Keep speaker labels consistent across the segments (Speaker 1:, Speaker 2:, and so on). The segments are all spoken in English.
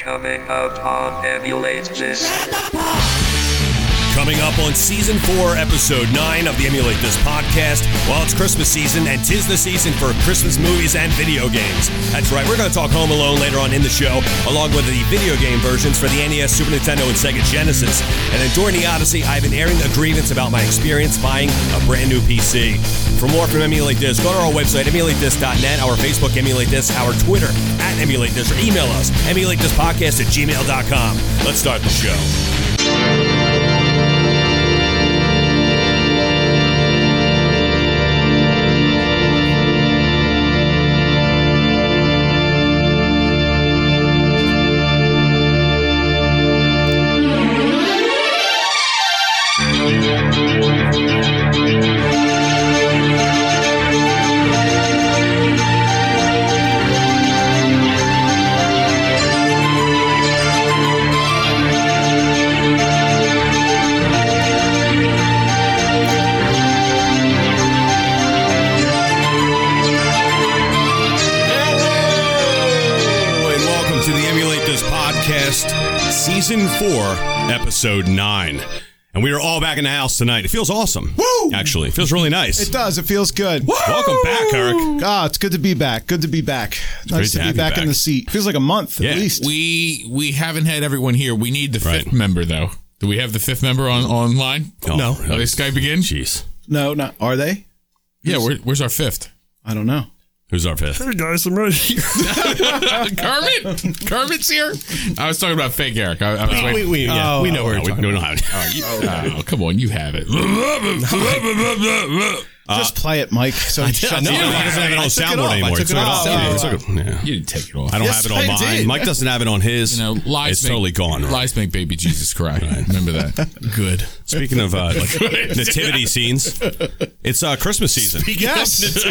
Speaker 1: coming up on Emulate This.
Speaker 2: Coming up on season four, episode nine of the Emulate This podcast. Well, it's Christmas season, and tis the season for Christmas movies and video games. That's right, we're going to talk Home Alone later on in the show, along with the video game versions for the NES, Super Nintendo, and Sega Genesis. And then during the Odyssey, I've been airing a grievance about my experience buying a brand new PC. For more from Emulate This, go to our website, emulatethis.net, our Facebook, Emulate This, our Twitter, at Emulate This, or email us, emulatethis.podcast at gmail.com. Let's start the show. Hello, and welcome to the Emulate This Podcast, Season 4, Episode 9. And we are all back in the house tonight. It feels awesome.
Speaker 3: Woo!
Speaker 2: Actually, it feels really nice.
Speaker 3: It does. It feels good.
Speaker 2: Welcome back, Eric.
Speaker 3: Ah, it's good to be back. Good to be back.
Speaker 2: great
Speaker 3: nice
Speaker 2: to
Speaker 3: to,
Speaker 2: have
Speaker 3: be
Speaker 2: you
Speaker 3: back,
Speaker 2: back.
Speaker 3: in the seat. Feels like a month
Speaker 2: Yeah.
Speaker 3: at least.
Speaker 4: We we haven't had everyone here. We need the
Speaker 2: Right.
Speaker 4: fifth member though. Do we have the fifth member on online? Oh,
Speaker 2: No.
Speaker 4: Are they Skype again?
Speaker 2: Jeez.
Speaker 3: no, not are they?
Speaker 4: Yeah. Where, where's our fifth?
Speaker 3: I don't know.
Speaker 2: Who's our fifth?
Speaker 5: Hey guys, I'm right here.
Speaker 4: Uh, Kermit. Kermit's here. I was talking about fake Eric. I, I was waiting-
Speaker 5: yeah, we know where
Speaker 2: No, we, we don't Oh, have it.
Speaker 4: Oh, come on, you have it.
Speaker 2: Uh,
Speaker 3: Just play it, Mike. So it
Speaker 2: No,
Speaker 3: shuts
Speaker 2: no, he
Speaker 3: you up.
Speaker 2: doesn't have it on
Speaker 5: I took it
Speaker 2: soundboard
Speaker 5: off. I
Speaker 2: anymore. He took
Speaker 5: took it
Speaker 2: it
Speaker 5: off.
Speaker 2: off. Yeah, he took it-
Speaker 3: Oh.
Speaker 2: yeah.
Speaker 4: You didn't take it off.
Speaker 2: I don't
Speaker 3: Yes,
Speaker 2: have it on
Speaker 3: I
Speaker 2: mine.
Speaker 3: did.
Speaker 2: Mike doesn't have it on his.
Speaker 4: You know, lies.
Speaker 2: it's
Speaker 4: make,
Speaker 2: totally gone.
Speaker 4: Lies make baby Jesus cry. Remember that. Good.
Speaker 2: Speaking of uh, like, nativity scenes, it's uh, Christmas season.
Speaker 3: Yes.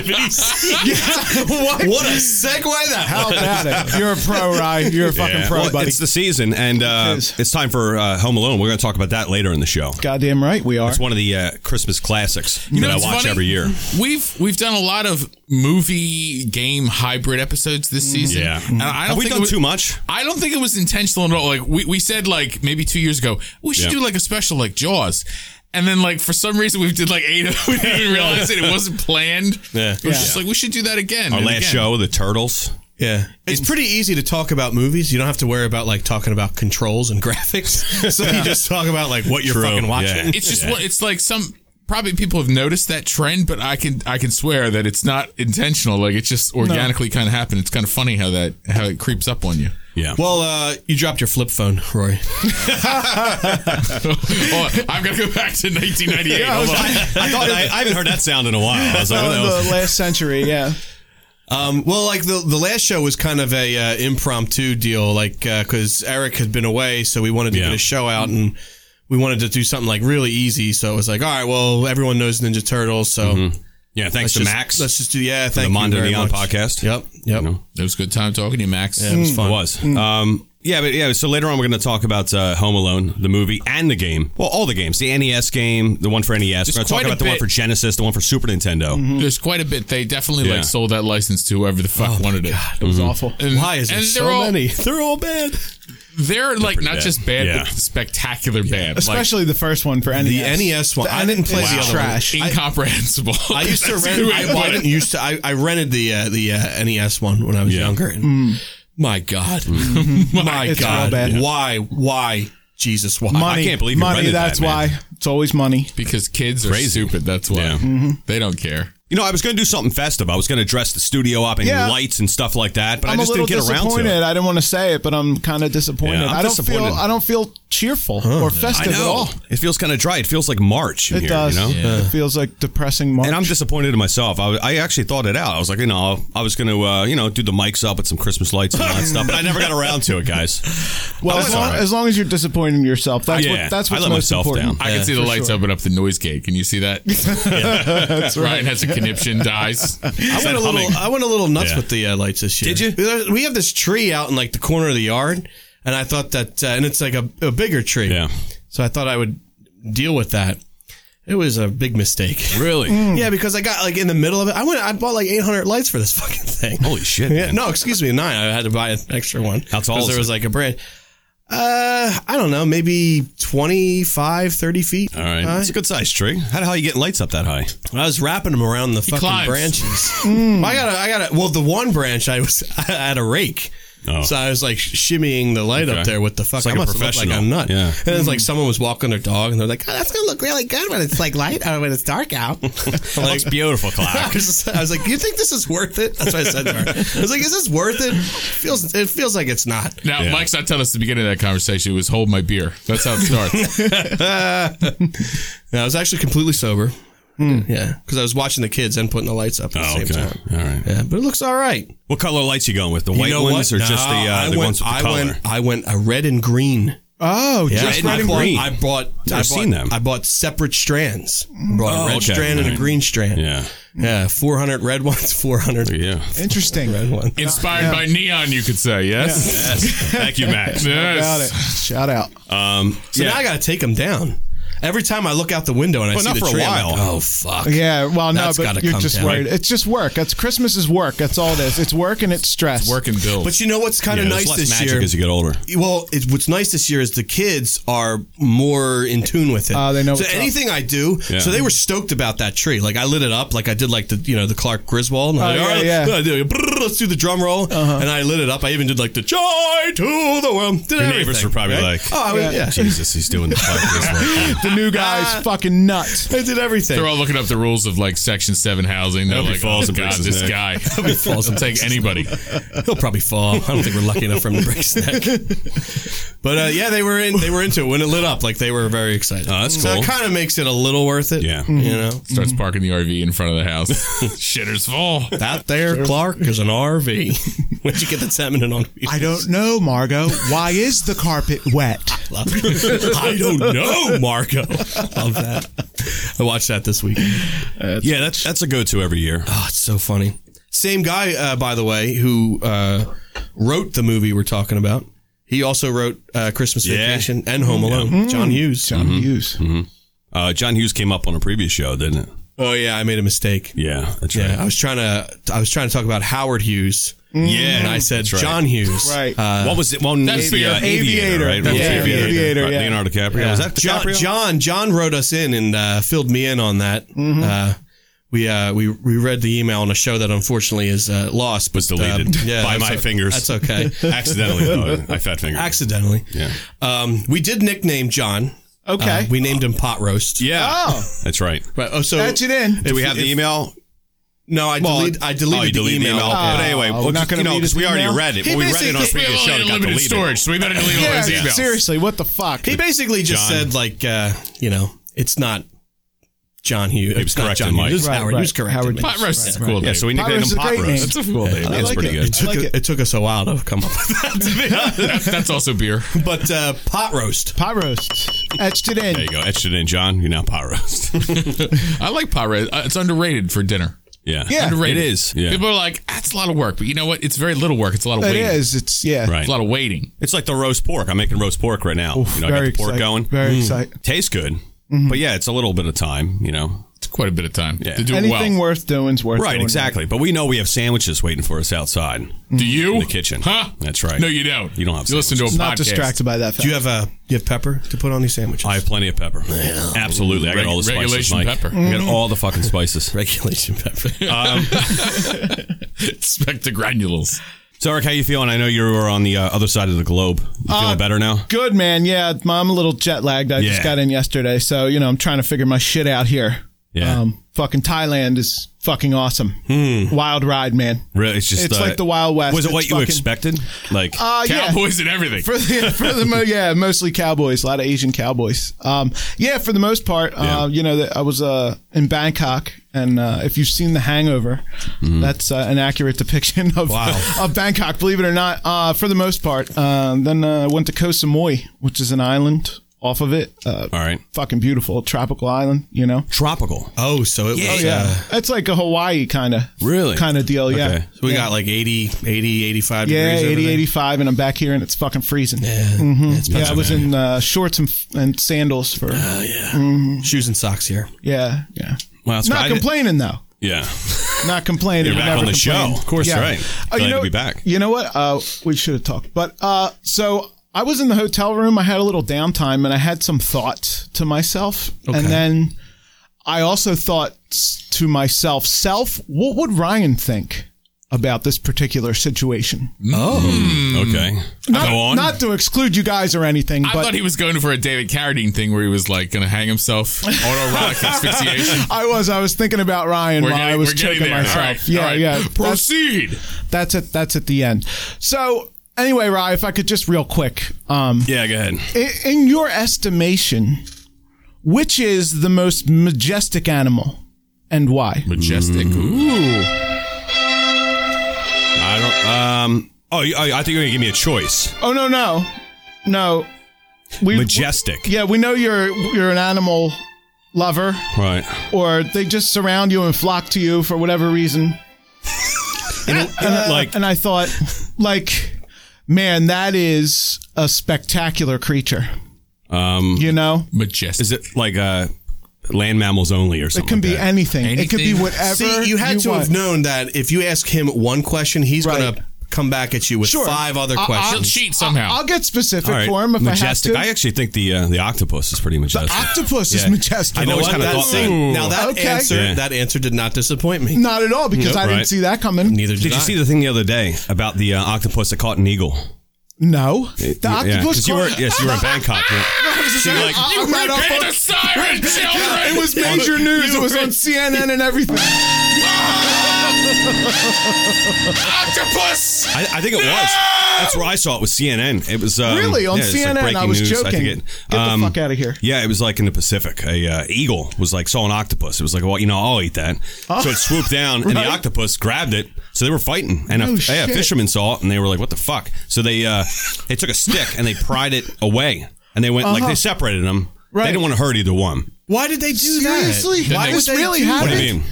Speaker 2: What? what a segue that
Speaker 3: How about it? You're a pro, Ryan. You're a fucking
Speaker 2: Yeah.
Speaker 3: pro,
Speaker 2: Well,
Speaker 3: buddy.
Speaker 2: It's the season, and uh,
Speaker 3: It is.
Speaker 2: it's time for uh, Home Alone. We're going to talk about that later in the show.
Speaker 3: Goddamn right we are.
Speaker 2: It's one of the uh, Christmas classics
Speaker 4: You know,
Speaker 2: that I
Speaker 4: it's
Speaker 2: watch
Speaker 4: funny.
Speaker 2: every year.
Speaker 4: We've we've done a lot of movie game hybrid episodes this season.
Speaker 2: Yeah.
Speaker 4: And
Speaker 2: Mm.
Speaker 4: I don't
Speaker 2: Have we
Speaker 4: think it
Speaker 2: done
Speaker 4: was-
Speaker 2: too much?
Speaker 4: I don't think it was intentional at all. Like we, we said like maybe two years ago, we should
Speaker 2: Yeah.
Speaker 4: do like a special like Jaws. And then like for some reason we did like eight of we didn't even realize it. It wasn't planned.
Speaker 2: Yeah.
Speaker 4: It was just like we should do that again.
Speaker 2: Our
Speaker 4: and
Speaker 2: last
Speaker 4: again.
Speaker 2: show, The Turtles.
Speaker 5: Yeah, it's pretty easy to talk about movies. You don't have to worry about like talking about controls and graphics. So you just talk about like what you're
Speaker 2: True.
Speaker 5: fucking watching.
Speaker 2: Yeah.
Speaker 4: It's just what it's like some probably people have noticed that trend, but I can I can swear that it's not intentional. Like it's just organically kinda happened. It's kinda funny how that how it creeps up on you.
Speaker 2: Yeah.
Speaker 5: Well, uh, you dropped your flip phone, Rory.
Speaker 4: oh, I've got to go back to nineteen ninety eight.
Speaker 2: I, I thought I, I haven't heard that sound in a while. I was like,
Speaker 3: Oh,
Speaker 2: what the hell?
Speaker 3: the last century, yeah.
Speaker 5: Um, well, like the the last show was kind of a uh, impromptu deal, like because Eric had been away, so we wanted to
Speaker 2: Yeah.
Speaker 5: get a show out and we wanted to do something like really easy. So it was like, all right, well, everyone knows Ninja Turtles, so
Speaker 2: yeah, thanks
Speaker 5: let's
Speaker 2: to
Speaker 5: just,
Speaker 2: Mm-hmm. Max.
Speaker 5: Let's just do yeah.
Speaker 2: the
Speaker 5: Thank you
Speaker 2: Mondo
Speaker 5: very
Speaker 2: Neon
Speaker 5: much.
Speaker 2: podcast.
Speaker 5: Yep, yep.
Speaker 2: You know,
Speaker 4: It was a good time talking to you, Max.
Speaker 5: Yeah, it was fun.
Speaker 2: It was. Um, yeah, but yeah. So later on, we're going to talk about uh, Home Alone, the movie, and the game. Well, all the games: the NES game, the one for NES. we're going to talk
Speaker 4: quite a
Speaker 2: about the one
Speaker 4: bit. Mm-hmm.
Speaker 2: for Genesis, the one for Super Nintendo.
Speaker 4: There's quite a bit. They definitely
Speaker 2: Yeah.
Speaker 4: like sold that license to whoever the
Speaker 5: Oh
Speaker 4: fuck wanted it.
Speaker 3: It was
Speaker 2: Mm-hmm.
Speaker 3: awful.
Speaker 4: And-
Speaker 5: Why is there
Speaker 4: and
Speaker 5: so
Speaker 4: they're all,
Speaker 5: many? They're all bad.
Speaker 4: They're like
Speaker 2: pretty
Speaker 4: not
Speaker 2: bad.
Speaker 4: just bad,
Speaker 2: Yeah.
Speaker 4: but spectacular bad.
Speaker 3: Especially the first one for E NES.
Speaker 5: The
Speaker 2: E
Speaker 5: NES one. I didn't play
Speaker 3: is
Speaker 5: the other one.
Speaker 3: E trash.
Speaker 4: like, incomprehensible.
Speaker 5: I used to
Speaker 4: That's
Speaker 5: rent.
Speaker 4: a good way
Speaker 5: I,
Speaker 4: to put
Speaker 5: well, I
Speaker 4: it.
Speaker 5: didn't used to. I, I rented the uh, the uh, NES one when I was
Speaker 2: Yeah.
Speaker 5: younger. And My God, my
Speaker 3: It's real
Speaker 5: God,
Speaker 3: bad.
Speaker 5: why, why, Jesus, why?
Speaker 3: money.
Speaker 2: can't believe you
Speaker 3: money.
Speaker 2: rented that,
Speaker 3: That's
Speaker 2: man.
Speaker 3: why it's always money.
Speaker 4: because kids are stupid. That's why
Speaker 2: Yeah.
Speaker 5: Mm-hmm.
Speaker 4: they don't care.
Speaker 2: You know, I was going to do something festive. I was going to dress the studio up in
Speaker 3: Yeah.
Speaker 2: lights and stuff like that, but i
Speaker 3: I'm
Speaker 2: just
Speaker 3: a
Speaker 2: didn't
Speaker 3: little
Speaker 2: get around
Speaker 3: disappointed.
Speaker 2: to it.
Speaker 3: I didn't want to say it, but I'm kind of disappointed.
Speaker 2: Yeah, I'm
Speaker 3: I do not
Speaker 2: disappointed.
Speaker 3: feel. I don't feel cheerful or festive at all.
Speaker 2: It feels kind of dry. It feels like March. In
Speaker 3: It
Speaker 2: here,
Speaker 3: does.
Speaker 2: You know?
Speaker 3: It feels like depressing. March.
Speaker 2: And I'm disappointed in myself. I, I actually thought it out. I was like, you know, I was going to, uh, you know, do the mics up with some Christmas lights and all that stuff, but I never got around to it, guys.
Speaker 3: well,
Speaker 2: I
Speaker 3: as
Speaker 2: was
Speaker 3: long,
Speaker 2: all right.
Speaker 3: as long as you're disappointing yourself, that's
Speaker 2: Yeah,
Speaker 3: what that's
Speaker 2: I
Speaker 3: what's
Speaker 2: let
Speaker 3: most
Speaker 2: myself
Speaker 3: important.
Speaker 2: down.
Speaker 4: I can see the lights open up the noise gate. Can you see that? That's Ryan has a conniption, dies.
Speaker 5: I went a little.
Speaker 2: humming?
Speaker 5: I went a little nuts
Speaker 2: Yeah.
Speaker 5: with the uh, lights this year.
Speaker 2: Did
Speaker 5: you? We have this tree out in like the corner of the yard, and I thought that, uh, and it's like a, a bigger tree.
Speaker 2: Yeah.
Speaker 5: So I thought I would deal with that, It was a big mistake.
Speaker 2: Really?
Speaker 5: Yeah, because I got like in the middle of it. I went. I bought like 800 lights for this fucking thing.
Speaker 2: Holy shit,
Speaker 5: Yeah,
Speaker 2: man.
Speaker 5: no, excuse me, nine. I had to buy an extra one.
Speaker 2: How tall
Speaker 5: 'Cause
Speaker 2: is
Speaker 5: there
Speaker 2: it?
Speaker 5: was like a brand. Uh, I don't know, maybe 25, 30 feet.
Speaker 2: All right.
Speaker 5: high.
Speaker 2: It's a good sized tree. How the hell you getting lights up that high?
Speaker 5: I was wrapping them around the fucking
Speaker 4: climbs.
Speaker 5: branches. I got, to I got, to well, the one branch I was, I had a rake.
Speaker 2: Oh.
Speaker 5: So I was like shimmying the light
Speaker 2: Okay.
Speaker 5: up there with the fuck.
Speaker 2: like a
Speaker 5: I must have looked like a Mm.
Speaker 2: professional.
Speaker 5: nut.
Speaker 2: Yeah.
Speaker 5: And it's like someone was walking their dog, and they're like, "Oh, that's gonna look really good when it's like light out when it's dark out." like,
Speaker 2: Looks beautiful,
Speaker 5: I
Speaker 2: Cloud.
Speaker 5: was, just- I was like, "Do you think this is worth it?" That's what I said to her. I was like, "Is this worth it?" Feels it feels like it's not.
Speaker 4: Now,
Speaker 2: Yeah.
Speaker 4: Mike's not telling us at the beginning of that conversation. It was hold my beer. That's how it starts.
Speaker 5: No, I was actually completely sober. Yeah, because I was watching the kids and putting the lights up at
Speaker 2: Oh,
Speaker 5: the same
Speaker 2: okay.
Speaker 5: time.
Speaker 2: All right.
Speaker 5: Yeah, but it looks all right.
Speaker 2: What color lights you going with? The white ones or just the,
Speaker 5: No,
Speaker 2: uh,
Speaker 5: I
Speaker 2: the
Speaker 5: went,
Speaker 2: ones with the
Speaker 5: I
Speaker 2: color?
Speaker 5: Went, I went a red and green.
Speaker 3: Oh,
Speaker 5: Yeah,
Speaker 3: just
Speaker 2: Red
Speaker 5: I
Speaker 2: and
Speaker 5: bought,
Speaker 2: green.
Speaker 5: I bought. I
Speaker 2: Never
Speaker 5: bought,
Speaker 2: seen them.
Speaker 5: I bought separate strands. I bought
Speaker 2: Oh,
Speaker 5: a red
Speaker 2: okay.
Speaker 5: strand and
Speaker 2: Right.
Speaker 5: a green strand.
Speaker 2: Yeah.
Speaker 5: yeah. Four hundred red ones. Four hundred
Speaker 2: Yeah.
Speaker 3: interesting.
Speaker 5: red ones.
Speaker 4: Inspired by neon, you could say. Yes.
Speaker 2: Thank you, Matt.
Speaker 3: Got
Speaker 4: Yes.
Speaker 3: it. Shout out.
Speaker 2: Um,
Speaker 5: So now I got to take them down. Every time I look out the window and I
Speaker 2: Well,
Speaker 5: see
Speaker 2: not
Speaker 5: the
Speaker 2: for a
Speaker 5: tree, I'm
Speaker 2: while.
Speaker 5: like, oh fuck.
Speaker 3: Yeah, well, no,
Speaker 5: That's
Speaker 3: but
Speaker 5: gotta
Speaker 3: you're
Speaker 5: come
Speaker 3: just
Speaker 5: down.
Speaker 3: worried. It's just work. That's Christmas is work. That's all it is. It's work and it's stress.
Speaker 4: Work and build.
Speaker 5: But you know what's kind
Speaker 2: yeah,
Speaker 5: of
Speaker 2: there's
Speaker 5: nice
Speaker 2: less
Speaker 5: this
Speaker 2: magic
Speaker 5: year?
Speaker 2: as you get older.
Speaker 5: well, it, what's nice this year is the kids are more in tune with it.
Speaker 3: Ah, they know
Speaker 5: so
Speaker 3: what's up.
Speaker 5: anything I do.
Speaker 2: Yeah.
Speaker 5: So they were stoked about that tree. Like I lit it up, like I did, like the you know the Clark Griswold. And I'm
Speaker 3: Oh,
Speaker 5: like,
Speaker 3: yeah,
Speaker 5: "All right,
Speaker 3: yeah. Uh-huh.
Speaker 5: I do- brrr, let's do the drum roll, and I lit it up. I even did like the joy to the world. Did
Speaker 2: Your
Speaker 5: everything,
Speaker 2: neighbors were probably
Speaker 5: right?
Speaker 2: like,
Speaker 5: oh I was- yeah.
Speaker 2: Jesus, he's doing the fuck this way.
Speaker 3: The new
Speaker 2: Ah.
Speaker 3: guy's fucking nuts.
Speaker 5: I did everything.
Speaker 4: They're all looking up the rules of like Section Seven housing. They're
Speaker 2: Hope he
Speaker 4: like,
Speaker 2: falls
Speaker 4: oh,
Speaker 2: and
Speaker 4: God,
Speaker 2: breaks his
Speaker 4: this
Speaker 2: neck."
Speaker 4: guy falls and take anybody.
Speaker 5: He'll probably fall. I don't think we're lucky enough for him to break his neck. But uh, yeah, they were in. They were into it when it lit up. Like they were very excited.
Speaker 2: Oh, that's
Speaker 5: So
Speaker 2: cool.
Speaker 5: it kind of makes it a little worth it.
Speaker 2: Yeah.
Speaker 5: you know,
Speaker 2: Mm-hmm.
Speaker 4: Starts parking the RV in front of the house. Shitters fall.
Speaker 5: out there, Clark is an RV. Where'd you get the salmon on?
Speaker 3: I don't know, Margot. Why is the carpet wet?
Speaker 5: I don't know, Marco. Love that. I watched that this week.
Speaker 2: yeah, that's that's a go-to every year.
Speaker 5: Oh, it's so funny. Same guy, uh, by the way, who uh, wrote the movie we're talking about. He also wrote uh, Christmas
Speaker 2: Yeah.
Speaker 5: Vacation and Home Alone. John Hughes.
Speaker 2: Mm-hmm.
Speaker 3: Use.
Speaker 2: Uh, John Hughes came up on a previous show, didn't it?
Speaker 5: Oh yeah, I made a mistake.
Speaker 2: Yeah, that's
Speaker 5: Yeah, Oh, I
Speaker 2: right.
Speaker 5: was trying to I was trying to talk about Howard Hughes. Yeah, and I said
Speaker 2: that's right.
Speaker 5: John Hughes.
Speaker 3: Right.
Speaker 2: what was it? Well, that's
Speaker 4: That's
Speaker 2: the, uh,
Speaker 4: the-
Speaker 2: aviator, right?
Speaker 3: Aviator.
Speaker 2: What was
Speaker 3: Yeah,
Speaker 2: the
Speaker 3: Aviator,
Speaker 2: Right,
Speaker 3: yeah.
Speaker 2: Leonardo DiCaprio. Was that
Speaker 5: John,
Speaker 2: DiCaprio?
Speaker 5: John John wrote us in and uh, filled me in on that.
Speaker 2: Mm-hmm.
Speaker 5: Uh, we uh, we we read the email on a show that unfortunately is uh, lost, but
Speaker 2: Was deleted by
Speaker 5: that's
Speaker 2: my
Speaker 5: o-
Speaker 2: fingers.
Speaker 5: That's okay.
Speaker 2: Accidentally, though. I fat fingered.
Speaker 5: Accidentally,
Speaker 2: Yeah.
Speaker 5: Um, we did nickname John.
Speaker 3: Okay.
Speaker 5: Uh, we named him Pot Roast.
Speaker 2: Yeah.
Speaker 3: Oh,
Speaker 2: That's right.
Speaker 5: Right. Oh, so
Speaker 3: that's it in.
Speaker 2: Do we have the email?
Speaker 5: no, I,
Speaker 2: Well,
Speaker 5: delete, I deleted
Speaker 2: oh, you
Speaker 5: the
Speaker 2: deleted
Speaker 5: email.
Speaker 2: but anyway,
Speaker 3: we're
Speaker 2: we'll
Speaker 3: Oh, not
Speaker 2: just-
Speaker 3: gonna
Speaker 2: you know,
Speaker 3: read his
Speaker 2: because we already
Speaker 3: email?
Speaker 2: read it.
Speaker 5: He
Speaker 2: Well, we read it on a
Speaker 5: basically-
Speaker 4: We
Speaker 2: previous
Speaker 4: have
Speaker 2: show. and It
Speaker 4: only
Speaker 2: got
Speaker 4: limited
Speaker 2: deleted.
Speaker 4: storage, so we better delete all
Speaker 3: Yeah,
Speaker 4: his emails.
Speaker 3: seriously, what the fuck?
Speaker 5: He basically just
Speaker 2: John.
Speaker 5: said like, uh, you know, it's not John Hughes.
Speaker 2: was
Speaker 5: It's not
Speaker 2: correcting
Speaker 5: John
Speaker 2: Mike.
Speaker 5: Hughes. It's
Speaker 3: Right,
Speaker 5: Howard
Speaker 3: right.
Speaker 5: Hughes corrected
Speaker 3: Howard
Speaker 5: me.
Speaker 4: Pot roast is a cool
Speaker 2: Yeah,
Speaker 4: name.
Speaker 2: so we
Speaker 3: Pot
Speaker 2: nicknamed him
Speaker 3: roast is a
Speaker 2: Pot
Speaker 3: great
Speaker 2: Roast.
Speaker 3: name.
Speaker 2: That's
Speaker 4: That's a cool name.
Speaker 2: That's
Speaker 3: like
Speaker 2: pretty
Speaker 3: it.
Speaker 2: good.
Speaker 5: It took,
Speaker 3: like it.
Speaker 5: it took us a while to come up with that, to be honest.
Speaker 4: That- that's also beer.
Speaker 5: But uh, pot roast.
Speaker 3: Pot roast. Etched it in.
Speaker 2: There you go. Etched it in, John. You're now Pot Roast.
Speaker 4: I like pot roast. Uh, It's underrated for dinner.
Speaker 2: yeah.
Speaker 3: Yeah.
Speaker 2: It
Speaker 4: Underrated.
Speaker 2: is. Yeah.
Speaker 4: People are like, that's a lot of work, but you know what? It's very little work. It's a lot of
Speaker 3: It
Speaker 4: waiting.
Speaker 3: is. It's, yeah.
Speaker 2: Right.
Speaker 4: It's a lot of waiting.
Speaker 2: It's like the roast pork. I'm making roast pork right now. you know, I got the pork
Speaker 3: exciting.
Speaker 2: going. Mm.
Speaker 3: Very Mm-hmm. exciting.
Speaker 2: Tastes good. But yeah, it's a little bit of time, you know.
Speaker 4: It's quite a bit of time
Speaker 2: Yeah.
Speaker 4: to do it well.
Speaker 3: Anything worth doing's worth
Speaker 2: Right,
Speaker 3: doing.
Speaker 2: exactly. But we know we have sandwiches waiting for us outside.
Speaker 3: Mm.
Speaker 4: do you?
Speaker 2: In the kitchen.
Speaker 4: Huh?
Speaker 2: That's right.
Speaker 4: No, you don't.
Speaker 2: You don't have
Speaker 4: You listen to a podcast.
Speaker 3: Not distracted by that fact.
Speaker 5: Do you have a you have pepper to put on these sandwiches?
Speaker 2: I have plenty of pepper. Absolutely. I got
Speaker 4: Reg-
Speaker 2: all the spices.
Speaker 4: regulation
Speaker 2: Mike.
Speaker 4: pepper.
Speaker 2: I got
Speaker 3: Mm-hmm.
Speaker 2: all the fucking spices. Um,
Speaker 5: regulation pepper.
Speaker 4: Spectagranules.
Speaker 2: So, Eric, how you feeling? I know you were on the uh, other side of the globe. You
Speaker 3: Uh,
Speaker 2: feeling better now?
Speaker 3: Good, man. Yeah, I'm a little jet lagged. I
Speaker 2: Yeah.
Speaker 3: just got in yesterday. So, you know, I'm trying to figure my shit out here. Um,
Speaker 2: Yeah.
Speaker 3: fucking Thailand is fucking awesome. Wild ride, man.
Speaker 2: Really, it's just
Speaker 3: It's
Speaker 2: uh,
Speaker 3: like the Wild West.
Speaker 2: Was it
Speaker 3: It's
Speaker 2: what you
Speaker 3: fucking-
Speaker 2: expected? Like,
Speaker 3: Uh, yeah.
Speaker 4: Cowboys and everything.
Speaker 3: for the for the mo- yeah mostly cowboys a lot of asian cowboys um yeah for the most part
Speaker 2: Yeah.
Speaker 3: uh, you know the, i was uh in bangkok and uh, if you've seen the hangover
Speaker 2: Mm-hmm.
Speaker 3: that's uh, an accurate depiction of, of bangkok believe it or not uh for the most part uh, then uh, I went to koh samui which is an island off of it. Uh,
Speaker 2: All right.
Speaker 3: Fucking beautiful tropical island, you know.
Speaker 2: Tropical.
Speaker 5: Oh, so it was. Yeah. Uh,
Speaker 3: It's like a Hawaii kind of
Speaker 2: Really?
Speaker 3: kind of deal, yeah.
Speaker 2: Okay.
Speaker 5: so we got like 80, 80, 85
Speaker 3: Yeah,
Speaker 5: degrees.
Speaker 3: 80,
Speaker 5: over there.
Speaker 3: 85, and I'm back here and it's fucking freezing. Mm-hmm. Yeah,
Speaker 5: It's
Speaker 3: I was in uh, shorts and, and sandals for.
Speaker 2: Uh,
Speaker 5: Oh, yeah. Shoes and socks here.
Speaker 3: Yeah, yeah.
Speaker 2: Wow, that's
Speaker 3: Not
Speaker 2: good. I did-
Speaker 3: complaining though.
Speaker 2: Yeah.
Speaker 3: Not complaining.
Speaker 2: You're
Speaker 3: but
Speaker 2: back
Speaker 3: never
Speaker 2: on the show.
Speaker 3: complained.
Speaker 2: Of course,
Speaker 3: Yeah.
Speaker 2: right.
Speaker 3: Oh, you
Speaker 2: Glad
Speaker 3: know,
Speaker 2: to be back.
Speaker 3: You know what? Uh, we should have talked. But uh, so I was in the hotel room. I had a little downtime and I had some thoughts to myself. And then I also thought s- to myself, self, what would Ryan think about this particular situation? Mm-hmm.
Speaker 2: Okay.
Speaker 3: Not,
Speaker 2: Go on.
Speaker 3: not to exclude you guys or anything,
Speaker 4: I
Speaker 3: but
Speaker 4: thought he was going for a David Carradine thing where he was like going to hang himself, autoerotic asphyxiation.
Speaker 3: I was I was thinking about Ryan
Speaker 4: We're
Speaker 3: while
Speaker 4: getting,
Speaker 3: I was
Speaker 4: we're getting
Speaker 3: choking
Speaker 4: there.
Speaker 3: myself.
Speaker 4: All right.
Speaker 3: Yeah,
Speaker 4: all right.
Speaker 3: yeah. That's,
Speaker 4: Proceed.
Speaker 3: that's at that's at the end. So anyway, Ryan, if I could just real quick, um,
Speaker 2: Yeah, go ahead.
Speaker 3: i- in your estimation, which is the most majestic animal, and why?
Speaker 4: Majestic. Ooh.
Speaker 2: I don't. Um. Oh, you- I I think you're gonna give me a choice.
Speaker 3: Oh no no no. We,
Speaker 2: Majestic.
Speaker 3: yeah, we know you're you're an animal lover,
Speaker 2: Right.
Speaker 3: or they just surround you and flock to you for whatever reason. Uh,
Speaker 2: like
Speaker 3: and I thought, like, man, that is a spectacular creature.
Speaker 2: um.
Speaker 3: You know,
Speaker 4: Majestic.
Speaker 2: Is it like uh land mammals only or
Speaker 3: it
Speaker 2: something?
Speaker 3: can be
Speaker 2: like that?
Speaker 3: anything. It could be
Speaker 4: Anything.
Speaker 3: whatever.
Speaker 5: See, you had to
Speaker 3: want.
Speaker 5: have known that if you ask him one question, he's
Speaker 3: Right.
Speaker 5: going to come back at you with
Speaker 3: Sure.
Speaker 5: five other
Speaker 3: I-
Speaker 4: She'll
Speaker 5: questions.
Speaker 4: cheat somehow.
Speaker 3: I'll get specific
Speaker 2: All right.
Speaker 3: for him if
Speaker 2: majestic.
Speaker 3: I have to.
Speaker 2: actually think the uh, the octopus is pretty majestic.
Speaker 3: Octopus is
Speaker 2: Yeah.
Speaker 3: majestic.
Speaker 2: I know always
Speaker 5: Well,
Speaker 2: kind of
Speaker 5: that
Speaker 2: thought that.
Speaker 5: thing- now that
Speaker 3: Okay.
Speaker 5: answer,
Speaker 2: Yeah.
Speaker 5: that answer did not disappoint me.
Speaker 3: Not at all because
Speaker 2: Nope,
Speaker 3: I didn't
Speaker 2: right.
Speaker 3: see that coming.
Speaker 5: Neither did,
Speaker 2: Did
Speaker 5: I.
Speaker 2: you see the thing the other day about the uh, octopus that caught an eagle?
Speaker 3: No, the
Speaker 2: Yeah, yeah,
Speaker 3: octopus.
Speaker 2: 'cause you were,
Speaker 3: caught-
Speaker 2: yes, you were in Bangkok. right? She, like,
Speaker 3: I- I'm not up
Speaker 4: Pay
Speaker 3: on-
Speaker 4: the siren, children.
Speaker 3: It was major news. It was on CNN and everything.
Speaker 4: octopus.
Speaker 2: I, I think it was. That's where I saw it was CNN. It was um,
Speaker 3: Really? On
Speaker 2: yeah, it's like
Speaker 3: CNN? I
Speaker 2: breaking
Speaker 3: was
Speaker 2: news.
Speaker 3: joking.
Speaker 2: think um,
Speaker 3: Get the fuck outta here.
Speaker 2: Yeah, it was like in the Pacific. A uh, eagle was like saw an octopus. It was like, well, you know, I'll eat that. So it swooped down, and the
Speaker 3: Oh. Right.
Speaker 2: octopus grabbed it. So they were fighting, and a,
Speaker 3: No
Speaker 2: yeah, a
Speaker 3: shit.
Speaker 2: fisherman saw it, and they were like, "What the fuck?" So they uh, they took a stick and they pried it away, and they went like they separated them.
Speaker 3: Uh-huh. Right.
Speaker 2: They didn't want to hurt either one.
Speaker 5: Why did they do
Speaker 3: Seriously,
Speaker 5: that?
Speaker 3: why
Speaker 4: they-
Speaker 3: this
Speaker 5: would
Speaker 3: really
Speaker 5: do
Speaker 2: What
Speaker 3: happened?
Speaker 2: do you mean?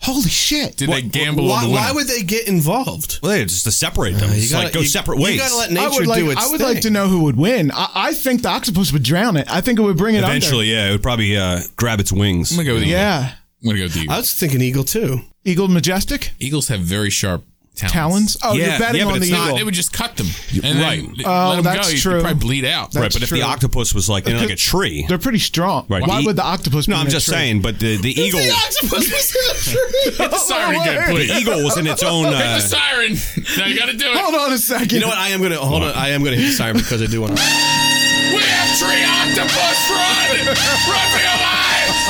Speaker 3: Holy shit!
Speaker 4: Did they gamble
Speaker 5: why,
Speaker 4: on the
Speaker 5: why
Speaker 4: winner?
Speaker 5: would they get involved?
Speaker 2: Well, they just to separate them. it's like go
Speaker 5: Uh, you,
Speaker 2: separate
Speaker 5: You
Speaker 2: ways.
Speaker 5: gotta let
Speaker 3: I
Speaker 5: nature
Speaker 3: would like.
Speaker 5: do its
Speaker 3: I would
Speaker 5: thing.
Speaker 3: like to know who would win. I, I think the octopus would drown it. I think it would bring it under.
Speaker 2: Eventually, yeah, it would probably uh, grab its wings.
Speaker 3: Oh
Speaker 4: I'm gonna go with the eagle.
Speaker 3: Yeah,
Speaker 4: I'm gonna go with the
Speaker 5: I
Speaker 4: eagle.
Speaker 5: was thinking eagle too.
Speaker 3: eagle majestic.
Speaker 4: Eagles have very sharp
Speaker 3: Talons?
Speaker 4: talons.
Speaker 3: Oh,
Speaker 2: Yeah,
Speaker 3: you're betting
Speaker 2: yeah, but
Speaker 3: on the
Speaker 2: it's
Speaker 3: eagle.
Speaker 2: not-
Speaker 4: They would just cut them. And
Speaker 2: Right.
Speaker 4: Then
Speaker 3: Oh,
Speaker 4: let them
Speaker 3: that's
Speaker 4: go. You'd
Speaker 3: true.
Speaker 4: probably bleed out.
Speaker 3: That's
Speaker 2: right, but if the
Speaker 3: true.
Speaker 2: octopus was like in like a tree,
Speaker 3: They're pretty strong.
Speaker 2: Right.
Speaker 3: Why
Speaker 2: The-
Speaker 3: would the octopus?
Speaker 2: No,
Speaker 3: be in
Speaker 2: I'm
Speaker 3: a
Speaker 2: just
Speaker 3: tree?
Speaker 2: saying. But the, the eagle,
Speaker 4: Hit the siren
Speaker 3: Oh,
Speaker 4: again,
Speaker 2: the
Speaker 4: please. Hit
Speaker 2: eagle was in its own.
Speaker 4: the
Speaker 2: Uh,
Speaker 4: siren. Now you gotta do it.
Speaker 3: Hold on a second.
Speaker 5: You know what? I am gonna hold on. I am gonna hit the siren because I do want. to.
Speaker 4: We have tree octopus. Run! Run for your lives!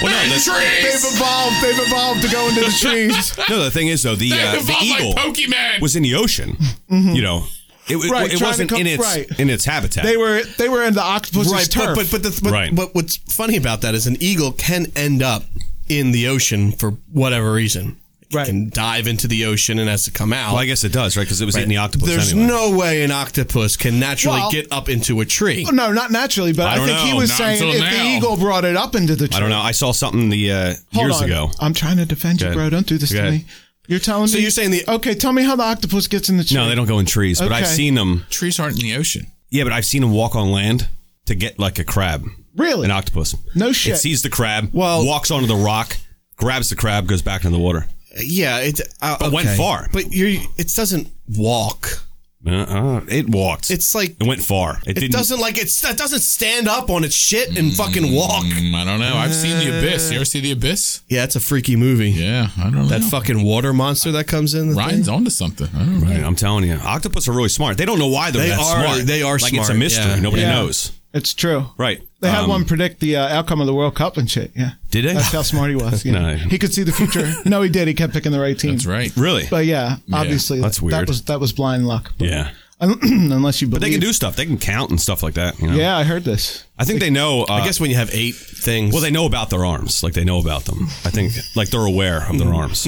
Speaker 2: well, no, the,
Speaker 3: They've
Speaker 4: Trees!
Speaker 3: evolved. They've evolved to go into the trees.
Speaker 2: no, the thing is though, the
Speaker 4: They
Speaker 2: uh, the
Speaker 4: evolved like
Speaker 2: eagle
Speaker 4: Pokemon.
Speaker 2: was in the ocean. You know, it, it,
Speaker 3: Mm-hmm. Right,
Speaker 2: it
Speaker 3: trying
Speaker 2: wasn't
Speaker 3: to
Speaker 2: in
Speaker 3: come-
Speaker 2: its
Speaker 3: right.
Speaker 2: in its habitat.
Speaker 3: They were. They were in the octopus's
Speaker 5: but
Speaker 3: turf.
Speaker 5: but but, the, but,
Speaker 2: Right.
Speaker 5: but what's funny about that is an eagle can end up in the ocean for whatever reason. It
Speaker 3: Right.
Speaker 5: Can dive into the ocean and has to come out.
Speaker 2: well, I guess it does, right? Because it was eating the octopus
Speaker 5: There's
Speaker 2: anyway.
Speaker 5: no way an octopus can naturally
Speaker 3: Well-
Speaker 5: get up into a tree.
Speaker 3: no, not naturally. But
Speaker 2: I
Speaker 3: I,
Speaker 2: don't
Speaker 3: think he
Speaker 2: know.
Speaker 3: was
Speaker 4: Not
Speaker 3: saying
Speaker 4: until
Speaker 3: if the
Speaker 4: now.
Speaker 3: eagle brought it up into the tree.
Speaker 2: I don't know. I saw something the uh,
Speaker 3: Hold
Speaker 2: years
Speaker 3: on.
Speaker 2: ago.
Speaker 3: I'm trying to defend you,
Speaker 2: Okay.
Speaker 3: bro. Don't do this
Speaker 2: Okay.
Speaker 3: to me. You're telling
Speaker 5: So
Speaker 3: me.
Speaker 5: you're saying the-
Speaker 3: Okay, tell me how the octopus gets in the tree.
Speaker 2: No, they don't go in trees, but I've
Speaker 3: Okay.
Speaker 2: seen them.
Speaker 4: Trees aren't in the ocean.
Speaker 2: Yeah, but I've seen them walk on land to get like a crab,
Speaker 3: Really?
Speaker 2: an octopus.
Speaker 3: No shit.
Speaker 2: It sees the crab.
Speaker 5: Well-
Speaker 2: walks onto the rock, grabs the crab, goes back in the water.
Speaker 5: Yeah, it. Uh,
Speaker 2: But went
Speaker 5: okay.
Speaker 2: far.
Speaker 5: But you, are it doesn't walk.
Speaker 2: Uh-uh. It walked.
Speaker 5: It's like
Speaker 2: it went far. It,
Speaker 5: it
Speaker 2: didn't.
Speaker 5: doesn't like it's it doesn't stand up on its shit and fucking walk.
Speaker 4: Mm, I don't know. I've seen the abyss. You ever see the abyss?
Speaker 5: Yeah, it's a freaky movie.
Speaker 4: Yeah, I don't know.
Speaker 5: That fucking water monster that comes in. the
Speaker 4: Ryan's
Speaker 5: thing.
Speaker 4: onto something. I don't know.
Speaker 2: Right, I'm telling you, octopus are really smart. They don't know why they're
Speaker 5: They
Speaker 2: that
Speaker 5: are-
Speaker 2: smart.
Speaker 5: they are
Speaker 2: like it's a
Speaker 5: smart,
Speaker 2: mystery.
Speaker 5: yeah.
Speaker 2: Nobody
Speaker 3: Yeah.
Speaker 2: knows.
Speaker 3: It's true.
Speaker 2: Right.
Speaker 3: They had
Speaker 2: Um,
Speaker 3: one predict the uh, outcome of the World Cup and shit. Yeah.
Speaker 2: Did they?
Speaker 3: That's how smart he was. Yeah.
Speaker 2: No.
Speaker 3: He could see the future. no, he did. He kept picking the right team.
Speaker 4: That's right.
Speaker 2: Really?
Speaker 3: But yeah, obviously
Speaker 2: That's weird.
Speaker 3: That was that was blind luck.
Speaker 2: yeah.
Speaker 3: Unless you believe.
Speaker 2: But they can do stuff. They can count and stuff like that. You know?
Speaker 3: Yeah, I heard this.
Speaker 2: I I think they know. Uh,
Speaker 5: I guess when you have eight things,
Speaker 2: Well, they know about their arms. Like they know about them. I think like they're aware of their arms.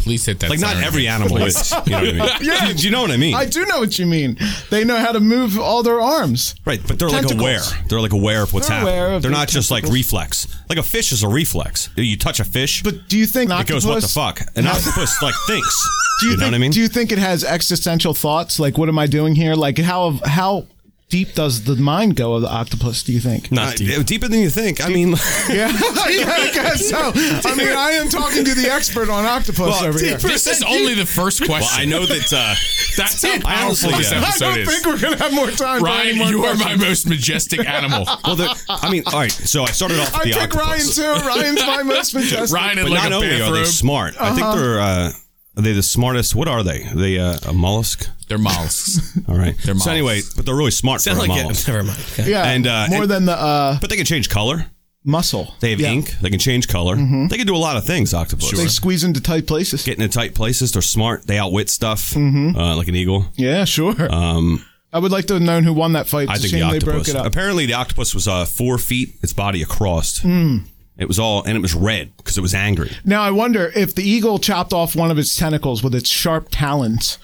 Speaker 4: Please hit that.
Speaker 2: Like not
Speaker 4: siren.
Speaker 2: every animal is. You know what I mean?
Speaker 3: Yeah.
Speaker 2: Do you know what I mean?
Speaker 3: I do know what you mean. They know how to move all their arms.
Speaker 2: Right, but they're like
Speaker 3: Tentacles.
Speaker 2: aware. They're like aware of what's
Speaker 3: They're aware
Speaker 2: happening.
Speaker 3: of
Speaker 2: they're
Speaker 3: the
Speaker 2: not just like reflex. Like a fish is a reflex. You touch a fish,
Speaker 3: But do you think
Speaker 2: it goes, "What the
Speaker 3: octopus-
Speaker 2: fuck?" And octopus like thinks.
Speaker 3: Do you,
Speaker 2: know
Speaker 3: think,
Speaker 2: what I mean?
Speaker 3: Do you think it has existential thoughts? Like, what am I doing here? Like, how how deep does the mind go of the octopus? Do you think?
Speaker 2: Uh, Deeper than you think. I mean,
Speaker 3: Yeah, yeah, I guess so. I mean, I am talking to the expert on octopus
Speaker 2: Well,
Speaker 3: over here.
Speaker 2: deeper-
Speaker 4: This is only the first question.
Speaker 2: well, I know that. Uh,
Speaker 4: That's how
Speaker 2: I
Speaker 4: powerful
Speaker 2: honestly,
Speaker 4: this
Speaker 2: yeah.
Speaker 4: episode
Speaker 3: I
Speaker 4: is.
Speaker 3: don't think we're gonna have more time. for
Speaker 4: Ryan,
Speaker 3: any more
Speaker 4: you are my
Speaker 3: questions.
Speaker 4: most majestic animal.
Speaker 2: well, there- I mean, all right. So I started off. With
Speaker 3: I
Speaker 2: the
Speaker 3: pick Ryan
Speaker 2: octopus.
Speaker 3: too. Ryan's my most majestic.
Speaker 4: Ryan
Speaker 2: But
Speaker 4: in like
Speaker 2: not
Speaker 4: a
Speaker 2: only are they
Speaker 4: bathrobe.
Speaker 2: smart, I
Speaker 3: Uh-huh.
Speaker 2: think they're uh, are they the smartest. What are they? Are they uh, a mollusk.
Speaker 4: They're mollusks.
Speaker 2: All right.
Speaker 4: They're
Speaker 2: so anyway,
Speaker 4: mollusks.
Speaker 2: but they're really smart
Speaker 5: sound
Speaker 2: for a
Speaker 5: like
Speaker 2: mollusk.
Speaker 5: it. Never mind. Okay.
Speaker 3: Yeah,
Speaker 2: and, uh,
Speaker 3: more
Speaker 2: and-
Speaker 3: than the uh,
Speaker 2: But they can change color.
Speaker 3: muscle.
Speaker 2: They have
Speaker 3: Yeah. Mm-hmm.
Speaker 2: ink. They can change color. They can do a lot of things. Octopus.
Speaker 3: They squeeze into tight places.
Speaker 2: get into tight places. They're smart. They outwit stuff, mm-hmm. uh, like an eagle.
Speaker 3: yeah, sure.
Speaker 2: Um,
Speaker 3: I would like to have known who won that fight. It's
Speaker 2: I
Speaker 3: a
Speaker 2: think the
Speaker 3: shame they broke
Speaker 2: octopus.
Speaker 3: it up.
Speaker 2: Apparently, the octopus was uh, four feet, its body across.
Speaker 3: Hmm.
Speaker 2: It was all, and it was red because it was angry.
Speaker 3: Now I wonder if the eagle chopped off one of its tentacles with its sharp talons.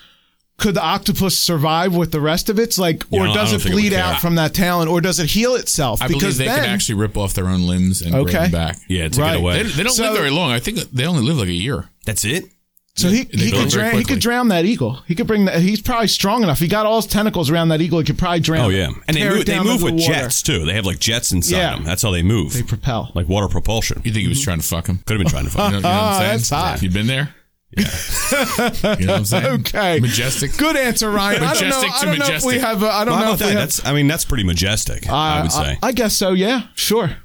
Speaker 3: Could the octopus survive with the rest of its like,
Speaker 2: Yeah, I
Speaker 3: or
Speaker 2: don't- I
Speaker 3: does
Speaker 2: don't
Speaker 3: it
Speaker 2: think it would
Speaker 3: bleed
Speaker 2: care.
Speaker 3: out from that talon, or does it heal itself?
Speaker 4: I believe they can actually rip off their own limbs and grow
Speaker 3: Okay.
Speaker 4: them back.
Speaker 2: Yeah, take
Speaker 3: Right.
Speaker 2: it
Speaker 4: They,
Speaker 2: away.
Speaker 4: they don't
Speaker 3: So-
Speaker 4: live very long. I think they only live like a year.
Speaker 2: That's it.
Speaker 3: so he,
Speaker 4: they
Speaker 3: he
Speaker 4: go
Speaker 3: could
Speaker 4: very
Speaker 3: drown, he
Speaker 4: quickly.
Speaker 3: could drown that eagle. He could bring that. He's probably strong enough. He got all his tentacles around that eagle. He could probably drown.
Speaker 2: Oh
Speaker 3: it,
Speaker 2: yeah, and they
Speaker 3: tear
Speaker 2: move.
Speaker 3: it
Speaker 2: They
Speaker 3: down
Speaker 2: move
Speaker 3: into
Speaker 2: with
Speaker 3: the water.
Speaker 2: jets too. They have like jets inside
Speaker 3: Yeah.
Speaker 2: them. That's how they move.
Speaker 3: They propel.
Speaker 2: like water propulsion.
Speaker 4: You think he was trying to fuck him?
Speaker 2: Could have been trying to
Speaker 4: You
Speaker 2: find.
Speaker 4: know, you know what I'm Ah, saying?
Speaker 3: that's hot.
Speaker 4: Have you been there? Yeah. you know what I'm saying?
Speaker 3: Okay.
Speaker 4: Majestic.
Speaker 3: Good answer, Ryan. I don't know.
Speaker 4: Majestic
Speaker 3: I
Speaker 4: to
Speaker 3: don't know if we
Speaker 4: majestic.
Speaker 3: have. A, I don't
Speaker 2: Well, how
Speaker 3: know
Speaker 2: about
Speaker 3: if we
Speaker 2: that?
Speaker 3: have.
Speaker 2: That's. I mean, that's pretty majestic. I would say.
Speaker 3: I guess so. Yeah, sure.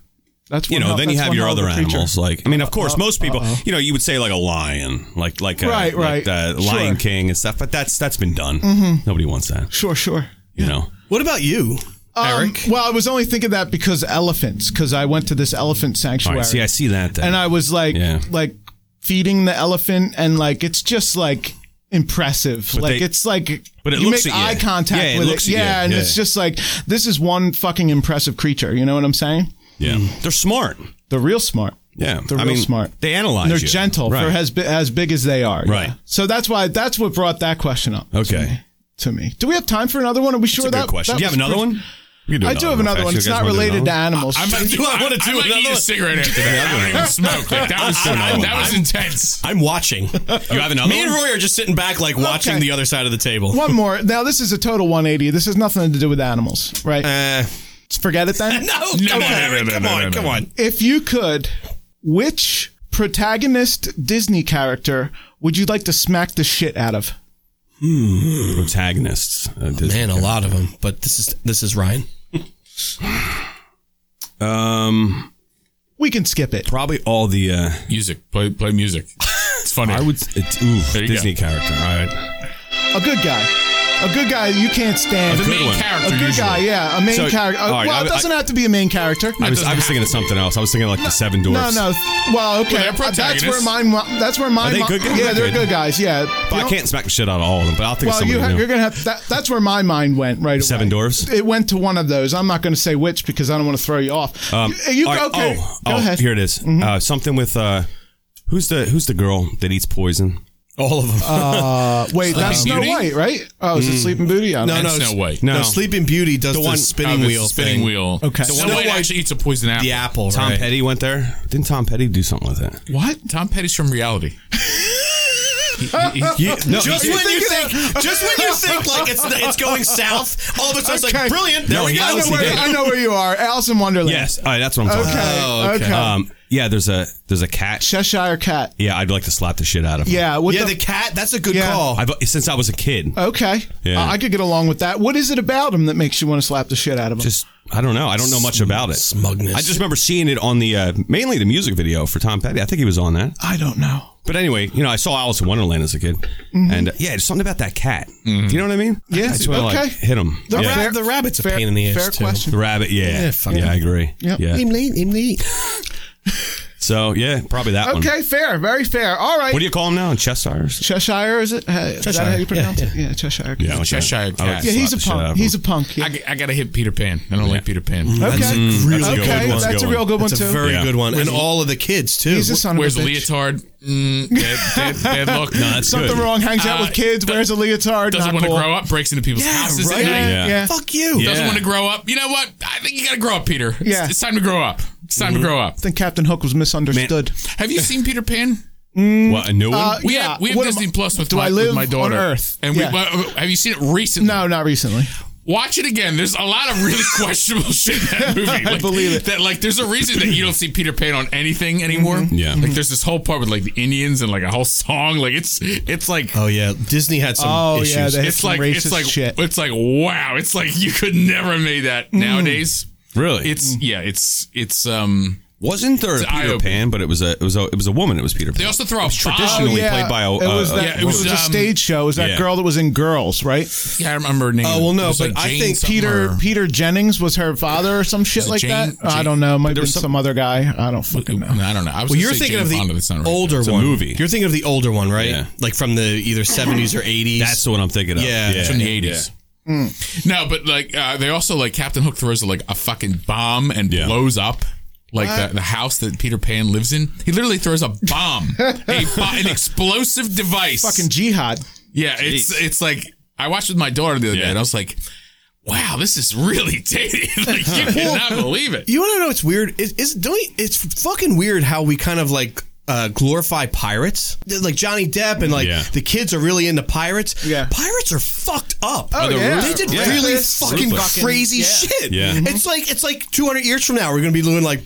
Speaker 3: That's
Speaker 2: you
Speaker 3: one
Speaker 2: know,
Speaker 3: hell-
Speaker 2: then you
Speaker 3: that's
Speaker 2: have
Speaker 3: one
Speaker 2: your
Speaker 3: hell of
Speaker 2: other
Speaker 3: a creature.
Speaker 2: animals. Like, I mean, of course, most people, you know, you would say like a lion, like like a,
Speaker 3: Right,
Speaker 2: like
Speaker 3: right.
Speaker 2: the Lion
Speaker 3: Sure. Mm-hmm.
Speaker 2: King and stuff. But that's that's been done. Nobody wants that.
Speaker 3: Sure, sure.
Speaker 2: You know,
Speaker 5: What about you, Eric?
Speaker 3: Um, Well, I was only thinking that because elephants, because I went to this elephant
Speaker 2: all
Speaker 3: sanctuary,
Speaker 2: right. See, Oh, I see that. Then.
Speaker 3: and I was like,
Speaker 2: Yeah.
Speaker 3: like feeding the elephant, and like it's just like impressive. like
Speaker 2: they-
Speaker 3: it's like,
Speaker 2: but it
Speaker 3: you
Speaker 2: looks
Speaker 3: make
Speaker 2: at you.
Speaker 3: eye contact
Speaker 2: Yeah, it
Speaker 3: with
Speaker 2: looks at
Speaker 3: it,
Speaker 2: you.
Speaker 3: yeah, and
Speaker 2: Yeah.
Speaker 3: it's just like this is one fucking impressive creature. You know what I'm saying?
Speaker 2: yeah, they're smart.
Speaker 3: They're real smart.
Speaker 2: Yeah,
Speaker 3: Mm. They're
Speaker 2: I
Speaker 3: real
Speaker 2: mean,
Speaker 3: smart.
Speaker 2: They analyze.
Speaker 3: And they're
Speaker 2: you.
Speaker 3: gentle
Speaker 2: Right.
Speaker 3: for as bi- as big as they are. yeah.
Speaker 2: Right.
Speaker 3: So that's why that's what brought that question up. to
Speaker 2: Okay.
Speaker 3: me- To me, do we have time for another one? Are we sure
Speaker 2: That's a
Speaker 3: that
Speaker 2: good question.
Speaker 3: that
Speaker 2: Do you have
Speaker 3: was
Speaker 2: another
Speaker 3: pretty-
Speaker 2: one? We can do
Speaker 3: I do have another
Speaker 2: if
Speaker 3: one.
Speaker 2: you
Speaker 3: It's
Speaker 2: guys
Speaker 3: not
Speaker 2: wanna do
Speaker 3: related to
Speaker 2: another one.
Speaker 3: animals.
Speaker 4: I might,
Speaker 2: Do I wanna do
Speaker 4: might
Speaker 2: another
Speaker 4: need a
Speaker 2: one?
Speaker 4: cigarette after that. I don't even smoke. Like, that was so,
Speaker 2: I'm-
Speaker 4: that was
Speaker 2: I'm-
Speaker 4: intense.
Speaker 5: I'm watching.
Speaker 2: You have another
Speaker 5: Me and
Speaker 2: one?
Speaker 5: Roy are just sitting back, like watching
Speaker 3: Okay.
Speaker 5: the other side of the table.
Speaker 3: One more. Now this is a total 180. This has nothing to do with animals, right?
Speaker 5: Uh,
Speaker 3: Forget it then.
Speaker 5: no,
Speaker 4: No,
Speaker 5: come
Speaker 4: no,
Speaker 5: on,
Speaker 4: no,
Speaker 5: Eric,
Speaker 4: no,
Speaker 5: come
Speaker 4: no,
Speaker 5: on,
Speaker 4: no, no.
Speaker 5: come on.
Speaker 3: If you could, which protagonist Disney character would you like to smack the shit out of?
Speaker 2: protagonists. Uh, Disney.
Speaker 5: Man, a lot of them, but this is this is Ryan.
Speaker 2: Um,
Speaker 3: We can skip it.
Speaker 2: probably all the. Uh,
Speaker 4: Music. Play, play music. It's funny.
Speaker 2: I would. It's, ooh,
Speaker 4: you
Speaker 2: Disney character. All right.
Speaker 3: A good guy. A good guy you can't stand.
Speaker 4: the main
Speaker 2: one.
Speaker 4: character.
Speaker 3: A good
Speaker 4: usually.
Speaker 3: guy, yeah. A main
Speaker 2: So,
Speaker 3: character.
Speaker 2: all right,
Speaker 3: well,
Speaker 2: I-
Speaker 3: it doesn't
Speaker 2: I-
Speaker 3: have to be a main character.
Speaker 2: I was, I was
Speaker 4: doesn't
Speaker 2: thinking of something else. I was thinking like the Seven
Speaker 3: no,
Speaker 2: Dwarfs.
Speaker 3: no. Well, okay. Uh,
Speaker 4: they're
Speaker 3: that's where
Speaker 4: protagonists.
Speaker 3: mine. That's where mine.
Speaker 2: Are they good guys?
Speaker 3: Yeah, they're
Speaker 2: Good.
Speaker 3: good guys. Yeah.
Speaker 2: But I can't smack the shit out of all of them. But I'll think of
Speaker 3: Well,
Speaker 2: somebody.
Speaker 3: you ha-
Speaker 2: new.
Speaker 3: you're gonna have that. That's where my mind went right away.
Speaker 2: Seven Dwarfs?
Speaker 3: It went to one of those. I'm not going to say which because I don't want to throw you off.
Speaker 2: Um,
Speaker 3: you, you-
Speaker 2: all right.
Speaker 3: okay?
Speaker 2: Oh,
Speaker 3: Go
Speaker 2: oh,
Speaker 3: ahead. Mm-hmm.
Speaker 2: Here it is. Uh, something with uh, who's the who's the girl that eats poison?
Speaker 5: All of them.
Speaker 3: Uh, wait, that's Snow
Speaker 4: Beauty?
Speaker 3: White, right? Oh, is it
Speaker 2: Mm.
Speaker 3: Sleeping Beauty? I don't
Speaker 4: And
Speaker 3: know.
Speaker 4: Snow White.
Speaker 5: no, Sleeping Beauty does the,
Speaker 2: one-
Speaker 4: Oh,
Speaker 5: spinning
Speaker 4: the
Speaker 5: wheel,
Speaker 4: Spinning
Speaker 5: thing.
Speaker 4: wheel.
Speaker 3: Okay.
Speaker 4: So
Speaker 3: Snow
Speaker 4: Snow White
Speaker 5: White-
Speaker 4: actually eats a poison apple.
Speaker 5: the apple.
Speaker 2: Tom
Speaker 5: right.
Speaker 2: Petty went there. Didn't Tom Petty do something with it?
Speaker 3: What?
Speaker 4: Tom Petty's from reality. He- he- he-
Speaker 2: no,
Speaker 5: Just
Speaker 2: he-
Speaker 5: when you think, just when you think like it's it's going south, all of a sudden it's
Speaker 3: Okay.
Speaker 5: like brilliant. There
Speaker 2: No,
Speaker 5: we
Speaker 2: he-
Speaker 5: go.
Speaker 3: I know,
Speaker 2: Honestly,
Speaker 3: where,
Speaker 2: did.
Speaker 3: I know where you are. Alice in Wonderland.
Speaker 2: yes. All right, that's what I'm
Speaker 3: Okay.
Speaker 2: talking about.
Speaker 3: okay.
Speaker 2: Um, yeah, there's a there's a cat.
Speaker 3: Cheshire Cat.
Speaker 2: yeah, I'd like to slap the shit out of him.
Speaker 3: Yeah. What
Speaker 5: yeah,
Speaker 3: the?
Speaker 5: the, cat. That's a good
Speaker 3: Yeah. Uh,
Speaker 5: call.
Speaker 2: I've, since I was a kid.
Speaker 3: okay.
Speaker 2: Yeah.
Speaker 3: I, I could get along with that. What is it about him that makes you want to slap the shit out of him?
Speaker 2: Just I don't know. I don't know much about it.
Speaker 5: smugness.
Speaker 2: I just remember seeing it on the uh, mainly the music video for Tom Petty. I think he was on that.
Speaker 3: I don't know.
Speaker 2: But anyway, you know, I saw Alice in Wonderland as a kid, and uh, yeah, there's something about that cat. Do you know what I mean?
Speaker 3: Mm-hmm. Yeah,
Speaker 2: I just wanna,
Speaker 3: okay.
Speaker 2: like, hit him.
Speaker 3: The
Speaker 2: yeah.
Speaker 3: ra-
Speaker 5: the rabbit's a
Speaker 3: fair-
Speaker 5: pain in the ass
Speaker 3: fair
Speaker 5: too.
Speaker 3: question.
Speaker 2: The rabbit, yeah. Yeah, I agree.
Speaker 3: Yep.
Speaker 2: Yeah.
Speaker 5: Him late, him late.
Speaker 2: So yeah, probably that one.
Speaker 3: Okay, fair, very fair. All right.
Speaker 2: What do you call him now? Chestires?
Speaker 3: Cheshire is it? Ha- Is that how you pronounce it? Yeah, Cheshire.
Speaker 2: I like that.
Speaker 4: Cheshire
Speaker 2: I
Speaker 4: Cat.
Speaker 2: would
Speaker 3: Yeah, he's
Speaker 2: slap
Speaker 3: a
Speaker 2: the shit out of
Speaker 3: punk.
Speaker 2: him.
Speaker 3: He's a punk. Yeah.
Speaker 4: I, g- I gotta hit Peter Pan. I don't like Peter Pan.
Speaker 3: okay.
Speaker 5: Mm-hmm. That's a really
Speaker 3: okay,
Speaker 5: good one.
Speaker 3: that's a real good one
Speaker 5: That's
Speaker 3: too.
Speaker 5: a very
Speaker 2: Yeah.
Speaker 5: good one. And all of the kids, too.
Speaker 3: he's a son
Speaker 4: Where's
Speaker 3: of
Speaker 4: the
Speaker 3: a bitch.
Speaker 4: leotard? Mm, dead, dead, dead luck.
Speaker 3: Something wrong. Hangs out
Speaker 4: Uh,
Speaker 3: with kids.
Speaker 4: do-
Speaker 3: Wears a leotard.
Speaker 4: Doesn't
Speaker 3: Not
Speaker 4: want to
Speaker 3: cool.
Speaker 4: grow up. Breaks into people's houses. at
Speaker 5: right.
Speaker 4: night.
Speaker 3: Yeah,
Speaker 2: Yeah.
Speaker 3: yeah.
Speaker 5: Fuck you.
Speaker 4: Doesn't
Speaker 2: Yeah.
Speaker 4: want to grow up. You know what? I think you gotta grow up, Peter. It's,
Speaker 3: Yeah.
Speaker 4: it's time to grow up. It's time
Speaker 2: Mm-hmm.
Speaker 4: to grow up.
Speaker 3: I think Captain Hook was misunderstood.
Speaker 4: Have you seen Peter Pan?
Speaker 2: What, a new one?
Speaker 3: Uh,
Speaker 4: We
Speaker 3: yeah.
Speaker 4: have, we have
Speaker 3: what am
Speaker 4: Disney
Speaker 3: I-
Speaker 4: Plus with,
Speaker 3: do
Speaker 4: my,
Speaker 3: I
Speaker 4: with
Speaker 3: live
Speaker 4: my daughter.
Speaker 3: on Earth?
Speaker 4: And
Speaker 3: Yeah.
Speaker 4: we, uh, have you seen it recently?
Speaker 3: no, not recently.
Speaker 4: Watch it again. There's a lot of really questionable shit in that movie. Like,
Speaker 3: believe it.
Speaker 4: That like, there's a reason that you don't see Peter Pan on anything anymore.
Speaker 3: Mm-hmm.
Speaker 2: Yeah.
Speaker 4: Like, there's this whole part with like the Indians and like a whole song. Like, it's it's like
Speaker 5: Oh, yeah. Disney had some
Speaker 3: Oh,
Speaker 5: issues.
Speaker 3: yeah, they-
Speaker 4: it's
Speaker 3: some
Speaker 4: like
Speaker 3: racist
Speaker 4: it's like
Speaker 3: shit. Mm.
Speaker 4: it's like wow. It's like you could never have made that nowadays.
Speaker 2: Really?
Speaker 4: It's yeah. It's it's um.
Speaker 2: Wasn't there a
Speaker 4: It's
Speaker 2: Peter
Speaker 4: eye-opening.
Speaker 2: Pan? But it was a it was a it was a woman. It was Peter Pan.
Speaker 4: They also throw a
Speaker 2: traditionally-
Speaker 4: traditional.
Speaker 2: Originally played by a-
Speaker 3: Oh, it was
Speaker 2: uh,
Speaker 3: that,
Speaker 2: yeah,
Speaker 4: it
Speaker 3: it was,
Speaker 4: was,
Speaker 3: a
Speaker 4: um,
Speaker 3: stage show. It was that
Speaker 2: yeah.
Speaker 3: girl that was in Girls, right?
Speaker 4: Yeah, I remember her name.
Speaker 5: Oh, well, no,
Speaker 4: It was,
Speaker 5: but
Speaker 4: like,
Speaker 5: I
Speaker 4: Jane
Speaker 5: think
Speaker 4: something
Speaker 3: Peter
Speaker 4: or-
Speaker 3: Peter Jennings was her father or some shit
Speaker 4: it
Speaker 3: like
Speaker 4: Jane-
Speaker 3: that. I
Speaker 4: Jane-
Speaker 3: don't know. Might have been
Speaker 2: was
Speaker 3: some,
Speaker 2: some-
Speaker 3: other guy. I don't fucking know.
Speaker 4: I don't know. I was
Speaker 5: Well,
Speaker 4: gonna
Speaker 5: you're
Speaker 4: say
Speaker 5: thinking
Speaker 4: Jane
Speaker 5: of the
Speaker 4: Fonda, that's not right.
Speaker 5: older
Speaker 2: a
Speaker 5: one.
Speaker 2: movie.
Speaker 5: You're thinking of the older one, right?
Speaker 2: Yeah.
Speaker 5: Like from the either 70s or 80s.
Speaker 2: That's the one I'm thinking of.
Speaker 5: Yeah. Mm.
Speaker 4: It's from the eighties. No, but like uh, they also like Captain Hook throws like a fucking bomb and
Speaker 2: Yeah.
Speaker 4: blows up like the, the house that Peter Pan lives in. He literally throws a bomb, a bo- an explosive device.
Speaker 3: Fucking jihad.
Speaker 4: yeah, it's it's like I watched with my daughter the other day,
Speaker 2: Yeah.
Speaker 4: and I was like, "Wow, this is really dated. like you cannot believe it."
Speaker 5: You want to know what's weird? Is, is don't you, it's fucking weird how we kind of like uh, glorify pirates, like Johnny Depp, and like
Speaker 2: Yeah.
Speaker 5: the kids are really into pirates.
Speaker 3: Yeah.
Speaker 5: pirates are fucked up.
Speaker 3: Oh, They're yeah.
Speaker 5: they did
Speaker 3: ruthless.
Speaker 5: really
Speaker 3: Ruthless.
Speaker 5: fucking
Speaker 3: Ruthless.
Speaker 5: crazy
Speaker 3: Yeah. Mm-hmm.
Speaker 5: shit.
Speaker 2: Yeah.
Speaker 5: it's like it's like 200 years from now, we're gonna be doing like,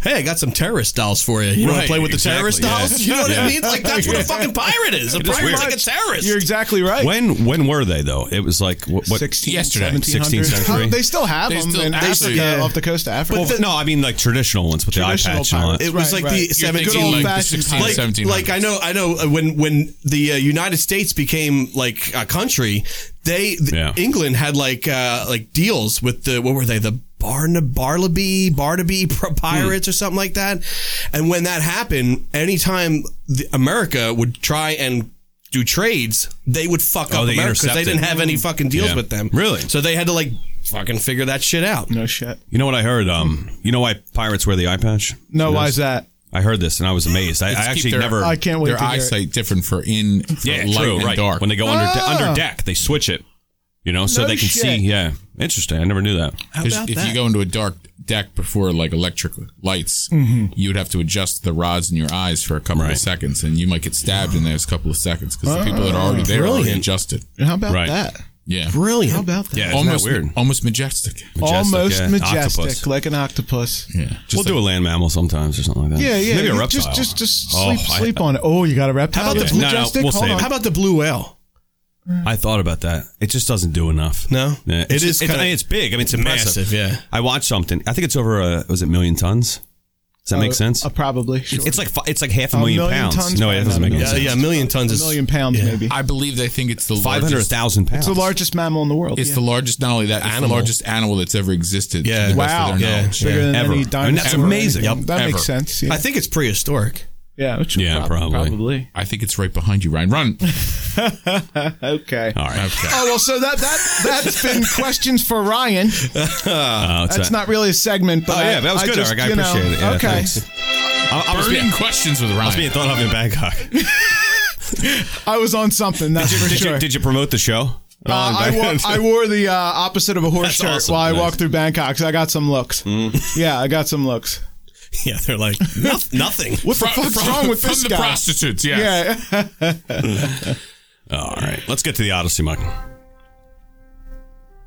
Speaker 5: hey, I got some terrorist dolls for you. You want
Speaker 2: Right,
Speaker 5: to play with
Speaker 2: exactly,
Speaker 5: the terrorist
Speaker 2: yeah.
Speaker 5: dolls? You know what
Speaker 2: Yeah.
Speaker 5: I mean? Like that's what a fucking pirate is. A
Speaker 2: is
Speaker 5: pirate's
Speaker 2: weird.
Speaker 5: like a terrorist.
Speaker 3: You're exactly right.
Speaker 2: When when were they though? It was like what, what
Speaker 3: 16,
Speaker 4: Yesterday.
Speaker 3: 1700s.
Speaker 2: 16th century.
Speaker 3: Oh, they still have
Speaker 4: They
Speaker 3: them
Speaker 4: still-
Speaker 3: in
Speaker 4: they
Speaker 3: Africa,
Speaker 4: still- yeah.
Speaker 3: off the coast of Africa.
Speaker 2: Well, no, I mean like traditional ones with the eye
Speaker 3: Traditional
Speaker 2: patch on
Speaker 3: pirates.
Speaker 2: it.
Speaker 5: It was
Speaker 3: Right,
Speaker 5: like
Speaker 3: right.
Speaker 5: the
Speaker 3: You're
Speaker 5: seven
Speaker 4: thinking
Speaker 5: good old
Speaker 4: like the
Speaker 5: fashioned
Speaker 4: 16,
Speaker 5: like,
Speaker 4: 1700s.
Speaker 5: like I know I know uh, when when the uh, United States became like a country, they th-
Speaker 2: Yeah.
Speaker 5: England had like uh, like deals with the what were they the Barna Barnaby Barnaby pr- pirates or something like that, and when that happened, anytime the, America would try and do trades, they would fuck up
Speaker 2: Oh, they
Speaker 5: America because they
Speaker 2: intercepted.
Speaker 5: didn't have any fucking deals
Speaker 2: Yeah.
Speaker 5: with them.
Speaker 2: Really?
Speaker 5: So they had to like fucking figure that shit out.
Speaker 3: no shit.
Speaker 2: You know what I heard? Um, you know why pirates wear the eye patch?
Speaker 3: No, why is that?
Speaker 2: I heard this and I was amazed. I, I
Speaker 4: It's keep
Speaker 2: actually
Speaker 4: their-
Speaker 2: never.
Speaker 3: I can't wait
Speaker 4: Their
Speaker 3: to hear it.
Speaker 4: eyesight different for in for
Speaker 2: yeah,
Speaker 4: light
Speaker 2: true,
Speaker 4: and
Speaker 2: right.
Speaker 4: dark.
Speaker 2: When they go under de-
Speaker 3: Ah.
Speaker 2: under deck, they switch it. You know, so
Speaker 3: No
Speaker 2: they can
Speaker 3: shit.
Speaker 2: see. Yeah, interesting. I never knew that.
Speaker 4: Because if you go into a dark deck before like electric lights,
Speaker 3: Mm-hmm.
Speaker 4: you would have to adjust the rods in your eyes for a couple of
Speaker 2: Right.
Speaker 4: seconds, and you might get stabbed in those couple of seconds because the people that are already there are already
Speaker 5: brilliant.
Speaker 4: adjusted.
Speaker 3: How about
Speaker 2: Right.
Speaker 3: that?
Speaker 4: Yeah,
Speaker 5: Brilliant.
Speaker 3: How about that?
Speaker 2: Yeah, isn't
Speaker 4: almost
Speaker 2: that weird?
Speaker 4: almost majestic.
Speaker 2: Majestic,
Speaker 3: Almost
Speaker 2: yeah.
Speaker 3: majestic,
Speaker 2: Octopus.
Speaker 3: like an octopus.
Speaker 4: Yeah,
Speaker 2: we'll do a land mammal sometimes or something like that.
Speaker 3: Yeah, yeah.
Speaker 2: Maybe a
Speaker 3: you
Speaker 2: reptile.
Speaker 3: Just, just, just
Speaker 2: Oh,
Speaker 3: sleep,
Speaker 2: I-
Speaker 3: sleep on it. Oh, you got a reptile.
Speaker 5: about the
Speaker 3: Yeah.
Speaker 5: blue
Speaker 2: No, no,
Speaker 3: majestic?
Speaker 2: we'll
Speaker 3: Hold
Speaker 2: save
Speaker 3: on.
Speaker 2: it.
Speaker 5: How about the blue whale?
Speaker 2: I thought about that. It just doesn't do enough.
Speaker 5: No?
Speaker 2: Yeah,
Speaker 5: It
Speaker 2: it's,
Speaker 5: is
Speaker 2: It's,
Speaker 5: kinda-
Speaker 2: I mean, it's big. I mean, it's impressive.
Speaker 5: Massive, yeah.
Speaker 2: I watched something. I think it's over. Uh, was it million tons? Does that make sense?
Speaker 3: Uh, probably. Sure.
Speaker 2: it's like fi- it's like half a
Speaker 3: A
Speaker 2: million,
Speaker 3: million
Speaker 2: pounds.
Speaker 3: tons
Speaker 2: no, it
Speaker 3: by
Speaker 2: doesn't make any
Speaker 5: Yeah,
Speaker 2: sense.
Speaker 5: yeah, a million tons
Speaker 3: a
Speaker 5: is
Speaker 3: million pounds, maybe.
Speaker 4: I believe they think it's the
Speaker 2: Five hundred
Speaker 4: largest.
Speaker 2: thousand pounds.
Speaker 3: It's the largest mammal in the world.
Speaker 4: It's
Speaker 3: yeah.
Speaker 4: the largest. Not only that, it's the
Speaker 5: Animal.
Speaker 4: largest animal that's ever existed.
Speaker 5: Yeah.
Speaker 4: to the best
Speaker 3: Wow.
Speaker 4: of their
Speaker 5: Yeah.
Speaker 4: knowledge.
Speaker 3: Bigger than
Speaker 2: ever.
Speaker 3: any
Speaker 2: I mean,
Speaker 3: dinosaur.
Speaker 2: that's
Speaker 3: or
Speaker 2: amazing.
Speaker 3: anything.
Speaker 2: Yep,
Speaker 3: That
Speaker 4: ever.
Speaker 3: makes sense. Yeah,
Speaker 5: I think it's prehistoric.
Speaker 3: yeah, which
Speaker 2: Yeah,
Speaker 3: prob-
Speaker 2: probably.
Speaker 3: probably.
Speaker 4: I think it's right behind you, Ryan. Run.
Speaker 3: Okay.
Speaker 2: All right.
Speaker 3: Oh well, so that that that's been questions for Ryan.
Speaker 2: Uh, it's
Speaker 3: That's
Speaker 2: a-
Speaker 3: not really a segment, but
Speaker 2: Oh, yeah,
Speaker 3: I-
Speaker 2: that was
Speaker 3: I
Speaker 2: good,
Speaker 3: just,
Speaker 2: Eric. I
Speaker 3: you know,
Speaker 2: appreciate it. Yeah,
Speaker 3: okay,
Speaker 2: thanks. I, I was
Speaker 4: Burning
Speaker 2: being, I
Speaker 4: questions with Ryan.
Speaker 2: was being thought of in Bangkok. Did
Speaker 3: I was on something. That's for
Speaker 2: you,
Speaker 3: sure.
Speaker 2: did you promote the show? Oh,
Speaker 3: Uh, I, wore, I wore the uh, opposite of a horse
Speaker 2: That's
Speaker 3: shirt
Speaker 2: awesome.
Speaker 3: while I
Speaker 2: Nice.
Speaker 3: walked through Bangkok. So I got some looks.
Speaker 4: Mm.
Speaker 3: Yeah, I got some looks.
Speaker 5: Yeah, they're like "Noth- nothing.
Speaker 3: What the
Speaker 4: From-
Speaker 3: fuck's
Speaker 4: from-
Speaker 3: wrong with
Speaker 4: from
Speaker 3: this
Speaker 4: the
Speaker 3: guy?
Speaker 4: prostitutes. Yeah.
Speaker 3: Yeah,
Speaker 2: All right. Let's get to the Odyssey, Michael.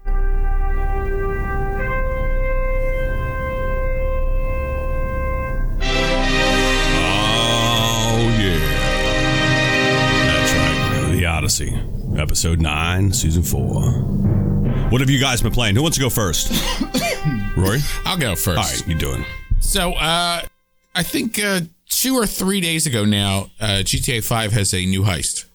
Speaker 2: Oh, Oh, yeah. That's right. The Odyssey, episode 9, season 4. What have you guys been playing? Who wants to go first? Rory?
Speaker 4: I'll go first.
Speaker 2: All right, you doing?
Speaker 4: So uh, I think uh, two or three days ago now, uh, GTA Five has a new heist.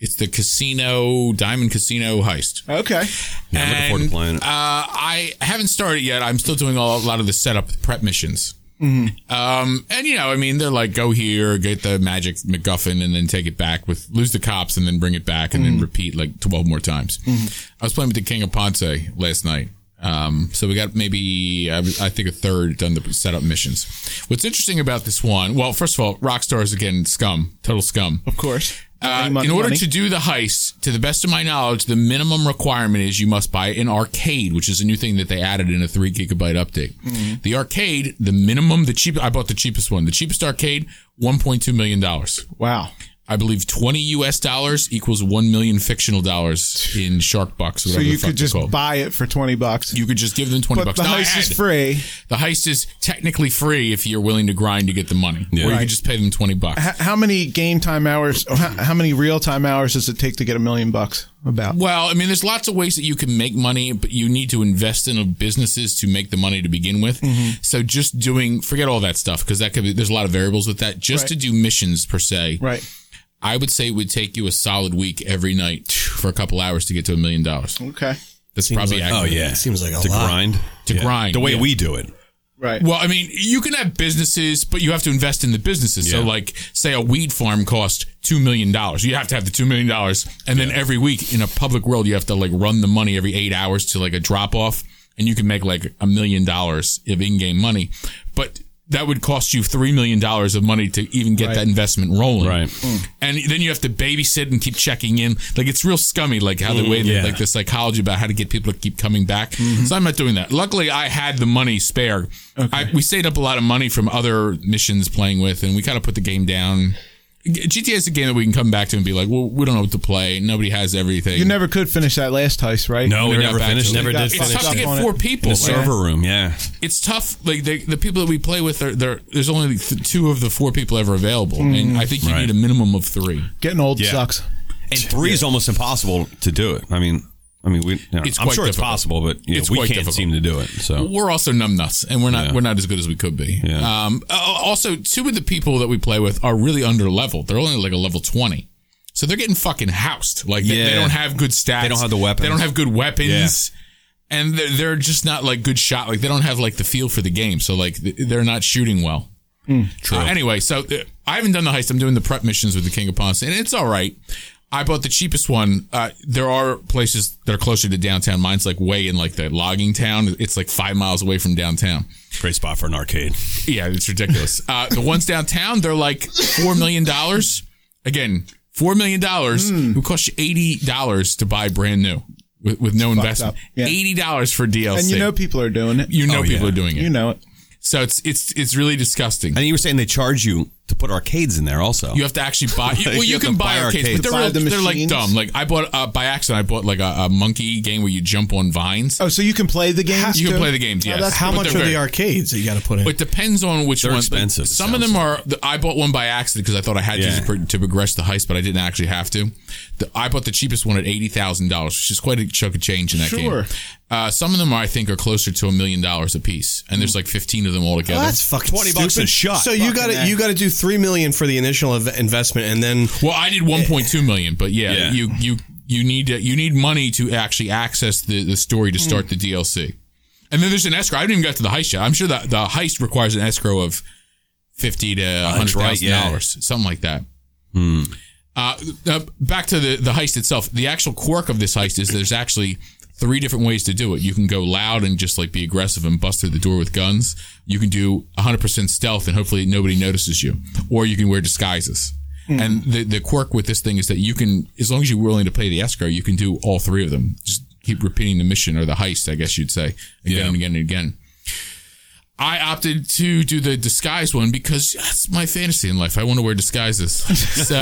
Speaker 4: It's the casino Diamond Casino heist.
Speaker 3: okay.
Speaker 2: Yeah, I'm looking forward to
Speaker 4: And,
Speaker 2: playing it.
Speaker 4: Uh, I haven't started yet. I'm still doing all, a lot of the setup prep missions. Um, and you know, I mean, they're like, go here, get the magic MacGuffin, and then take it back with lose the cops, and then bring it back, and then repeat like twelve more times. I was playing with the King of Ponce last night. Um, so we got maybe I, was- I think a third done the setup missions. What's interesting about this one? Well, first of all, Rockstar is again scum, total scum.
Speaker 3: Of course.
Speaker 4: Uh,
Speaker 3: Money, money,
Speaker 4: in order
Speaker 3: money.
Speaker 4: to do the heist, to the best of my knowledge, the minimum requirement is you must buy an arcade, which is a new thing that they added in a three gigabyte update.
Speaker 3: Mm-hmm.
Speaker 4: The arcade, the minimum, the cheap, I bought the cheapest one. The cheapest arcade, $1.2 million.
Speaker 3: Wow.
Speaker 4: I believe 20 US dollars equals 1 million fictional dollars in shark bucks.
Speaker 3: So
Speaker 4: Whatever
Speaker 3: you
Speaker 4: the fuck
Speaker 3: could
Speaker 4: they're
Speaker 3: just
Speaker 4: called.
Speaker 3: buy it for twenty bucks.
Speaker 4: You could just give them 20
Speaker 3: but
Speaker 4: bucks.
Speaker 3: the
Speaker 4: No, I
Speaker 3: house is
Speaker 4: had-
Speaker 3: free.
Speaker 4: The heist is technically free if you're willing to grind to get the money. Or you could just pay them 20 bucks.
Speaker 3: H- how many game time hours? Or how, how many real time hours does it take to get a million bucks? About.
Speaker 4: Well, I mean, there's lots of ways that you can make money, but you need to invest in businesses to make the money to begin with. So just doing, forget all that stuff because that could be, there's a lot of variables with that. Just to do missions per se,
Speaker 3: Right.
Speaker 4: I would say it would take you a solid week every night for a couple hours to get to a million dollars.
Speaker 3: Okay.
Speaker 4: That's probably
Speaker 2: Oh
Speaker 4: accurate.
Speaker 2: yeah,
Speaker 5: Seems like a
Speaker 2: to
Speaker 5: lot.
Speaker 2: grind.
Speaker 4: To grind,
Speaker 2: Oh, the way
Speaker 4: yeah.
Speaker 2: we do it.
Speaker 3: Right.
Speaker 4: Well, I mean, you can have businesses, but you have to invest in the businesses. So,
Speaker 2: Yeah.
Speaker 4: like, say a weed farm costs two million dollars. You have to have the two million dollars, and then every week in a public world, you have to like run the money every eight hours to like a drop off, and you can make like a million dollars of in-game money, but. That would cost you three million dollars of money to even get that investment rolling,
Speaker 2: Right.
Speaker 4: And then you have to babysit and keep checking in. Like it's real scummy, like how the way that
Speaker 2: Mm. yeah.
Speaker 4: like the psychology about how to get people to keep coming back.
Speaker 2: Mm-hmm.
Speaker 4: So I'm not doing that. Luckily, I had the money spare. I, we saved up a lot of money from other missions playing with, and we kind of put the game down. G- GTA is a game that we can come back to and be like, well, we don't know what to play. Nobody has everything.
Speaker 3: You never could finish that last heist, right?
Speaker 2: No, we
Speaker 4: Never got
Speaker 2: never
Speaker 4: back to
Speaker 2: finished.
Speaker 4: it.
Speaker 2: Never
Speaker 3: We got
Speaker 2: did
Speaker 3: fucked
Speaker 2: finish.
Speaker 4: it's tough
Speaker 3: up
Speaker 4: to get
Speaker 3: on
Speaker 4: four
Speaker 3: it.
Speaker 4: people.
Speaker 2: The
Speaker 4: like-
Speaker 2: server room. Yeah.
Speaker 4: it's tough. Like they, the people that we play with, are, they're, there's only th- two of the four people ever available, and I think you
Speaker 2: Mm. Right.
Speaker 4: need a minimum of three.
Speaker 3: Getting old
Speaker 2: Yeah.
Speaker 3: sucks.
Speaker 2: And three is almost impossible to do it. I mean, I mean, we. You know,
Speaker 4: It's
Speaker 2: I'm
Speaker 4: quite
Speaker 2: sure it's
Speaker 4: difficult.
Speaker 2: possible, but you know,
Speaker 4: It's
Speaker 2: we
Speaker 4: quite
Speaker 2: can't
Speaker 4: difficult.
Speaker 2: seem to do it. So
Speaker 4: we're also numb nuts, and we're not
Speaker 2: Yeah.
Speaker 4: we're not as good as we could be.
Speaker 2: Yeah.
Speaker 4: Um, uh, also, two of the people that we play with are really under leveled. They're only like a level twenty, so they're getting fucking housed. Like they, they
Speaker 2: Yeah.
Speaker 4: don't have good stats.
Speaker 2: They don't have the weapons.
Speaker 4: They don't have good weapons. And they're, they're just not like good shot. Like they don't have like the feel for the game. So like th- they're not shooting well. True. anyway, so uh, I haven't done the heist. I'm doing the prep missions with the King of Ponce, and it's all right. I bought the cheapest one. Uh, there are places that are closer to downtown. Mine's like way in like the logging town. It's like five miles away from downtown.
Speaker 2: great spot for an arcade.
Speaker 4: Yeah, it's ridiculous. uh, the ones downtown, they're like four million dollars. Again, four million dollars
Speaker 3: Hmm.
Speaker 4: It would cost you eighty dollars to buy brand new with, with no investment.
Speaker 3: up. Yeah.
Speaker 4: Eighty dollars for DLC.
Speaker 3: And you know people are doing it.
Speaker 4: you know
Speaker 2: Oh,
Speaker 4: people
Speaker 2: yeah.
Speaker 4: are doing it.
Speaker 3: You know it.
Speaker 4: So it's it's it's really disgusting.
Speaker 2: And you were saying they charge you to put arcades in there also.
Speaker 4: You have to actually buy. well, you,
Speaker 2: you have
Speaker 4: can
Speaker 2: to
Speaker 4: buy,
Speaker 2: buy
Speaker 4: arcades,
Speaker 2: arcades.
Speaker 4: but they're,
Speaker 3: Buy
Speaker 4: real-
Speaker 3: the
Speaker 4: they're like
Speaker 3: machines?
Speaker 4: dumb. Like I bought uh, by accident. I bought like a, a monkey game where you jump on vines.
Speaker 3: Oh, so you can play the games.
Speaker 4: You can
Speaker 3: too?
Speaker 4: play the games,
Speaker 3: Oh,
Speaker 4: yes.
Speaker 3: that's-
Speaker 5: How
Speaker 4: But
Speaker 5: much
Speaker 4: they're
Speaker 5: are
Speaker 4: very-
Speaker 5: the arcades that you got to put in?
Speaker 4: It depends on which
Speaker 2: They're
Speaker 4: one.
Speaker 2: expensive, it
Speaker 4: Some of
Speaker 2: sounds
Speaker 4: them are. the- I bought one by accident because I thought I had
Speaker 2: Yeah.
Speaker 4: to, pro- to progress the heist, but I didn't actually have to. The, I bought the cheapest one at eighty thousand dollars, which is quite a chunk of change in that
Speaker 3: Sure.
Speaker 4: game. Uh, some of them I think are closer to a million dollars a piece, and there's like fifteen of them all together.
Speaker 5: Oh, that's fucking
Speaker 2: 20 bucks
Speaker 5: stupid.
Speaker 2: a shot.
Speaker 5: So you got to you got to do three million for the initial ev- investment, and then
Speaker 4: well, I did one point two million, but yeah,
Speaker 2: Yeah.
Speaker 4: you you you need to, you need money to actually access the, the story to start the DLC, and then there's an escrow. I haven't even got to the heist yet. I'm sure that the heist requires an escrow of fifty to hundred
Speaker 2: that's
Speaker 4: thousand
Speaker 2: right, yeah.
Speaker 4: dollars, something like that. Uh, uh, back to the, the heist itself. The actual quirk of this heist is there's actually three different ways to do it. You can go loud and just like be aggressive and bust through the door with guns. You can do 100% stealth and hopefully nobody notices you. Or you can wear disguises. And the, the quirk with this thing is that you can, as long as you're willing to pay the escrow, you can do all three of them. Just keep repeating the mission or the heist, I guess you'd say, again and again and again. I opted to do the disguise one because that's my fantasy in life. I want to wear disguises. So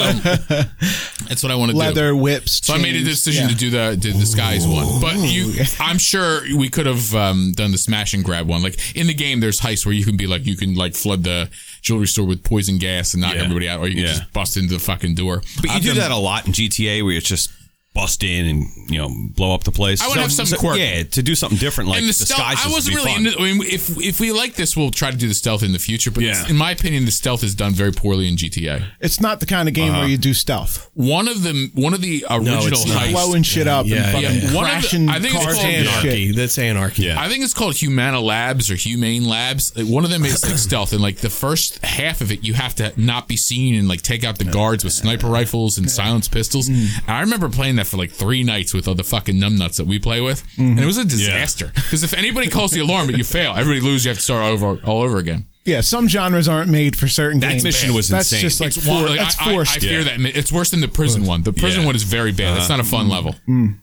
Speaker 4: that's what I want to do.
Speaker 3: leather whips.
Speaker 4: So I made a
Speaker 3: chains.
Speaker 4: decision
Speaker 3: Yeah.
Speaker 4: to do the, the disguise one, but you, I'm sure we could have um, done the smash and grab one. Like in the game, there's heists where you can be like, you can like flood the jewelry store with poison gas and knock
Speaker 2: Yeah.
Speaker 4: everybody out, or you can
Speaker 2: Yeah.
Speaker 4: just bust into the fucking door.
Speaker 2: but you
Speaker 4: I've
Speaker 2: do
Speaker 4: done-
Speaker 2: that a lot in GTA where it's just bust in and you know blow up the place.
Speaker 4: I wanna have something quirky.
Speaker 2: Yeah, to do something different like
Speaker 4: and the stealth,
Speaker 2: disguises.
Speaker 4: I wasn't
Speaker 2: would
Speaker 4: really.
Speaker 2: be fun.
Speaker 4: Into, I mean, if if we like this, we'll try to do the stealth in the future. But
Speaker 2: Yeah.
Speaker 4: in my opinion, the stealth is done very poorly in GTA.
Speaker 3: It's not the kind of game
Speaker 4: Uh-huh.
Speaker 3: where you do stealth,
Speaker 4: One of the one of the original
Speaker 5: it's not.
Speaker 4: heists.
Speaker 3: blowing shit up,
Speaker 5: yeah,
Speaker 3: and fucking
Speaker 4: yeah. One of the-
Speaker 3: crashing
Speaker 4: I think it's
Speaker 3: cars
Speaker 4: called
Speaker 3: and
Speaker 4: anarchy.
Speaker 3: shit.
Speaker 5: anarchy. That's anarchy.
Speaker 2: Yeah.
Speaker 4: I think it's called Humana Labs or Humane Labs. Like, one of them is like stealth, and like the first half of it, you have to not be seen and like take out the guards with sniper rifles and silenced pistols.
Speaker 5: Mm.
Speaker 4: And I remember playing that for like three nights with all the fucking numbnuts that we play with,
Speaker 5: Mm-hmm.
Speaker 4: and it was a disaster. Because if anybody calls the alarm, you fail. Everybody loses. You have to start over all over again.
Speaker 3: Yeah, some genres aren't made for certain
Speaker 2: That
Speaker 3: games.
Speaker 2: mission was
Speaker 3: that's
Speaker 2: insane.
Speaker 3: just like,
Speaker 4: It's
Speaker 3: for,
Speaker 4: one- like,
Speaker 3: that's
Speaker 4: I, I-
Speaker 3: forced.
Speaker 4: I fear that it's worse than the prison one. The prison
Speaker 2: Yeah. Uh-huh. Mm.
Speaker 4: one is very bad. That's not a fun level
Speaker 3: Mm.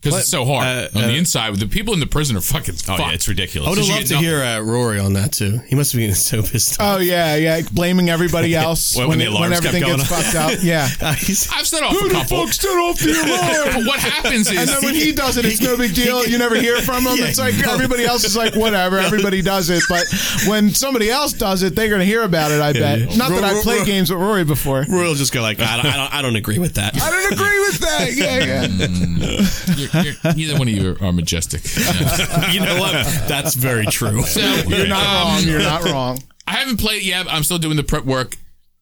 Speaker 4: because it's so hard
Speaker 5: uh,
Speaker 4: on
Speaker 5: uh,
Speaker 4: the inside. The people in the prison are fucking.
Speaker 2: Oh
Speaker 4: fucked.
Speaker 2: yeah, it's ridiculous.
Speaker 5: I would have
Speaker 4: Did you
Speaker 5: loved
Speaker 4: get
Speaker 5: to
Speaker 4: nothing?
Speaker 5: hear uh, Rory on that too. He must have been so pissed off.
Speaker 3: Oh yeah, yeah, blaming everybody else
Speaker 2: When- when the
Speaker 3: it-
Speaker 2: alarms kept
Speaker 3: everything
Speaker 2: going
Speaker 3: gets
Speaker 2: off.
Speaker 3: fucked up. Yeah,
Speaker 5: He's-
Speaker 4: I've set off a couple.
Speaker 3: turn off the
Speaker 4: But what happens is
Speaker 3: And then when he does it, it's no big deal. You never hear from him.
Speaker 5: Yeah,
Speaker 3: It's like
Speaker 5: no.
Speaker 3: everybody else is like, whatever. Everybody does it, but when somebody else does it, they're gonna hear about it. I bet. Not that
Speaker 5: Ro-
Speaker 3: I
Speaker 5: ro-
Speaker 3: played
Speaker 5: ro-
Speaker 3: games with Rory before.
Speaker 5: Rory will just go like, I don't, I don't, I don't agree with that.
Speaker 3: I don't agree with that. Yeah, yeah.
Speaker 4: You're, you're, neither one of you are, are majestic. Yeah.
Speaker 5: you know what? That's very true.
Speaker 4: So,
Speaker 3: You're not
Speaker 4: um,
Speaker 3: wrong. You're not wrong.
Speaker 4: I haven't played it yet. but I'm still doing the prep work.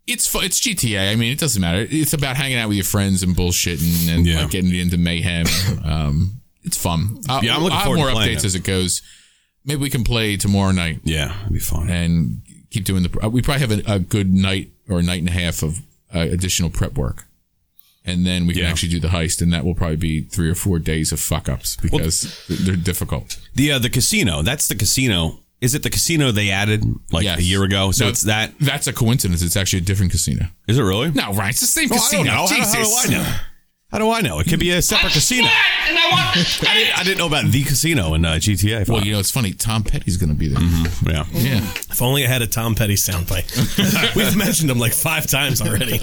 Speaker 4: It's fu- it's GTA. I mean, it doesn't matter. It's about hanging out with your friends and bullshitting and
Speaker 2: Yeah.
Speaker 4: like, getting into mayhem. Um, it's fun. i
Speaker 2: Yeah, I'm looking
Speaker 4: I'll have
Speaker 2: forward to
Speaker 4: more
Speaker 2: playing
Speaker 4: updates
Speaker 2: it.
Speaker 4: as it goes. Maybe we can play tomorrow night
Speaker 2: yeah, it'd be fun.
Speaker 4: and keep doing the. We probably have a, a good night or a night and a half of uh, additional prep work, and then we can
Speaker 2: Yeah.
Speaker 4: actually do the heist, and that will probably be three or four days of fuck ups because they're difficult.
Speaker 2: The uh, the casino. That's the casino. Is it the casino they added like
Speaker 4: Yes.
Speaker 2: a year ago? So
Speaker 4: No,
Speaker 2: it's that.
Speaker 4: That's a coincidence. It's actually a different casino.
Speaker 2: Is it really?
Speaker 4: No, right? It's the same
Speaker 2: Well, I don't
Speaker 4: casino.
Speaker 2: know. How-
Speaker 4: Jesus.
Speaker 2: How, do I know? How do I know? It could be a separate casino.
Speaker 1: And I want
Speaker 2: I didn't, I didn't know about the casino in uh, GTA.
Speaker 4: Well, you know, it's funny. Tom Petty's going to be there.
Speaker 2: yeah.
Speaker 4: Yeah.
Speaker 5: If only I had a Tom Petty soundbite. We've mentioned him like five times already.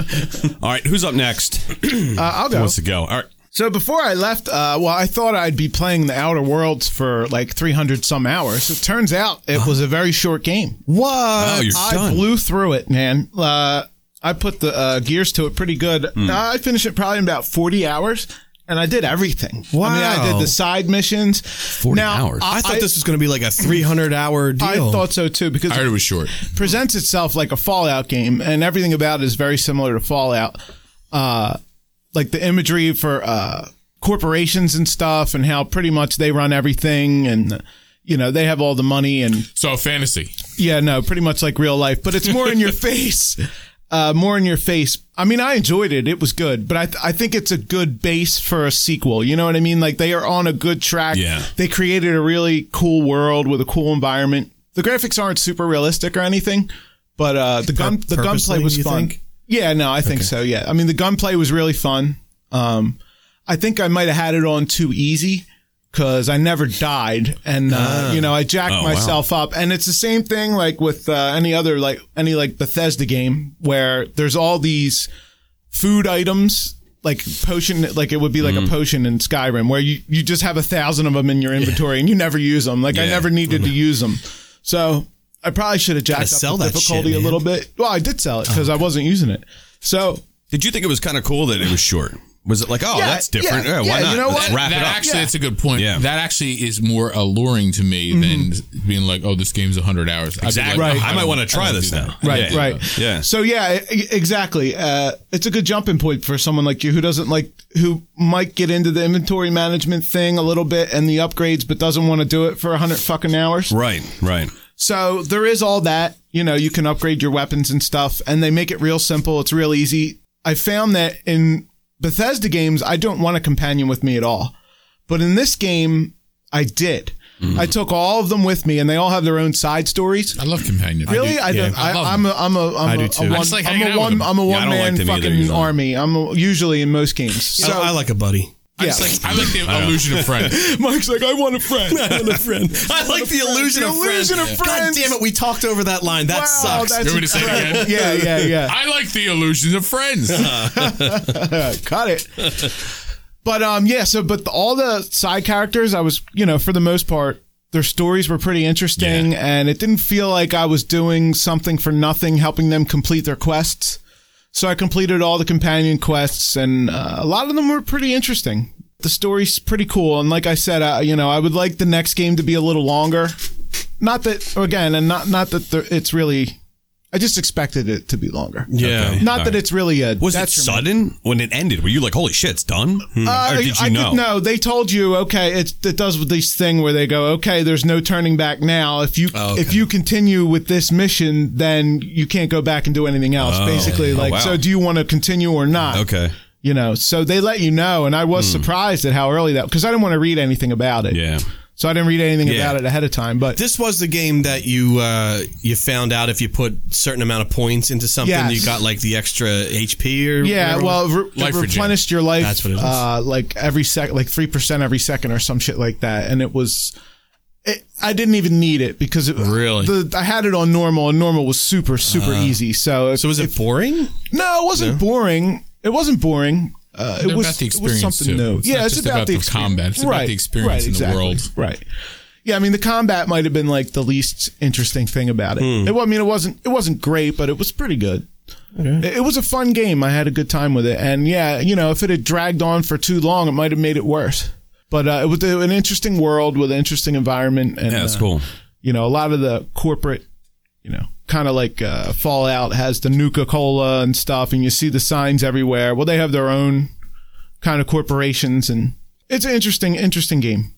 Speaker 2: All right. Who's up next?
Speaker 3: Uh, I'll
Speaker 2: Who
Speaker 3: go.
Speaker 2: wants to go? All right.
Speaker 3: So before I left, uh, well, I thought I'd be playing the Outer Worlds for like 300 some hours. It turns out it was a very short game.
Speaker 2: What? Oh, you're
Speaker 3: I
Speaker 2: done.
Speaker 3: blew through it, man. Uh, I put the uh, gears to it pretty good.
Speaker 5: Hmm.
Speaker 3: Uh, I finished it probably in about 40 hours. And I did everything. I mean, I
Speaker 5: Wow.
Speaker 3: did the side missions. 40
Speaker 2: hours.
Speaker 5: I thought this was going to be like a 300 hour deal.
Speaker 3: I thought so too because
Speaker 4: I heard it was short.
Speaker 3: presents itself like a Fallout game, and everything about it is very similar to Fallout. Uh, like the imagery for uh, corporations and stuff, and how pretty much they run everything, and you know they have all the money, and
Speaker 4: So, fantasy.
Speaker 3: yeah, no, pretty much like real life, but it's more in your face. Uh, more in your face. I mean, I enjoyed it. It was good, but I, th- I think it's a good base for a sequel. You know what I mean? Like they are on a good track.
Speaker 2: Yeah.
Speaker 3: They created a really cool world with a cool environment. The graphics aren't super realistic or anything, but uh, the gun the
Speaker 5: purposely,
Speaker 3: gunplay was
Speaker 5: you
Speaker 3: fun.
Speaker 5: think?
Speaker 3: Yeah, no, I think so. Yeah, I mean the gunplay was really fun. Um, I think I might have had it on too easy because I never died, and uh,
Speaker 5: Ah.
Speaker 3: you know I jacked
Speaker 2: Oh, wow.
Speaker 3: myself up. And it's the same thing like with uh, any other like any like Bethesda game where there's all these food items like potion like it would be like
Speaker 5: Mm.
Speaker 3: a potion in skyrim where you, you just have a thousand of them in your inventory and you never use them like i
Speaker 2: Yeah.
Speaker 3: never needed to use them so i probably should have jacked up
Speaker 5: sell
Speaker 3: the
Speaker 5: that
Speaker 3: difficulty a
Speaker 5: shit, man. Oh,
Speaker 3: little bit well i did sell it because i wasn't using it so
Speaker 2: Did you think it was kind of cool that it was short? Was it like, oh,
Speaker 3: Yeah,
Speaker 2: that's different? Yeah,
Speaker 3: yeah,
Speaker 2: why
Speaker 3: yeah,
Speaker 2: not?
Speaker 3: you know
Speaker 2: Let's
Speaker 3: what?
Speaker 2: wrap it
Speaker 4: that
Speaker 2: up.
Speaker 4: actually, that's a good point.
Speaker 2: Yeah.
Speaker 4: That actually is more alluring to me than being like, oh, this game's 100 hours. I'd be
Speaker 2: Exactly.
Speaker 4: Like,
Speaker 2: Right.
Speaker 4: oh,
Speaker 2: I might
Speaker 4: don't-
Speaker 2: wanna try
Speaker 4: don't
Speaker 2: this
Speaker 4: do that.
Speaker 2: now.
Speaker 3: right
Speaker 2: Yeah.
Speaker 3: right
Speaker 2: Yeah.
Speaker 3: so yeah e- exactly uh, it's a good jumping point for someone like you who doesn't like who might get into the inventory management thing a little bit and the upgrades but doesn't want to do it for 100 fucking hours
Speaker 2: Right, right.
Speaker 3: So there is all that. You know, you can upgrade your weapons and stuff, and they make it real simple. It's real easy. I found that in Bethesda games, I don't want a companion with me at all. But in this game, I did.
Speaker 2: Mm.
Speaker 3: I took all of them with me, and they all have their own side stories.
Speaker 4: I love Companion.
Speaker 3: Really, I,
Speaker 5: yeah,
Speaker 3: don't.
Speaker 4: I
Speaker 3: I
Speaker 4: love
Speaker 3: I'm a I'm a I'm
Speaker 5: do
Speaker 3: a,
Speaker 5: too.
Speaker 3: a
Speaker 5: I
Speaker 3: one
Speaker 4: just like hanging
Speaker 3: I'm
Speaker 4: out
Speaker 3: a
Speaker 4: with
Speaker 3: one
Speaker 4: them.
Speaker 3: I'm a
Speaker 2: Yeah, I
Speaker 3: one
Speaker 2: don't like
Speaker 3: man
Speaker 2: them either,
Speaker 3: fucking
Speaker 2: usually.
Speaker 3: army. I'm a, usually in most games. So
Speaker 5: I, I like a buddy.
Speaker 4: I,
Speaker 3: yeah,
Speaker 4: just like, I like the illusion of friend.
Speaker 3: Mike's like I want a friend.
Speaker 5: I love a friend. I like the illusion
Speaker 3: The
Speaker 5: of friends.
Speaker 3: illusion of
Speaker 5: God
Speaker 3: friends.
Speaker 5: damn it, we talked over that line. That
Speaker 3: wow,
Speaker 5: sucks.
Speaker 3: That's
Speaker 4: You want me to say it again?
Speaker 3: incredible. Yeah, yeah, yeah.
Speaker 4: I like the illusion of friends.
Speaker 3: cut it. but um, yeah. So, but the, all the side characters, I was, you know, for the most part, their stories were pretty interesting, and it didn't feel like I was doing something for nothing, helping them complete their quests. So I completed all the companion quests, and uh, a lot of them were pretty interesting. The story's pretty cool, and like I said, I, you know, I would like the next game to be a little longer. Not that again, and not not that there, it's really. I just expected it to be longer.
Speaker 2: Yeah.
Speaker 3: Not that it's really a.
Speaker 2: Was
Speaker 3: detriment.
Speaker 2: it sudden when it ended? Were you like, holy shit, it's done?
Speaker 3: Uh,
Speaker 2: or did you
Speaker 3: I, I
Speaker 2: know?
Speaker 3: Did, no, they told you. Okay, it it does with this thing where they go, okay, there's no turning back now. If you
Speaker 5: Oh, okay.
Speaker 3: if you continue with this mission, then you can't go back and do anything else. basically, like,
Speaker 2: Oh, wow.
Speaker 3: so do you want to continue or not?
Speaker 2: Okay. Hmm.
Speaker 3: you know. So they let you know, and I was surprised at how early that because I didn't want to read anything about it.
Speaker 2: Yeah.
Speaker 3: So I didn't read anything
Speaker 2: Yeah.
Speaker 3: about it ahead of time, but
Speaker 5: This was the game that you uh, you found out if you put certain amount of points into something,
Speaker 3: Yes.
Speaker 5: you got like the extra HP or
Speaker 3: yeah,
Speaker 5: whatever.
Speaker 3: well, re- it
Speaker 4: Life regen.
Speaker 3: replenished your life.
Speaker 5: That's what it is.
Speaker 3: Uh, like every sec, like three percent every second or some shit like that, and it was. It, I didn't even need it because it,
Speaker 5: Really? Uh-huh.
Speaker 3: the, I had it on normal, and normal was super super easy. So
Speaker 5: So was it boring?
Speaker 3: no, it wasn't boring. It wasn't boring. Uh, it
Speaker 4: They're
Speaker 3: was
Speaker 4: about the
Speaker 3: it was
Speaker 4: experience
Speaker 3: something
Speaker 4: too.
Speaker 3: new.
Speaker 4: It's
Speaker 3: yeah,
Speaker 4: not
Speaker 3: it's
Speaker 4: just
Speaker 3: about,
Speaker 4: about
Speaker 3: the
Speaker 4: the
Speaker 3: experience.
Speaker 4: combat. It's about
Speaker 3: Right,
Speaker 4: the experience
Speaker 3: right,
Speaker 4: in the
Speaker 3: exactly,
Speaker 4: world.
Speaker 3: Right. Yeah, I mean the combat might have been like the least interesting thing about it. It wa- I mean it wasn't it wasn't great, but it was pretty good. It, it was a fun game. I had a good time with it, and yeah, you know, if it had dragged on for too long, it might have made it worse. But uh, it was a- an interesting world with an interesting environment, and
Speaker 2: Yeah, that's
Speaker 3: uh,
Speaker 2: cool.
Speaker 3: you know, a lot of the corporate, you know, kind of like uh, Fallout has the Nuka Cola and stuff, and you see the signs everywhere. Well, they have their own kind of corporations, and it's an interesting, interesting game.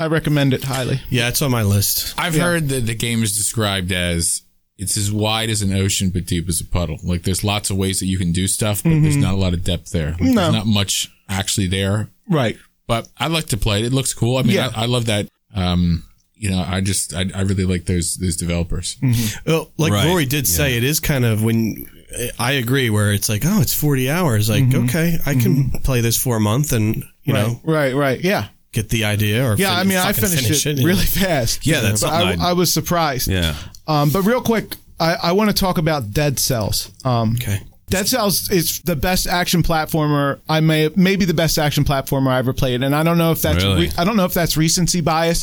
Speaker 3: I recommend it highly.
Speaker 5: Yeah, it's on my list.
Speaker 4: I've heard that the game is described as it's as wide as an ocean but deep as a puddle. Like there's lots of ways that you can do stuff, but there's
Speaker 3: Mm-hmm.
Speaker 4: not a lot of depth there. Like, There's not much actually there.
Speaker 3: Right.
Speaker 4: But I like to play it. It looks cool. I mean,
Speaker 3: Yeah.
Speaker 4: I, I love that. Um, you know, I just I, I really like those those developers.
Speaker 3: Mm.
Speaker 5: Well, Uh, like
Speaker 2: Right.
Speaker 5: Rory did say, it is kind of when uh, I agree where it's like, oh, it's forty hours. Like, okay, I can play this for a month and
Speaker 3: Mm-hmm.
Speaker 5: you
Speaker 3: right.
Speaker 5: know
Speaker 3: right. Right. Yeah.
Speaker 5: get the idea. Or
Speaker 3: Yeah.
Speaker 5: fin-
Speaker 3: I mean, I
Speaker 5: fucking
Speaker 3: finished
Speaker 5: finish
Speaker 3: it,
Speaker 5: yeah.
Speaker 3: really fast.
Speaker 2: Yeah, that's
Speaker 3: But
Speaker 2: something
Speaker 3: I,
Speaker 2: I'd-
Speaker 3: I was surprised.
Speaker 2: Yeah.
Speaker 3: Um, but real quick, I, I want to talk about Dead Cells. Um,
Speaker 5: Okay.
Speaker 3: Dead Cells is the best action platformer I may maybe the best action platformer I ever played, and I don't know if that's
Speaker 2: Really?
Speaker 3: re- I don't know if that's recency bias.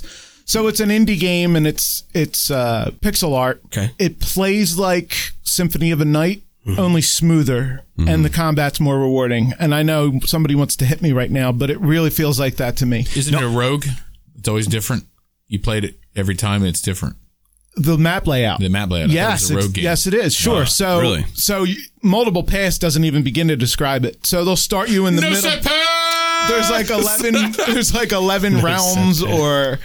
Speaker 3: So it's an indie game and it's it's uh, pixel art.
Speaker 5: Okay.
Speaker 3: It plays like Symphony of a Night,
Speaker 4: Mm-hmm.
Speaker 3: only smoother, and the combat's more rewarding. And I know somebody wants to hit me right now, but it really feels like that to me.
Speaker 4: Isn't it a rogue? It's always different. You played it every time and it's different.
Speaker 3: The map layout.
Speaker 4: The map layout. I thought it was
Speaker 3: Yes,
Speaker 4: a rogue
Speaker 3: it's-
Speaker 4: game.
Speaker 3: yes, it is. Sure. so,
Speaker 2: really?
Speaker 3: so y- multiple pass doesn't even begin to describe it. So they'll start you in the
Speaker 4: No
Speaker 3: middle.
Speaker 4: set pass!
Speaker 3: there's like 11 there's like 11 realms or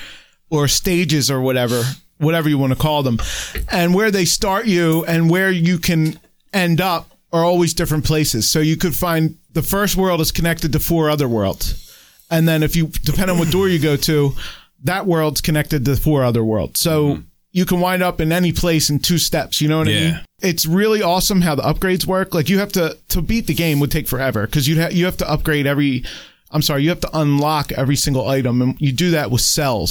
Speaker 3: or stages or whatever whatever you want to call them and where they start you and where you can end up are always different places so you could find the first world is connected to four other worlds and then if you depend on what door you go to that world's connected to four other worlds so you can wind up in any place in two steps you know what i
Speaker 2: Yeah.
Speaker 3: mean it's really awesome how the upgrades work. Like you have to to beat the game would take forever because you ha- you have to upgrade every. I'm sorry, you have to unlock every single item, and you do that with cells.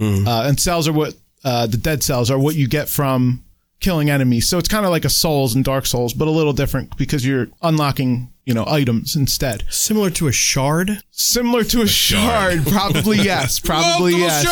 Speaker 3: Uh, and cells are what uh, the dead cells are what you get from killing enemies. So it's kind of like a Souls and Dark Souls, but a little different because you're unlocking you know items instead.
Speaker 5: Similar to a shard.
Speaker 3: Similar to a, shard, probably yes, probably yes.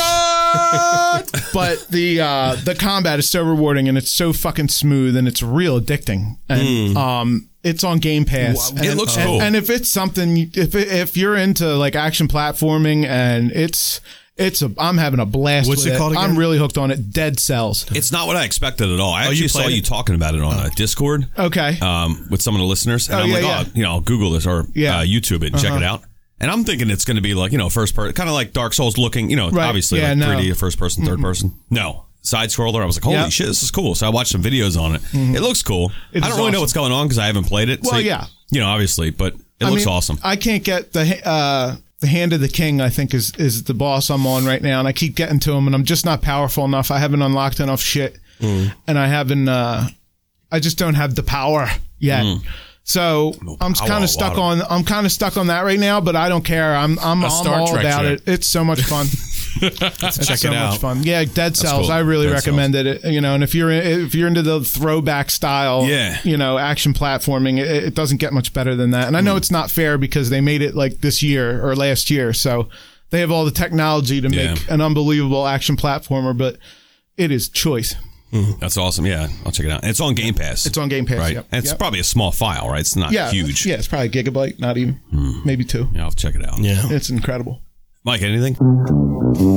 Speaker 3: but the uh, the combat is so rewarding and it's so fucking smooth and it's real addicting and um it's on Game Pass.
Speaker 2: Wow, it
Speaker 3: and,
Speaker 2: looks
Speaker 3: and-
Speaker 2: cool.
Speaker 3: And if it's something, if it- if you're into like action platforming and it's it's a I'm having a blast.
Speaker 5: What's
Speaker 3: with
Speaker 5: it called again?
Speaker 3: I'm really hooked on it. Dead Cells.
Speaker 2: It's not what I expected at all. I
Speaker 5: you
Speaker 2: actually saw
Speaker 5: played
Speaker 2: you
Speaker 5: it?
Speaker 2: talking about it on uh, Discord
Speaker 3: Okay.
Speaker 2: um, with some of the listeners, and
Speaker 3: Oh,
Speaker 2: I'm
Speaker 3: yeah,
Speaker 2: like,
Speaker 3: yeah.
Speaker 2: oh, you know, I'll Google this or
Speaker 3: Yeah. Uh-huh.
Speaker 2: uh, YouTube it and check it out. And I'm thinking it's going to be like you know, first person, kind of like Dark Souls looking. You know,
Speaker 3: Right.
Speaker 2: obviously
Speaker 3: Yeah,
Speaker 2: like
Speaker 3: no.
Speaker 2: 3D, first person, 3rd person. No. Side scroller, I was like, "Holy
Speaker 3: Yep. Mm-hmm.
Speaker 2: shit, this is cool!" So I watched some videos on it. It looks cool.
Speaker 3: It
Speaker 2: I
Speaker 3: is
Speaker 2: don't really know
Speaker 3: awesome.
Speaker 2: what's going on because I haven't played it.
Speaker 3: Well, yeah.
Speaker 2: you know, obviously, but it
Speaker 3: I
Speaker 2: looks
Speaker 3: mean, uh,
Speaker 2: awesome.
Speaker 3: I can't get the ha- uh, the hand of the king. I think is is the boss I'm on right now, and I keep getting to him, and I'm just not powerful enough. I haven't unlocked enough shit,
Speaker 2: Mm.
Speaker 3: and I haven't. Uh, I just don't have the power yet. So I'm
Speaker 2: Mm. power, a
Speaker 3: kind of stuck
Speaker 2: lot
Speaker 3: on. I'm kind of stuck on that right now, but I don't care. I'm I'm, I'm
Speaker 4: Star
Speaker 3: all
Speaker 4: Trek
Speaker 3: about
Speaker 4: show.
Speaker 3: it. It's so much fun.
Speaker 5: Let's check
Speaker 3: so
Speaker 5: it
Speaker 3: much
Speaker 5: out.
Speaker 3: fun. Yeah, Dead Cells.
Speaker 2: cool.
Speaker 3: I really
Speaker 2: Dead
Speaker 3: recommend it. You know, and if you're if you're into the throwback style,
Speaker 2: Yeah.
Speaker 3: you know, action platforming, it, it doesn't get much better than that. And I
Speaker 2: Hmm.
Speaker 3: know it's not fair because they made it like this year or last year, so they have all the technology to make
Speaker 2: Yeah.
Speaker 3: an unbelievable action platformer, but it is choice.
Speaker 2: That's awesome. Yeah, I'll check it out. It's on Game Pass.
Speaker 3: It's on Game Pass,
Speaker 2: Right.
Speaker 3: yep,
Speaker 2: And it's
Speaker 3: yep.
Speaker 2: probably a small file, right? It's not
Speaker 3: yeah,
Speaker 2: huge. Hmm.
Speaker 3: Yeah, it's probably a gigabyte, not even, maybe two.
Speaker 2: Yeah, I'll check it out.
Speaker 5: Yeah.
Speaker 3: It's incredible.
Speaker 2: Mike, anything?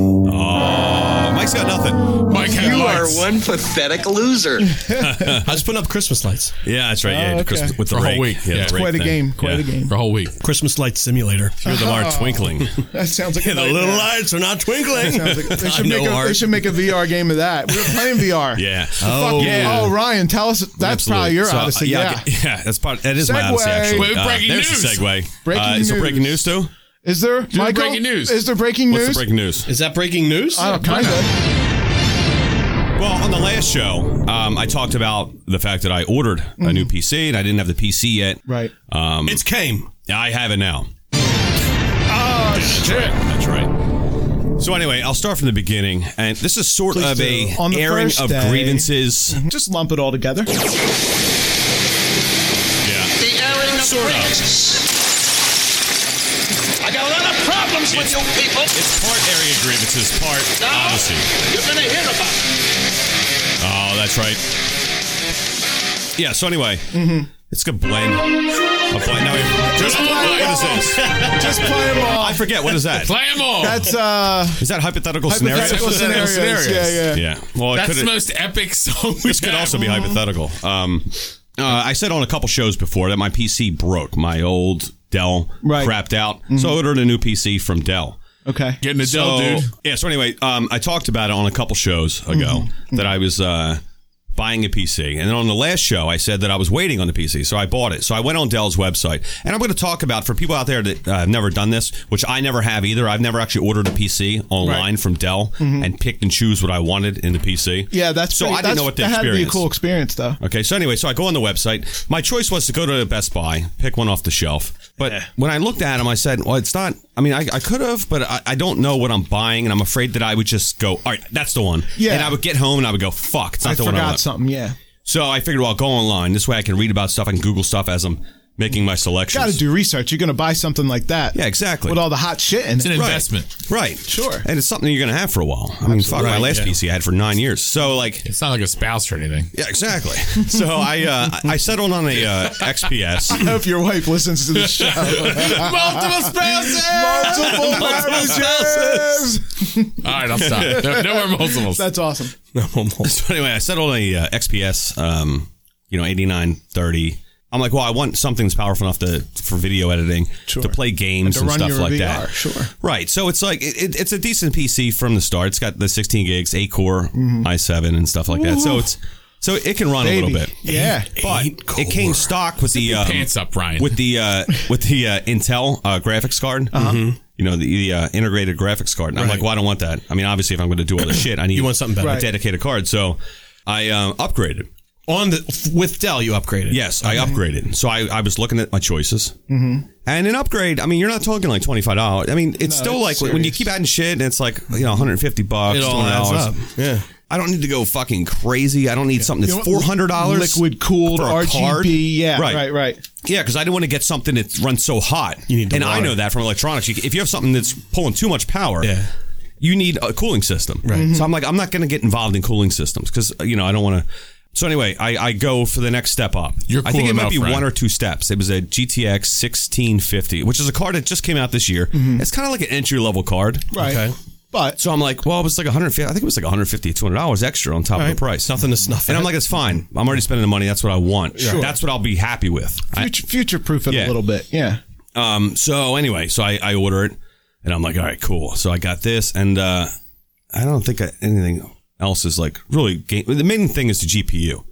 Speaker 2: Oh, Mike's got nothing.
Speaker 4: Mike had
Speaker 6: You are
Speaker 4: lights.
Speaker 6: one pathetic loser.
Speaker 5: I was putting up Christmas lights.
Speaker 2: Yeah, that's right. Yeah,
Speaker 3: Oh, okay.
Speaker 2: Christmas with the
Speaker 4: For a whole
Speaker 2: rake.
Speaker 4: week.
Speaker 2: Yeah,
Speaker 4: Yeah.
Speaker 2: the rake
Speaker 3: Quite a
Speaker 2: thing.
Speaker 3: game. Quite
Speaker 2: Yeah.
Speaker 3: a game.
Speaker 4: for a whole week.
Speaker 5: Christmas light simulator.
Speaker 2: Two of them are twinkling.
Speaker 3: That sounds like a
Speaker 5: The little
Speaker 3: nightmare.
Speaker 5: lights are not twinkling.
Speaker 3: Sounds like- they,
Speaker 5: I
Speaker 3: should
Speaker 5: know
Speaker 3: make a, they
Speaker 5: art.
Speaker 3: should make a VR game of that. We were playing VR.
Speaker 2: Yeah.
Speaker 3: Fuck
Speaker 2: Oh,
Speaker 3: yeah. Oh, Ryan, tell us. That's probably your
Speaker 2: So, uh,
Speaker 3: Odyssey.
Speaker 2: I
Speaker 3: yeah.
Speaker 2: get- yeah, that's part. That is my
Speaker 3: Segue.
Speaker 2: Odyssey. Actually, Uh,
Speaker 4: Wait, breaking
Speaker 2: there's
Speaker 4: news.
Speaker 2: a segue.
Speaker 3: Breaking
Speaker 2: uh, is there breaking
Speaker 3: news.
Speaker 2: news too?
Speaker 3: Is there Michael,
Speaker 4: breaking news.
Speaker 3: Is there breaking
Speaker 2: What's
Speaker 3: news?
Speaker 2: the breaking news?
Speaker 5: Is that breaking news?
Speaker 3: I don't kind of.
Speaker 2: Well, on the last show, um, I talked about the fact that I ordered a
Speaker 3: Mm-hmm.
Speaker 2: new PC and I didn't have the PC yet.
Speaker 3: Right.
Speaker 2: Um,
Speaker 5: It's came.
Speaker 2: I have it now. Oh shit! That's right. So anyway, I'll start from the beginning, and this is sort
Speaker 3: Please
Speaker 2: of
Speaker 3: do.
Speaker 2: a
Speaker 3: On the
Speaker 2: airing
Speaker 3: first
Speaker 2: of
Speaker 3: day- Mm-hmm.
Speaker 2: grievances.
Speaker 3: Just lump it all together.
Speaker 2: Yeah.
Speaker 6: The airing of
Speaker 2: Sort of.
Speaker 6: grievances. I got a lot of problems with you people.
Speaker 2: It's part area grievances, part
Speaker 6: Now,
Speaker 2: Odyssey.
Speaker 6: You're going to hear about it.
Speaker 2: Oh, that's right. Yeah. So anyway,
Speaker 3: Mm-hmm.
Speaker 2: it's a blend. A blend. Now we-
Speaker 4: Just play
Speaker 2: what is
Speaker 4: them all.
Speaker 2: this?
Speaker 3: Just play them all.
Speaker 2: I forget. What is that?
Speaker 4: Play 'em all.
Speaker 3: That's uh,
Speaker 2: Is that hypothetical scenario?
Speaker 3: hypothetical scenarios. Yeah, yeah.
Speaker 2: Yeah. Well, it
Speaker 4: That's the
Speaker 2: could
Speaker 4: most epic song. We
Speaker 2: this could also be hypothetical. Um, uh, I said on a couple shows before that my PC broke. My old Dell
Speaker 3: Right. Mm-hmm.
Speaker 2: crapped out, so I ordered a new PC from Dell.
Speaker 3: Okay.
Speaker 4: getting a
Speaker 2: So
Speaker 4: Dell, dude.
Speaker 2: yeah. So anyway, um, I talked about it on a couple shows
Speaker 3: Mm-hmm.
Speaker 2: ago that I was uh, buying a PC, and then on the last show I said that I was waiting on the PC, so I bought it. So I went on Dell's website, and I'm going to talk about for people out there that uh, have never done this, which I never have either. I've never actually ordered a PC online from Dell and picked and choose what I wanted in the PC.
Speaker 3: Mm-hmm. Yeah, that's
Speaker 2: so I
Speaker 3: pretty-
Speaker 2: didn't
Speaker 3: that's-
Speaker 2: know what the
Speaker 3: that had to be a
Speaker 2: experience.
Speaker 3: cool experience though.
Speaker 2: Okay, so anyway, so I go on the website. My choice was to go to Best Buy, pick one off the shelf. But when I looked at them, I said, well, it's not, I mean, I, I could have, but I, I don't know what I'm buying. And I'm afraid that I would just go, all right, that's the one.
Speaker 3: Yeah.
Speaker 2: And I would get home and I would go, fuck, it's not
Speaker 3: I
Speaker 2: the one I
Speaker 3: forgot
Speaker 2: want.
Speaker 3: something. Yeah.
Speaker 2: So I figured, well, I'll go online. This way I can read about stuff. I can Google stuff as I'm making my selections.
Speaker 3: Got to do research. You're going to buy something like that.
Speaker 2: Yeah, exactly.
Speaker 3: With all the hot shit in
Speaker 4: It's an
Speaker 3: it.
Speaker 4: investment.
Speaker 2: Right.
Speaker 3: Sure.
Speaker 2: And it's something you're going to have for a while. I mean, fuck, my last PC I had for nine years. So, like,
Speaker 4: It's not like a spouse or anything.
Speaker 2: yeah, exactly. so I uh, I I settled on a uh, XPS.
Speaker 3: I hope your wife listens to the show.
Speaker 4: Multiple spouses.
Speaker 3: Multiple marriages.
Speaker 4: All right, I'll stop. No, no more multiples.
Speaker 3: That's awesome.
Speaker 2: So anyway, I settled on a uh, XPS, um, you know, eighty nine thirty. I'm like, well, I want something that's powerful enough to for video editing, to play games
Speaker 3: And
Speaker 2: and,
Speaker 3: to run
Speaker 2: stuff
Speaker 3: your
Speaker 2: like
Speaker 3: VR,
Speaker 2: that.
Speaker 3: sure.
Speaker 2: Right. So it's like it, it- it's a decent PC from the start. It's got the 16 gigs, eight core,
Speaker 3: Mm-hmm.
Speaker 2: i7, and stuff like that. So it's so it can run a
Speaker 3: Baby.
Speaker 2: little bit.
Speaker 3: Yeah.
Speaker 2: But it came stock with the um,
Speaker 4: Pants up, Ryan.
Speaker 2: with the uh, with the uh, Intel uh, graphics card. Mm-hmm. You know the, the uh, integrated graphics card. And I'm like, well, I don't want that. I mean, obviously, if I'm going to do all this shit, I need
Speaker 5: You want something better.
Speaker 2: a dedicated card. So I um, upgraded.
Speaker 5: On the with Dell, you upgraded.
Speaker 2: Yes, I upgraded. So I, I was looking at my choices. Mm-hmm. And an upgrade, I mean, you're not talking like $25. I mean, it's still
Speaker 3: it's
Speaker 2: like when you
Speaker 3: serious.
Speaker 2: keep adding shit and it's like, you know, 150 bucks.
Speaker 5: It all adds
Speaker 2: $200.
Speaker 5: up. Yeah.
Speaker 2: I don't need to go fucking crazy. I don't need something that's
Speaker 3: You know what?
Speaker 2: $400.
Speaker 3: Liquid cooled
Speaker 2: for a
Speaker 3: RGB.
Speaker 2: card.
Speaker 3: Yeah. Right. Right.
Speaker 2: Yeah, because I didn't want to get something that runs so hot. You
Speaker 5: need to
Speaker 2: and I
Speaker 5: wire.
Speaker 2: know that from electronics. You, if you have something that's pulling too much power,
Speaker 5: Yeah.
Speaker 2: you need a cooling system. Right. So I'm like, I'm not going to get involved in cooling systems because you know I don't want to. So anyway, I, I go for the next step up.
Speaker 4: You're
Speaker 2: I think
Speaker 4: cool
Speaker 2: it might
Speaker 4: enough,
Speaker 2: be
Speaker 4: Ryan.
Speaker 2: one or two steps. It was a GTX 1650, which is a card that just came out this year. It's kind of like an entry level card.
Speaker 3: Right.
Speaker 5: Okay.
Speaker 3: But
Speaker 2: So I'm like, well, it was like 150. I think it was like 150, 200 dollars extra on top of the price.
Speaker 5: Nothing to snuff.
Speaker 2: And
Speaker 5: at.
Speaker 2: I'm like, it's fine. I'm already spending the money. That's what I want.
Speaker 3: Sure.
Speaker 2: That's what I'll be happy with. I-
Speaker 3: future, future proof it
Speaker 2: Yeah.
Speaker 3: a little bit. Yeah.
Speaker 2: Um, so anyway, so I, I order it and I'm like, all right, cool. So I got this and, uh, I don't think I, anything else is like really game. The main thing is the GPU.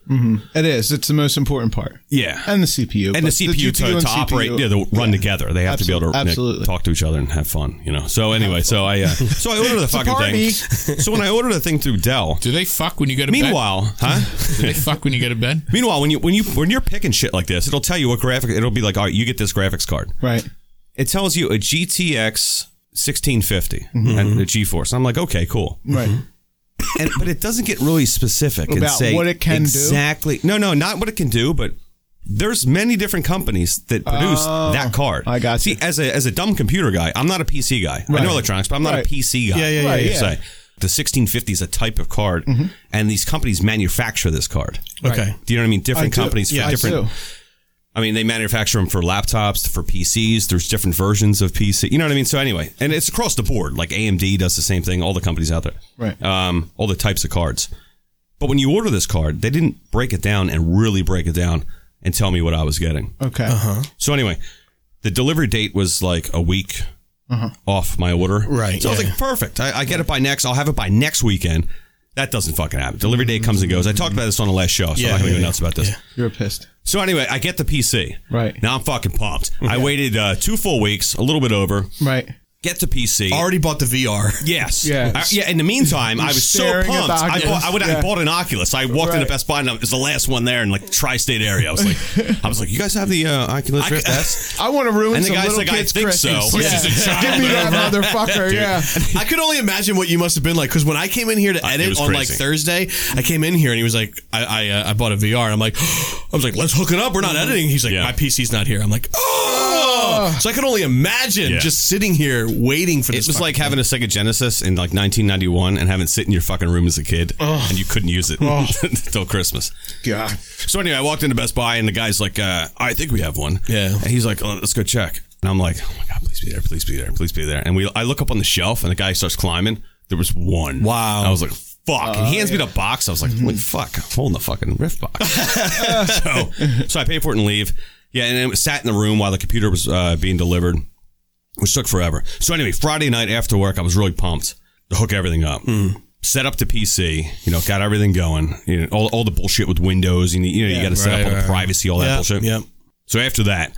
Speaker 3: It is. It's the most important part.
Speaker 2: Yeah.
Speaker 3: And the CPU.
Speaker 2: And the
Speaker 3: but
Speaker 2: CPU to,
Speaker 3: GPU and
Speaker 2: to operate,
Speaker 3: CPU
Speaker 2: yeah, to run together. They have to be able to like,
Speaker 3: Absolutely.
Speaker 2: talk to each other and have fun, you know? So anyway, so I, uh, so I order the fucking
Speaker 3: party.
Speaker 2: thing. so when I order the thing through Dell,
Speaker 4: Do they fuck when you go to
Speaker 2: meanwhile, huh?
Speaker 4: bed? Do they fuck when you go to bed?
Speaker 2: meanwhile, when you, when you, when you're picking shit like this, it'll tell you what graphic, it'll be like, all right, you get this graphics card.
Speaker 3: Right.
Speaker 2: it tells you a GTX 1650
Speaker 3: Mm-hmm.
Speaker 2: and the GeForce. I'm like, okay, cool.
Speaker 3: Right.
Speaker 2: And but it doesn't get really specific and
Speaker 3: About
Speaker 2: say
Speaker 3: what it can do?
Speaker 2: exactly. No, no, not what it can do, but there's many different companies that produce that card.
Speaker 3: Oh, I got
Speaker 2: See,
Speaker 3: you.
Speaker 2: as a as a dumb computer guy, I'm not a PC guy. I
Speaker 3: Right.
Speaker 2: know electronics, but I'm not
Speaker 3: Right.
Speaker 2: a PC guy.
Speaker 5: Yeah, yeah, yeah,
Speaker 2: per
Speaker 3: yeah. Mm-hmm.
Speaker 2: se. the 1650 is a type of card, and these companies manufacture this card.
Speaker 5: Okay.
Speaker 2: Do you know what I mean? Different
Speaker 3: I do.
Speaker 2: companies
Speaker 3: Yeah,
Speaker 2: for
Speaker 3: I
Speaker 2: different.
Speaker 3: do.
Speaker 2: I mean, they manufacture them for laptops, for PCs. There's different versions of PC. You know what I mean? So anyway, and it's across the board. Like AMD does the same thing. All the companies out there,
Speaker 3: Right.
Speaker 2: Um, all the types of cards. But when you order this card, they didn't break it down and really break it down and tell me what I was getting.
Speaker 3: Okay.
Speaker 2: So anyway, the delivery date was like a week off my order.
Speaker 5: Mm-hmm. Right,
Speaker 2: So I was
Speaker 5: yeah.
Speaker 2: like, perfect. I, I get it by next. I'll have it by next weekend. That doesn't fucking happen. Delivery date comes and goes. I talked about this on the last show, so
Speaker 5: Yeah,
Speaker 2: I'm not going to
Speaker 5: yeah,
Speaker 2: go nuts about this.
Speaker 5: yeah.
Speaker 3: You're pissed.
Speaker 2: So anyway, I get the PC.
Speaker 3: Right.
Speaker 2: Now I'm fucking pumped. I waited uh, two full weeks, a little bit over.
Speaker 3: Right.
Speaker 2: Get the PC.
Speaker 5: Already bought the VR.
Speaker 2: Yes.
Speaker 3: Yeah.
Speaker 2: I- yeah. In the meantime, I was so
Speaker 3: staring at
Speaker 2: pumped.
Speaker 3: the
Speaker 2: I
Speaker 3: Oculus.
Speaker 2: bought, I, would, I
Speaker 3: Yeah.
Speaker 2: bought an Oculus. I walked into
Speaker 3: Right.
Speaker 2: Best Buy and it was the last one there in like tri-state area. I was like, I was like, you guys have the uh, Oculus Rift S?
Speaker 3: I want to ruin
Speaker 2: And the
Speaker 3: some
Speaker 2: guy's
Speaker 3: little
Speaker 2: like, I
Speaker 3: kids'
Speaker 2: think so,
Speaker 3: Christmas.
Speaker 2: which
Speaker 3: Yeah.
Speaker 2: is a child.
Speaker 3: Give me that motherfucker. Yeah.
Speaker 5: I could only imagine what you must have been like because when I came in here to
Speaker 2: Uh, it
Speaker 5: edit
Speaker 2: was
Speaker 5: on like
Speaker 2: crazy.
Speaker 5: Thursday, I came in here and he was like, "I I, uh, I bought a VR." And I'm like, I was like, "Let's hook it up. We're not editing." He's like,
Speaker 2: Mm-hmm. Yeah. Ah.
Speaker 5: "My PC's not here." I'm like, "Oh!" So I could only imagine
Speaker 2: Yeah.
Speaker 5: just sitting here waiting for
Speaker 2: It
Speaker 5: this.
Speaker 2: was
Speaker 5: fucking-
Speaker 2: like having a Sega Genesis in like 1991 and having it sit in your fucking room as a kid and you couldn't use it until Christmas.
Speaker 3: God.
Speaker 2: So anyway, I walked into Best Buy and the guy's like, uh, "I think we have one."
Speaker 5: Yeah.
Speaker 2: And he's like, oh, "Let's go check." And I'm like, "Oh my god, please be there, please be there, please be there." And we, I look up on the shelf and the guy starts climbing. There was one.
Speaker 5: Wow.
Speaker 2: I was like, "Fuck!" and he hands
Speaker 5: Oh,
Speaker 2: me the box. I was like,
Speaker 5: Mm-hmm.
Speaker 2: "Wait, fuck! I'm holding the fucking riff box." so, so I pay for it and leave. Yeah, and it was sat in the room while the computer was uh, being delivered, which took forever. So anyway, Friday night after work, I was really pumped to hook everything up
Speaker 5: Mm-hmm.
Speaker 2: set up the PC, you know, got everything going, you know, all, all the bullshit with Windows, you, need, you know, you got to set
Speaker 5: right,
Speaker 2: up all
Speaker 5: right,
Speaker 2: the privacy, all that bullshit.
Speaker 5: yeah.
Speaker 2: So after that,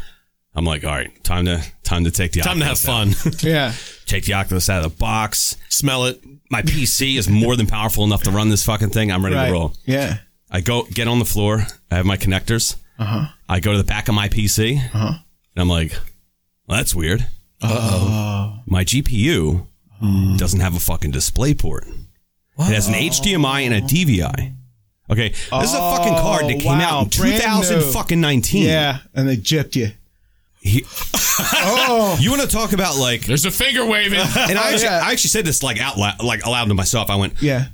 Speaker 2: I'm like, all right, time to time to take the
Speaker 5: Time to have
Speaker 2: Oculus out.
Speaker 5: fun.
Speaker 3: Yeah.
Speaker 2: Take the Oculus out of the box.
Speaker 5: Smell it.
Speaker 2: My PC is more than powerful enough to run this fucking thing. I'm ready
Speaker 3: Right.
Speaker 2: to roll.
Speaker 3: Yeah.
Speaker 2: I go get on the floor. I have my connectors.
Speaker 3: Uh-huh.
Speaker 2: I go to the back of my PC, and I'm like, well, that's weird. Oh, my GPU
Speaker 3: Hmm.
Speaker 2: doesn't have a fucking display port. It has an HDMI and a DVI. Okay, this is a fucking card that came
Speaker 3: Oh, wow,
Speaker 2: out in
Speaker 3: brand
Speaker 2: 2000
Speaker 3: new.
Speaker 2: fucking 19.
Speaker 3: Yeah. And they gypped you.
Speaker 2: He-
Speaker 3: Oh.
Speaker 2: you want to talk about like?
Speaker 4: There's a finger waving.
Speaker 2: And I actually,
Speaker 3: yeah.
Speaker 2: I actually said this like out loud, like aloud to myself. I went,
Speaker 3: Yeah.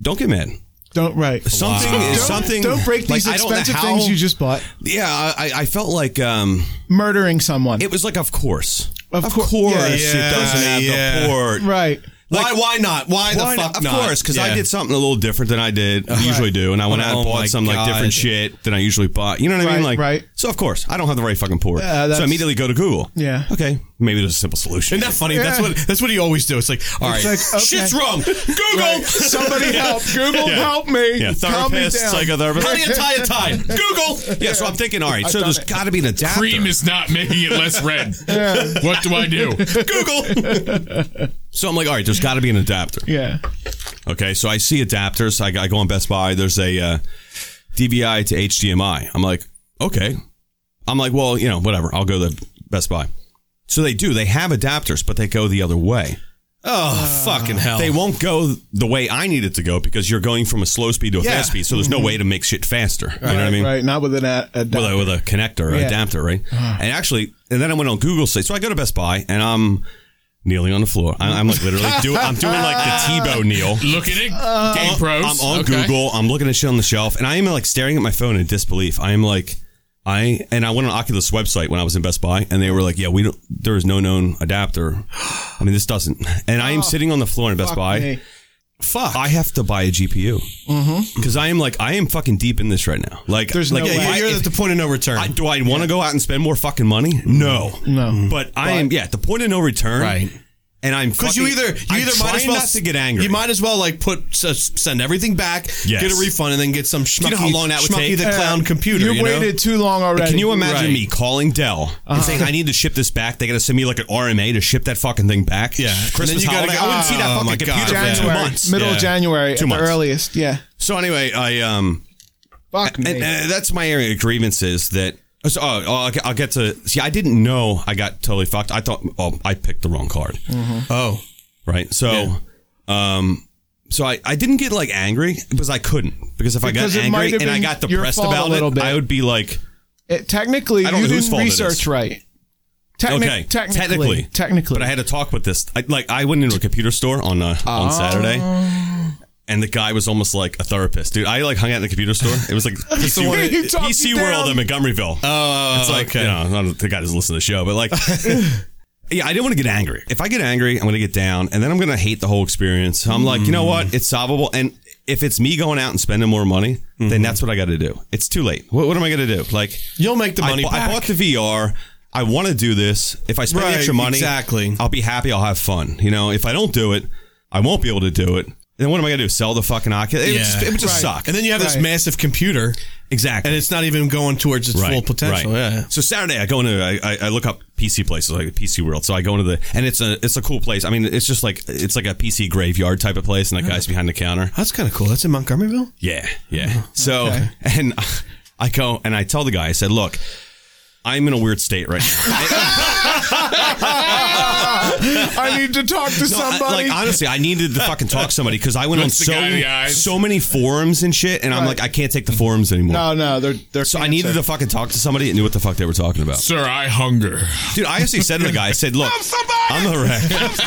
Speaker 2: "Don't get mad.
Speaker 3: Don't right.
Speaker 2: Something is
Speaker 3: Don't,
Speaker 2: something.
Speaker 3: don't break
Speaker 2: like,
Speaker 3: these
Speaker 2: I don't know
Speaker 3: expensive
Speaker 2: how-
Speaker 3: things you just bought.
Speaker 2: Yeah, I, I- I felt like um,
Speaker 3: Murdering someone.
Speaker 2: It was like, of course.
Speaker 3: Of cour-
Speaker 2: it
Speaker 3: yeah,
Speaker 2: doesn't have
Speaker 5: yeah.
Speaker 2: the port.
Speaker 3: right.
Speaker 5: why? Why not? Why,
Speaker 2: Why
Speaker 5: the
Speaker 2: not?
Speaker 5: fuck
Speaker 2: Of
Speaker 5: not?
Speaker 2: course, because I
Speaker 5: Yeah.
Speaker 2: did something a little different than I did usually do, and I went out
Speaker 5: Oh
Speaker 2: and
Speaker 5: my
Speaker 2: bought some like
Speaker 5: God.
Speaker 2: different shit than I usually bought. You know what I mean?
Speaker 3: Right,
Speaker 2: Like,
Speaker 3: right.
Speaker 2: So of course, I don't have the right fucking port.
Speaker 3: Yeah,
Speaker 2: so
Speaker 3: that's-
Speaker 2: I immediately go to Google.
Speaker 3: Yeah.
Speaker 2: Okay. Maybe there's a simple solution.
Speaker 5: Isn't that funny? That's
Speaker 3: Yeah.
Speaker 5: what that's what he always do. It's like, all right,
Speaker 3: like, okay.
Speaker 5: shit's wrong. Google.
Speaker 3: Right. Somebody help. Google
Speaker 2: Yeah.
Speaker 3: help me.
Speaker 2: Yeah,
Speaker 3: Calm me
Speaker 2: therapist,
Speaker 3: down.
Speaker 2: psychotherapist.
Speaker 5: How do you tie a tie? Google.
Speaker 2: Yeah, so I'm thinking, all right, so
Speaker 3: done
Speaker 2: there's
Speaker 3: it.
Speaker 2: got to be an adapter.
Speaker 4: Cream is not making it less red. What do I do?
Speaker 2: Google. so I'm like, all right, there's got to be an adapter.
Speaker 3: Yeah.
Speaker 2: Okay, so I see adapters. I, I go on Best Buy. There's a uh, DVI to HDMI. I'm like, okay. I'm like, well, you know, whatever. I'll go to Best Buy. So they do. They have adapters, but they go the other way.
Speaker 5: Oh, fucking hell.
Speaker 2: They won't go the way I need it to go because you're going from a slow speed to a
Speaker 5: Yeah.
Speaker 2: fast speed. So there's no way to make shit faster. You know what I mean?
Speaker 3: Right. Not with an ad. ad-
Speaker 2: With a, with a connector, or
Speaker 3: Yeah.
Speaker 2: adapter, right? And actually, and then I went on Google site. So I go to Best Buy and I'm kneeling on the floor. I- I'm like literally do, I'm doing like the Tebow kneel.
Speaker 4: Look at it, Game Pros.
Speaker 2: I'm on
Speaker 4: Okay.
Speaker 2: Google. I'm looking at shit on the shelf, and I am like staring at my phone in disbelief. I am like, I and I went on Oculus website when I was in Best Buy, and they were like, "Yeah, we don't. There is no known adapter. I mean, this doesn't." And I am sitting on the floor in Best
Speaker 3: Oh, fuck
Speaker 2: Buy.
Speaker 3: me.
Speaker 2: Fuck. I have to buy a GPU because I am like, I am fucking deep in this right now. Like,
Speaker 3: Mm-hmm. There's
Speaker 2: like,
Speaker 3: no way.
Speaker 5: Yeah,
Speaker 2: I-
Speaker 5: you're
Speaker 2: if-
Speaker 5: at the point of no return.
Speaker 2: I, do I want to go out and spend more fucking money? No,
Speaker 3: No.
Speaker 2: But I am yeah at the point of no return,
Speaker 5: Right.
Speaker 2: And I'm
Speaker 5: Because you
Speaker 2: fucking-
Speaker 5: either you
Speaker 2: I'm
Speaker 5: either might as
Speaker 2: trying
Speaker 5: well
Speaker 2: not to get angry.
Speaker 5: You might as well like put s- send everything back,
Speaker 2: Yes.
Speaker 5: get a refund, and then get some schmucky,
Speaker 2: you know how long that would
Speaker 5: schmucky
Speaker 2: take?
Speaker 5: the clown computer.
Speaker 3: Uh, You,
Speaker 5: You know?
Speaker 3: waited too long already.
Speaker 2: Can you imagine
Speaker 5: Right.
Speaker 2: me calling Dell
Speaker 3: Uh-huh.
Speaker 2: and saying I need to ship this back? They got to send me like an RMA to ship that fucking thing back.
Speaker 5: Yeah. And then
Speaker 2: Christmas
Speaker 5: you gotta
Speaker 2: holiday.
Speaker 5: go-
Speaker 2: I wouldn't see that
Speaker 5: Oh, my
Speaker 2: fucking
Speaker 5: God.
Speaker 2: computer for two
Speaker 3: January,
Speaker 2: months.
Speaker 3: middle
Speaker 2: Yeah.
Speaker 3: of January,
Speaker 2: Two
Speaker 3: at the
Speaker 2: months.
Speaker 3: earliest. Yeah.
Speaker 2: So anyway, I um,
Speaker 3: Fuck
Speaker 2: and,
Speaker 3: me.
Speaker 2: uh, that's my area of grievances. That so, oh, oh, I'll, get- I'll get to. See, I didn't know I got totally fucked. I thought, oh, I picked the wrong card.
Speaker 3: Mm-hmm.
Speaker 5: Oh,
Speaker 2: Right. So, um. So I, I didn't get like angry because I couldn't because if
Speaker 3: Because
Speaker 2: I
Speaker 3: it
Speaker 2: got
Speaker 3: might
Speaker 2: angry
Speaker 3: have
Speaker 2: and I
Speaker 3: been
Speaker 2: got
Speaker 3: your
Speaker 2: depressed
Speaker 3: fault a
Speaker 2: about
Speaker 3: little
Speaker 2: it,
Speaker 3: bit.
Speaker 2: I would be like,
Speaker 3: It- technically,
Speaker 2: I don't
Speaker 3: you
Speaker 2: know whose
Speaker 3: didn't
Speaker 2: fault it is.
Speaker 3: research right. Technic-
Speaker 2: okay,
Speaker 3: technically,
Speaker 2: technically,
Speaker 3: technically.
Speaker 2: But I had to talk with this. I, like, I went into a computer store on uh, on Saturday, and the guy was almost like a therapist, dude. I like hung out in the computer store. It was like PC,
Speaker 3: one that- He talked
Speaker 2: PC
Speaker 3: you
Speaker 2: World
Speaker 3: down.
Speaker 2: in Montgomeryville. Oh, it's like you know, not- the guy doesn't listen to the show, but like. Yeah, I didn't want to get angry. If I get angry, I'm going to get down, and then I'm going to hate the whole experience. So I'm like, you know what? It's solvable, and if it's me going out and spending more money, then that's what I got to do. It's too late. What, what am I going to do? Like,
Speaker 5: You'll make the
Speaker 2: I
Speaker 5: money
Speaker 2: bu- I,
Speaker 5: back.
Speaker 2: bought the VR. I want to do this. If I spend
Speaker 5: Right,
Speaker 2: extra money,
Speaker 5: exactly.
Speaker 2: I'll be happy. I'll have fun. You know, if I don't do it, I won't be able to do it. Then what am I going to do? Sell the fucking Oculus? It, would just- it would just suck.
Speaker 5: And then you have this
Speaker 3: Right.
Speaker 5: massive computer,
Speaker 2: exactly.
Speaker 5: and it's not even going towards its full potential.
Speaker 2: right.
Speaker 5: Yeah.
Speaker 2: So Saturday, I go into I, I, I look up PC places like PC World. So I go into the and it's a it's a cool place. I mean, it's just like it's like a PC graveyard type of place, and the guy's behind the counter.
Speaker 5: That's kind of cool. That's in Montgomeryville.
Speaker 2: Yeah, yeah. So and I go and I tell the guy. I said, look. I'm in a weird state right now.
Speaker 3: I need to talk to
Speaker 2: I-
Speaker 3: somebody.
Speaker 2: like honestly, I needed to fucking talk to somebody because I went on
Speaker 4: Looks the guy in the
Speaker 2: so
Speaker 4: eyes.
Speaker 2: so many forums and shit, and I'm
Speaker 3: Right.
Speaker 2: like, I can't take the forums anymore.
Speaker 3: no, no, they're they're.
Speaker 2: So I needed to fucking talk to somebody that knew what the fuck they were talking about.
Speaker 4: Sir, I hunger.
Speaker 2: Dude, I actually said to the guy, I said, look, I'm, a wreck. I'm,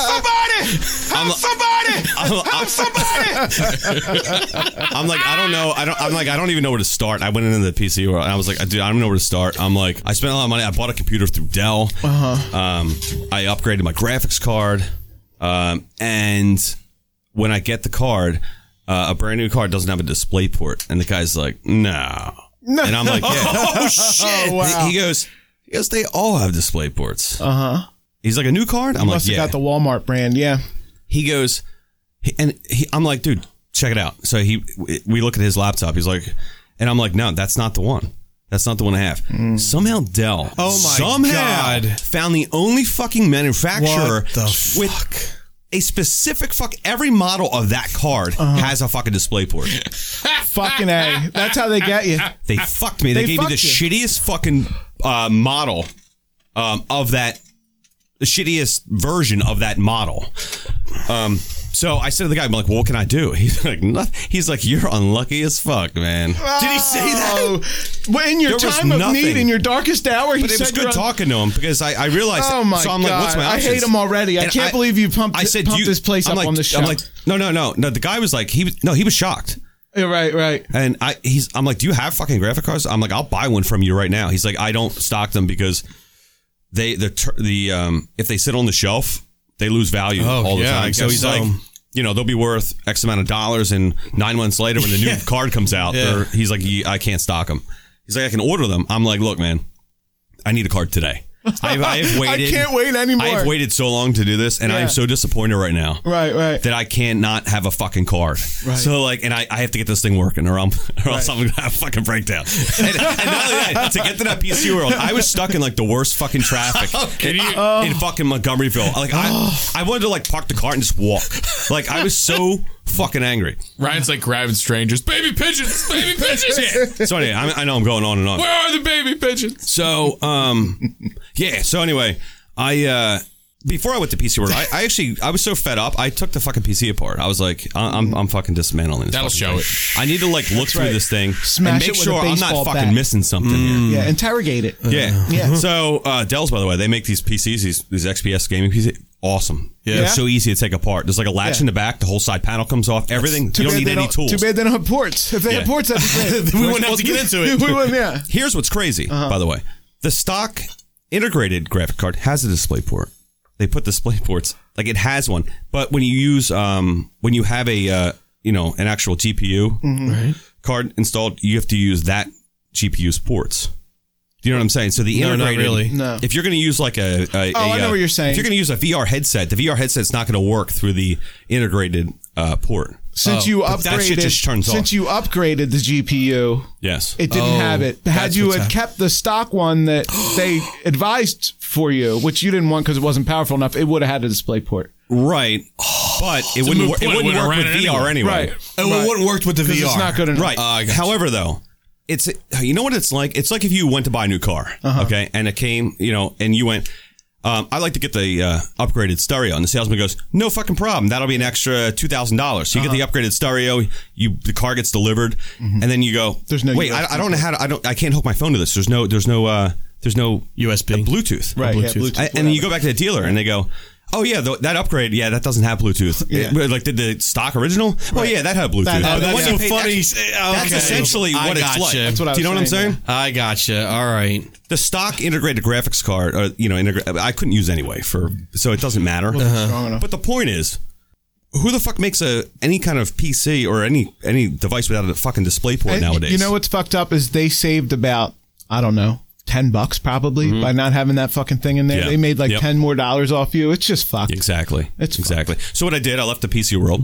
Speaker 2: like, I'm, somebody. I'm, somebody. I'm, somebody. I'm like, I don't know. I don't, I'm like, I don't even know where to start. I went into the PC world and I was like, dude, I don't know where to start. I'm like, I spent a lot of money. I bought a computer through Dell. Uh-huh. Um, I upgraded my graphics card. Um, and when I get the card, uh, a brand new card doesn't have a display port. And the guy's like, no. No. And I'm like, yeah.
Speaker 5: Oh shit!
Speaker 2: He goes, he goes, they all have display ports. Uh huh. He's like, a new card? I'm
Speaker 3: Must
Speaker 2: like, yeah.
Speaker 3: have got the Walmart brand. Yeah.
Speaker 2: he goes, he- and he, I'm like, dude, check it out. So he, we look at his laptop. He's like, and I'm like, no, that's not the one. That's not the one I have. Somehow Dell,
Speaker 5: Oh my
Speaker 2: somehow
Speaker 5: God.
Speaker 2: found the only fucking manufacturer
Speaker 5: What the
Speaker 2: with a specific fuck. Every model of that card
Speaker 5: Uh-huh.
Speaker 2: has a fucking display port.
Speaker 3: Fucking a. That's how they get you.
Speaker 2: They fucked me. They,
Speaker 3: Ah, They
Speaker 2: gave me the
Speaker 3: fucked
Speaker 2: shittiest fucking uh, model um, of that, the shittiest version of that model. Um, so I said to the guy, I'm like, well, what can I do? He's like, nothing. He's like, you're unlucky as fuck, man. Did he say that?
Speaker 3: Oh, well, in your
Speaker 2: There was
Speaker 3: time of
Speaker 2: nothing.
Speaker 3: need, in your darkest hour, he
Speaker 2: But it
Speaker 3: said
Speaker 2: was
Speaker 3: you're
Speaker 2: good
Speaker 3: on-
Speaker 2: talking to him because I, I realized.
Speaker 3: Oh my
Speaker 2: so I'm like, what's
Speaker 3: God.
Speaker 2: my
Speaker 3: I
Speaker 2: options?
Speaker 3: hate him already. I
Speaker 2: And
Speaker 3: can't believe you pumped-
Speaker 2: I said,
Speaker 3: pumped
Speaker 2: you,
Speaker 3: this place
Speaker 2: I'm
Speaker 3: up
Speaker 2: like,
Speaker 3: on the show.
Speaker 2: I'm like, no, no, no, no. The guy was like, he was no, he was shocked.
Speaker 3: Yeah, Right, right.
Speaker 2: And I, he's, I'm like, do you have fucking graphic cards? I'm like, I'll buy one from you right now. He's like, I don't stock them because they, the, tur- the, um, if they sit on the shelf, they lose value all the
Speaker 5: Oh, yeah, I
Speaker 2: time. So
Speaker 5: guess
Speaker 2: he's
Speaker 5: so.
Speaker 2: like, you know, they'll be worth X amount of dollars, and nine months later, when the new card comes out,
Speaker 5: Yeah.
Speaker 2: they're he's like, "You- I can't stock them. He's like, I can order them. I'm like, look, man, I need a card today. I've, I've waited.
Speaker 3: I can't wait anymore.
Speaker 2: I've waited so long to do this, and
Speaker 3: Yeah.
Speaker 2: I'm so disappointed right now
Speaker 3: Right, right.
Speaker 2: that I cannot have a fucking card. So like, and I, I have to get this thing working, or I'm or else I'm gonna have a fucking breakdown. and, and not only that, to get to that PC world, I was stuck in like the worst fucking traffic in, in fucking Montgomeryville. Like I, I wanted to like park the car and just walk. Like I was so fucking angry.
Speaker 4: Ryan's like grabbing strangers. Baby pigeons! Baby pigeons!
Speaker 2: So anyway, I, I know I'm going on and on.
Speaker 4: Where are the baby pigeons?
Speaker 2: So, um, yeah. So anyway, I uh, before I went to PC World, I, I actually I was so fed up. I took the fucking PC apart. I was like, I- I'm I'm fucking dismantling this.
Speaker 4: That'll
Speaker 2: fucking
Speaker 4: show
Speaker 2: thing. I
Speaker 4: it.
Speaker 2: need to like look through this thing
Speaker 3: Smash
Speaker 2: and make
Speaker 3: it with a
Speaker 2: sure I'm not
Speaker 3: baseball
Speaker 2: fucking
Speaker 3: bat.
Speaker 2: missing something here.
Speaker 3: yeah, interrogate it.
Speaker 2: Mm. Yeah.
Speaker 3: Yeah.
Speaker 2: So uh, Dell's, by the way, they make these PCs, these, these XPS gaming PCs, awesome. Yeah. They're so easy to take apart. There's like a latch
Speaker 3: Yeah.
Speaker 2: in the back. The whole side panel comes off. Everything. You don't
Speaker 3: bad
Speaker 2: need
Speaker 3: they
Speaker 2: any
Speaker 3: don't-
Speaker 2: tools.
Speaker 3: Too bad they don't have ports. If they
Speaker 2: Yeah.
Speaker 3: had ports, that'd be great.
Speaker 2: We wouldn't have to get into it. Oh.
Speaker 3: we wouldn't, yeah.
Speaker 2: Here's what's crazy,
Speaker 3: Uh-huh.
Speaker 2: by the way. The stock integrated graphic card has a display port. They put display ports like it has one, but when you use um when you have a uh, you know an actual GPU
Speaker 3: Mm-hmm.
Speaker 2: card installed, you have to use that GPU's ports. Do you know what I'm saying? So the
Speaker 5: No, not
Speaker 2: integrated,
Speaker 5: really.
Speaker 3: No.
Speaker 2: If you're going to use like a, a a,
Speaker 3: Oh, I know
Speaker 2: uh,
Speaker 3: what you're saying.
Speaker 2: If you're going to use a VR headset, the VR headset's not going to work through the integrated uh, port.
Speaker 3: Since you
Speaker 2: but
Speaker 3: upgraded,
Speaker 2: that shit just turns off.
Speaker 3: since you upgraded the GPU,
Speaker 2: Yes.
Speaker 3: it didn't
Speaker 5: Oh,
Speaker 3: have it. Had
Speaker 5: that's
Speaker 3: you
Speaker 5: what's
Speaker 3: had
Speaker 5: hap-
Speaker 3: kept the stock one that they advised for you, which you didn't want because it wasn't powerful enough, it would have had a display port.
Speaker 2: right. But it wouldn't,
Speaker 4: moot
Speaker 2: wor- it
Speaker 4: point. It
Speaker 2: wouldn't
Speaker 4: would've
Speaker 2: work
Speaker 4: ran
Speaker 2: with
Speaker 4: it
Speaker 2: VR anyway.
Speaker 5: And Oh, well, what worked with the
Speaker 3: Because
Speaker 5: VR?
Speaker 3: it's not good enough.
Speaker 2: Right. However, though, it's
Speaker 3: Uh-huh.
Speaker 2: you know what it's like. It's like if you went to buy a new car, okay, and it came, you know, and you went, Um, I'd like to get the uh, upgraded stereo. And the salesman goes, no fucking problem. That'll be an extra $2,000. So you
Speaker 3: Uh-huh.
Speaker 2: get the upgraded stereo, you the car gets delivered, and then you go,
Speaker 3: Mm-hmm. There's no
Speaker 2: wait, I,
Speaker 3: USB
Speaker 2: I don't know how to, I, don't, I can't hook my phone to this. There's no, there's no, uh, there's no
Speaker 5: USB.
Speaker 2: uh, Bluetooth.
Speaker 3: Right, yeah,
Speaker 5: Bluetooth.
Speaker 3: Bluetooth,
Speaker 2: I- and you go back to the dealer and they go, "Oh yeah, th- that upgrade, yeah, that doesn't have Bluetooth.
Speaker 3: Yeah.
Speaker 2: It- like did the stock original? Oh yeah, that had Bluetooth.
Speaker 3: That had-
Speaker 2: The
Speaker 3: that's
Speaker 2: one
Speaker 3: so
Speaker 2: you paid
Speaker 5: funny.
Speaker 2: extra-
Speaker 5: Eh,
Speaker 2: That's
Speaker 5: okay.
Speaker 2: essentially
Speaker 5: I
Speaker 2: what it's
Speaker 5: gotcha.
Speaker 2: like.
Speaker 5: That's
Speaker 3: what I
Speaker 2: Do you know
Speaker 3: was
Speaker 2: what I'm
Speaker 3: saying,
Speaker 2: saying?
Speaker 5: I gotcha. All right.
Speaker 2: The stock integrated graphics card, or, you know, integra- I couldn't use anyway for, so it doesn't matter.
Speaker 3: Strong enough.
Speaker 2: But the point is, who the fuck makes a any kind of PC or any any device without a fucking display port
Speaker 3: And
Speaker 2: nowadays?
Speaker 3: You know what's fucked up is they saved about I don't know ten bucks probably by not having that fucking thing in there.
Speaker 2: Mm-hmm. Yeah.
Speaker 3: They made like
Speaker 2: Yep.
Speaker 3: ten more dollars off you. It's just fucked.
Speaker 2: Exactly.
Speaker 3: It's Mm-hmm.
Speaker 2: exactly. So what I did, I left the PC World,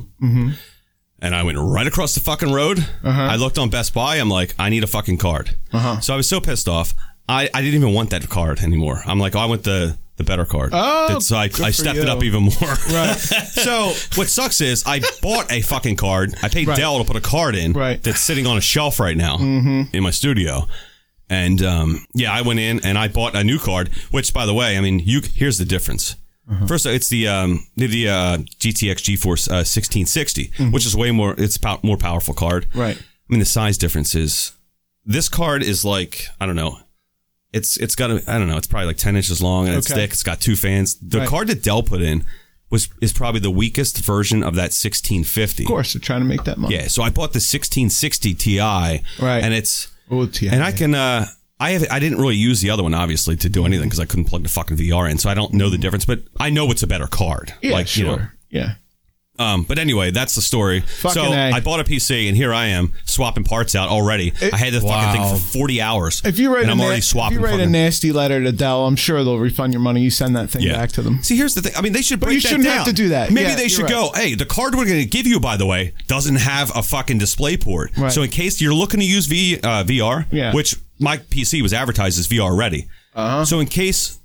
Speaker 2: and I went right across the fucking road.
Speaker 3: Uh-huh.
Speaker 2: I looked on Best Buy. I'm like, I need a fucking card. So I was so pissed off. I, I didn't even want that card anymore. I'm like, oh, I want the the better card.
Speaker 3: Oh,
Speaker 2: That's- so I,
Speaker 3: good
Speaker 2: I
Speaker 3: for
Speaker 2: stepped it
Speaker 3: you.
Speaker 2: up even more. Right. so what sucks is I bought a fucking card. I paid
Speaker 3: Right.
Speaker 2: Dell to put a card in
Speaker 3: Right. Mm-hmm.
Speaker 2: that's sitting on a shelf right now in my studio. And um, yeah, I went in and I bought a new card. Which, by the way, I mean, you here's the difference.
Speaker 3: Uh-huh.
Speaker 2: First, it's the um, the, the uh, GTX GeForce uh, 1660, which is way more. It's pow- more powerful card.
Speaker 3: Mm-hmm. Right.
Speaker 2: I mean, the size difference is this card is like I don't know. It's it's got a I don't know. It's probably like 10 inches long and it's
Speaker 3: Okay.
Speaker 2: thick. It's got two fans. The
Speaker 3: Right.
Speaker 2: card that Dell put in was is probably the weakest version of that 1650.
Speaker 3: Of course, they're trying to make that money.
Speaker 2: Yeah, so I bought the 1660 Ti. Right. And it's
Speaker 3: Oh, TI.
Speaker 2: and I can uh I have I didn't really use the other one obviously to do anything because I couldn't plug the fucking VR in, so I don't know the difference. But I know it's a better card.
Speaker 3: yeah,
Speaker 2: like
Speaker 3: sure.
Speaker 2: you know.
Speaker 3: yeah.
Speaker 2: Um, but anyway, that's the story. so
Speaker 3: A.
Speaker 2: I bought a PC and here I am swapping parts out already. I had the fucking
Speaker 5: Wow.
Speaker 2: thing for forty hours.
Speaker 3: If you write,
Speaker 2: and
Speaker 3: a,
Speaker 2: I'm
Speaker 3: na-
Speaker 2: already swapping.
Speaker 3: if you write a
Speaker 2: fucking-
Speaker 3: nasty letter to Dell, I'm sure they'll refund your money. You send that thing
Speaker 2: Yeah.
Speaker 3: back to them.
Speaker 2: See, here's the thing. I mean, they should break
Speaker 3: you
Speaker 2: that
Speaker 3: shouldn't have
Speaker 2: down.
Speaker 3: to do that.
Speaker 2: Maybe
Speaker 3: Yeah,
Speaker 2: they
Speaker 3: you're
Speaker 2: should go, hey, the card we're going to give you, by the way, doesn't have a fucking display port.
Speaker 3: Right.
Speaker 2: So in case you're looking to use v, uh, VR,
Speaker 3: Yeah.
Speaker 2: which my PC was advertised as VR ready. Uh-huh. So in case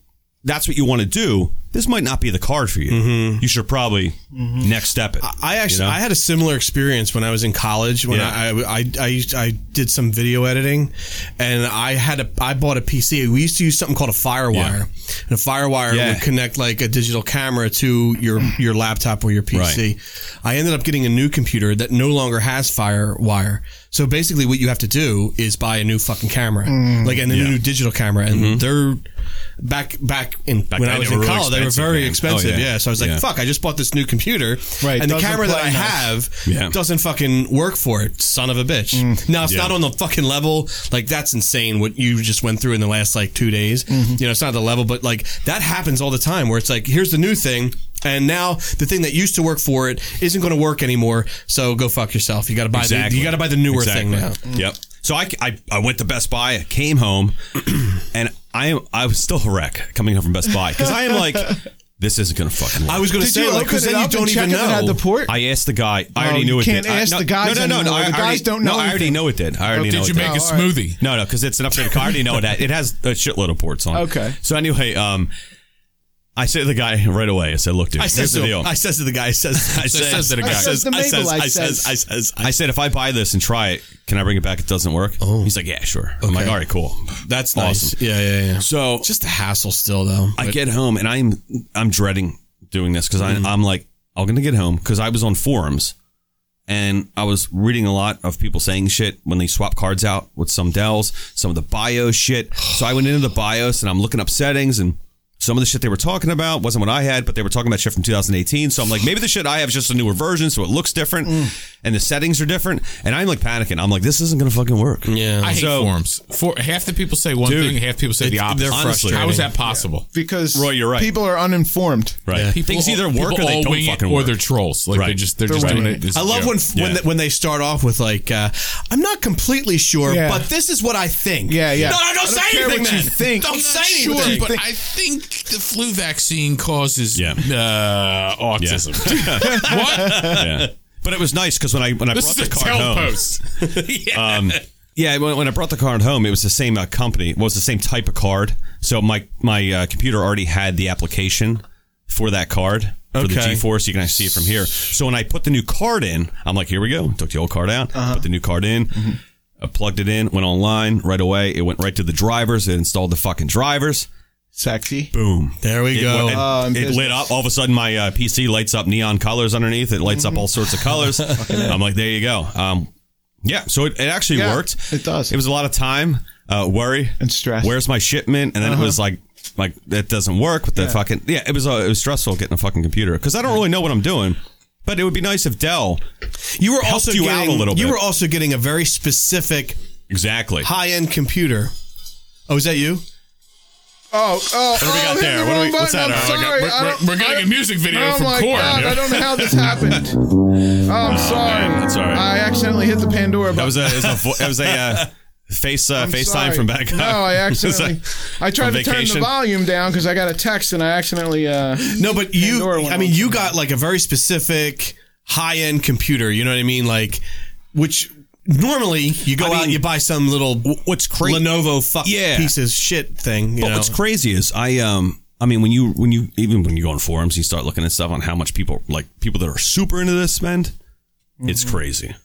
Speaker 2: that's what you want to do, this might not be the card for you.
Speaker 3: Mm-hmm.
Speaker 2: You should probably next step it.
Speaker 5: I actually
Speaker 2: You know?
Speaker 5: I had a similar experience when I was in college when
Speaker 2: Yeah.
Speaker 5: I, I, I I did some video editing and I had a I bought a PC. We used to use something called a FireWire,
Speaker 2: Yeah.
Speaker 5: and a FireWire
Speaker 2: Yeah.
Speaker 5: would connect like a digital camera to your your laptop or your PC. I ended up getting a new computer that no longer has FireWire. So basically, what you have to do is buy a new fucking camera, like and a new digital camera, and they're. Back back in when
Speaker 2: Mm-hmm. then,
Speaker 5: I was
Speaker 2: they
Speaker 5: in
Speaker 2: were really
Speaker 5: college, they were
Speaker 2: expensive,
Speaker 5: very
Speaker 2: man. Oh,
Speaker 5: expensive.
Speaker 2: yeah.
Speaker 5: yeah. so I was like,
Speaker 2: Yeah.
Speaker 5: "Fuck! I just bought this new computer,
Speaker 3: Right,
Speaker 5: and the
Speaker 3: doesn't
Speaker 5: camera that
Speaker 3: play
Speaker 5: I
Speaker 3: nice.
Speaker 5: have
Speaker 2: Yeah.
Speaker 5: doesn't fucking work for it, son of a bitch.
Speaker 3: Mm.
Speaker 5: Now it's not on the fucking level. Like that's insane what you just went through in the last like two days.
Speaker 3: Mm-hmm.
Speaker 5: You know, it's not the level, but like that happens all the time where it's like, here's the new thing, and now the thing that used to work for it isn't going to work anymore. So go fuck yourself. You got to buy the you got to buy the newer thing now.
Speaker 2: Exactly. Yep. So I, I, I went to Best Buy, I came home, and I am I was still a wreck coming home from Best Buy because I am like, this isn't gonna fucking work.
Speaker 5: I was going to
Speaker 3: Did
Speaker 5: say
Speaker 3: you open
Speaker 5: like because
Speaker 3: it
Speaker 5: then you
Speaker 3: up and
Speaker 5: don't
Speaker 3: check
Speaker 5: even
Speaker 3: if it
Speaker 5: know.
Speaker 3: had the port?
Speaker 2: I asked the guy. I
Speaker 3: No,
Speaker 2: already
Speaker 3: you
Speaker 2: knew it
Speaker 3: can't
Speaker 2: did. I-
Speaker 3: ask
Speaker 2: no,
Speaker 3: the guys
Speaker 2: No, no, no. no
Speaker 3: anymore.
Speaker 2: I
Speaker 3: The
Speaker 2: already-
Speaker 3: guys don't know
Speaker 2: No, I already
Speaker 3: anything.
Speaker 2: know it did. I already know
Speaker 4: Did
Speaker 2: it
Speaker 4: you
Speaker 2: did.
Speaker 4: make a
Speaker 3: Oh, all right.
Speaker 4: smoothie?
Speaker 2: No, no, because it's an upgraded car. I already know that. It has a shitload of ports on it.
Speaker 3: Okay.
Speaker 2: So anyway, um, I said to the guy right away, I said, look, dude,
Speaker 5: I
Speaker 2: here's
Speaker 5: says
Speaker 2: the
Speaker 5: to
Speaker 2: deal.
Speaker 5: him, I says to the guy, I says, I
Speaker 4: says to the guy.
Speaker 5: I says,
Speaker 3: The
Speaker 5: I says,
Speaker 3: Mabel, I
Speaker 5: I says,
Speaker 3: says.
Speaker 5: I says, I
Speaker 2: I said, if I buy this and try it, can I bring it back? It doesn't work. Oh. He's like, yeah, sure. I'm like, all right, cool.
Speaker 5: That's nice. Yeah, yeah, yeah.
Speaker 2: So
Speaker 5: Just the hassle still though.
Speaker 2: I get home and I'm I'm dreading doing this because I'm like I'm gonna get home because I was on forums and I was reading a lot of people saying shit when they swap cards out with some Dells, some of the BIOS shit. So I went into the BIOS and I'm looking up settings and some of the shit they were talking about wasn't what I had, but they were talking about shit from 2018. So I'm like, maybe the shit I have is just a newer version, so it looks different and the settings are different. And I'm like panicking. I'm like, this isn't gonna fucking work.
Speaker 5: Yeah.
Speaker 4: I hate
Speaker 2: So-
Speaker 4: forums. For half the people say one
Speaker 2: Dude,
Speaker 4: thing, half the people say the
Speaker 5: it's-
Speaker 4: opposite.
Speaker 5: they're
Speaker 2: Honestly.
Speaker 4: How is that possible?
Speaker 3: because
Speaker 2: Roy, you're right.
Speaker 3: People are uninformed.
Speaker 2: Right.
Speaker 4: People
Speaker 2: Things either
Speaker 4: all-
Speaker 2: work or
Speaker 4: people
Speaker 2: they
Speaker 4: all
Speaker 2: don't
Speaker 4: wing it,
Speaker 2: fucking
Speaker 4: or
Speaker 2: work.
Speaker 4: they're trolls. Like
Speaker 2: Right.
Speaker 4: they're just they're, just
Speaker 3: They're
Speaker 4: doing
Speaker 3: right.
Speaker 4: it. as a
Speaker 5: I love
Speaker 4: joke.
Speaker 5: when when,
Speaker 2: Yeah.
Speaker 5: they, when they start off with like, uh, I'm not completely sure,
Speaker 3: Yeah.
Speaker 5: but this is what I think.
Speaker 3: Yeah, yeah.
Speaker 5: No, no, don't
Speaker 3: I don't
Speaker 5: say
Speaker 3: care
Speaker 5: anything.
Speaker 3: what you
Speaker 5: then.
Speaker 3: think.
Speaker 5: Don't
Speaker 3: I'm
Speaker 5: say
Speaker 3: not
Speaker 5: anything.
Speaker 3: sure,
Speaker 5: but
Speaker 4: but I think the flu vaccine causes
Speaker 2: Yeah.
Speaker 4: uh, autism. what?
Speaker 2: yeah. But it was nice because when I when I
Speaker 4: This
Speaker 2: brought
Speaker 4: is
Speaker 2: the
Speaker 4: a
Speaker 2: card
Speaker 4: tell
Speaker 2: home,
Speaker 4: post. yeah.
Speaker 2: um, yeah, when, when I brought the card home, it was the same uh, company. Well, it was the same type of card. So my my uh, computer already had the application for that card for the
Speaker 5: Okay.
Speaker 2: GeForce. You can actually see it from here. So when I put the new card in, I'm like, here we go. Took the old card out,
Speaker 3: Uh-huh.
Speaker 2: put the new card in.
Speaker 3: Mm-hmm.
Speaker 2: I plugged it in, went online right away. It went right to the drivers. It installed the fucking drivers.
Speaker 3: Sexy.
Speaker 2: Boom.
Speaker 5: There we
Speaker 2: It,
Speaker 5: go.
Speaker 2: it-
Speaker 3: Oh, I'm
Speaker 2: it
Speaker 3: business.
Speaker 2: lit up. All of a sudden, my uh, PC lights up neon colors underneath. It lights up all sorts of colors. I'm like, there you go. Um, yeah, so it, it actually
Speaker 3: Yeah,
Speaker 2: worked.
Speaker 3: it does.
Speaker 2: It was a lot of time, uh, worry,
Speaker 3: And stress. Uh-huh.
Speaker 2: Where's my shipment? And then it was like, like that doesn't work with the fucking. Yeah, it was uh, it was stressful getting a fucking computer because I don't really know what I'm doing. But it would be nice if Dell
Speaker 5: You were
Speaker 2: helped
Speaker 5: also
Speaker 2: you
Speaker 5: getting,
Speaker 2: out a little
Speaker 5: You
Speaker 2: bit.
Speaker 5: were also getting a very specific
Speaker 2: exactly.
Speaker 5: high end computer. Oh, is that you?
Speaker 3: Oh, oh, what
Speaker 2: do we got there? What do we- what's that? Oh,
Speaker 3: I'm
Speaker 2: my God.
Speaker 3: sorry.
Speaker 4: We're-
Speaker 3: I don't-
Speaker 4: we're- we're getting
Speaker 3: I-
Speaker 4: a music video
Speaker 3: oh
Speaker 4: from
Speaker 3: my
Speaker 4: Korn.
Speaker 3: God, I don't know how this happened. Oh, I'm sorry.
Speaker 2: man, that's all right.
Speaker 3: I accidentally hit the Pandora button.
Speaker 2: That was a it was a, vo- it was a uh, face uh,
Speaker 3: I'm
Speaker 2: FaceTime
Speaker 3: sorry.
Speaker 2: from back.
Speaker 3: No, I accidentally. I tried
Speaker 2: on
Speaker 3: to turn the
Speaker 2: vacation?
Speaker 3: volume down because I got a text and I accidentally. Uh,
Speaker 5: No, but you.
Speaker 3: Pandora went
Speaker 5: I mean,
Speaker 3: on.
Speaker 5: you got like a very specific high end computer. You know what I mean? Like, which normally you go
Speaker 2: I
Speaker 5: out
Speaker 2: mean,
Speaker 5: and you buy some little
Speaker 2: what's cra-
Speaker 5: Lenovo fuck
Speaker 2: Yeah.
Speaker 5: piece of shit thing. You
Speaker 2: But
Speaker 5: know?
Speaker 2: what's crazy is I um I mean when you when you even when you go on forums you start looking at stuff on how much people like people that are super into this spend, it's crazy.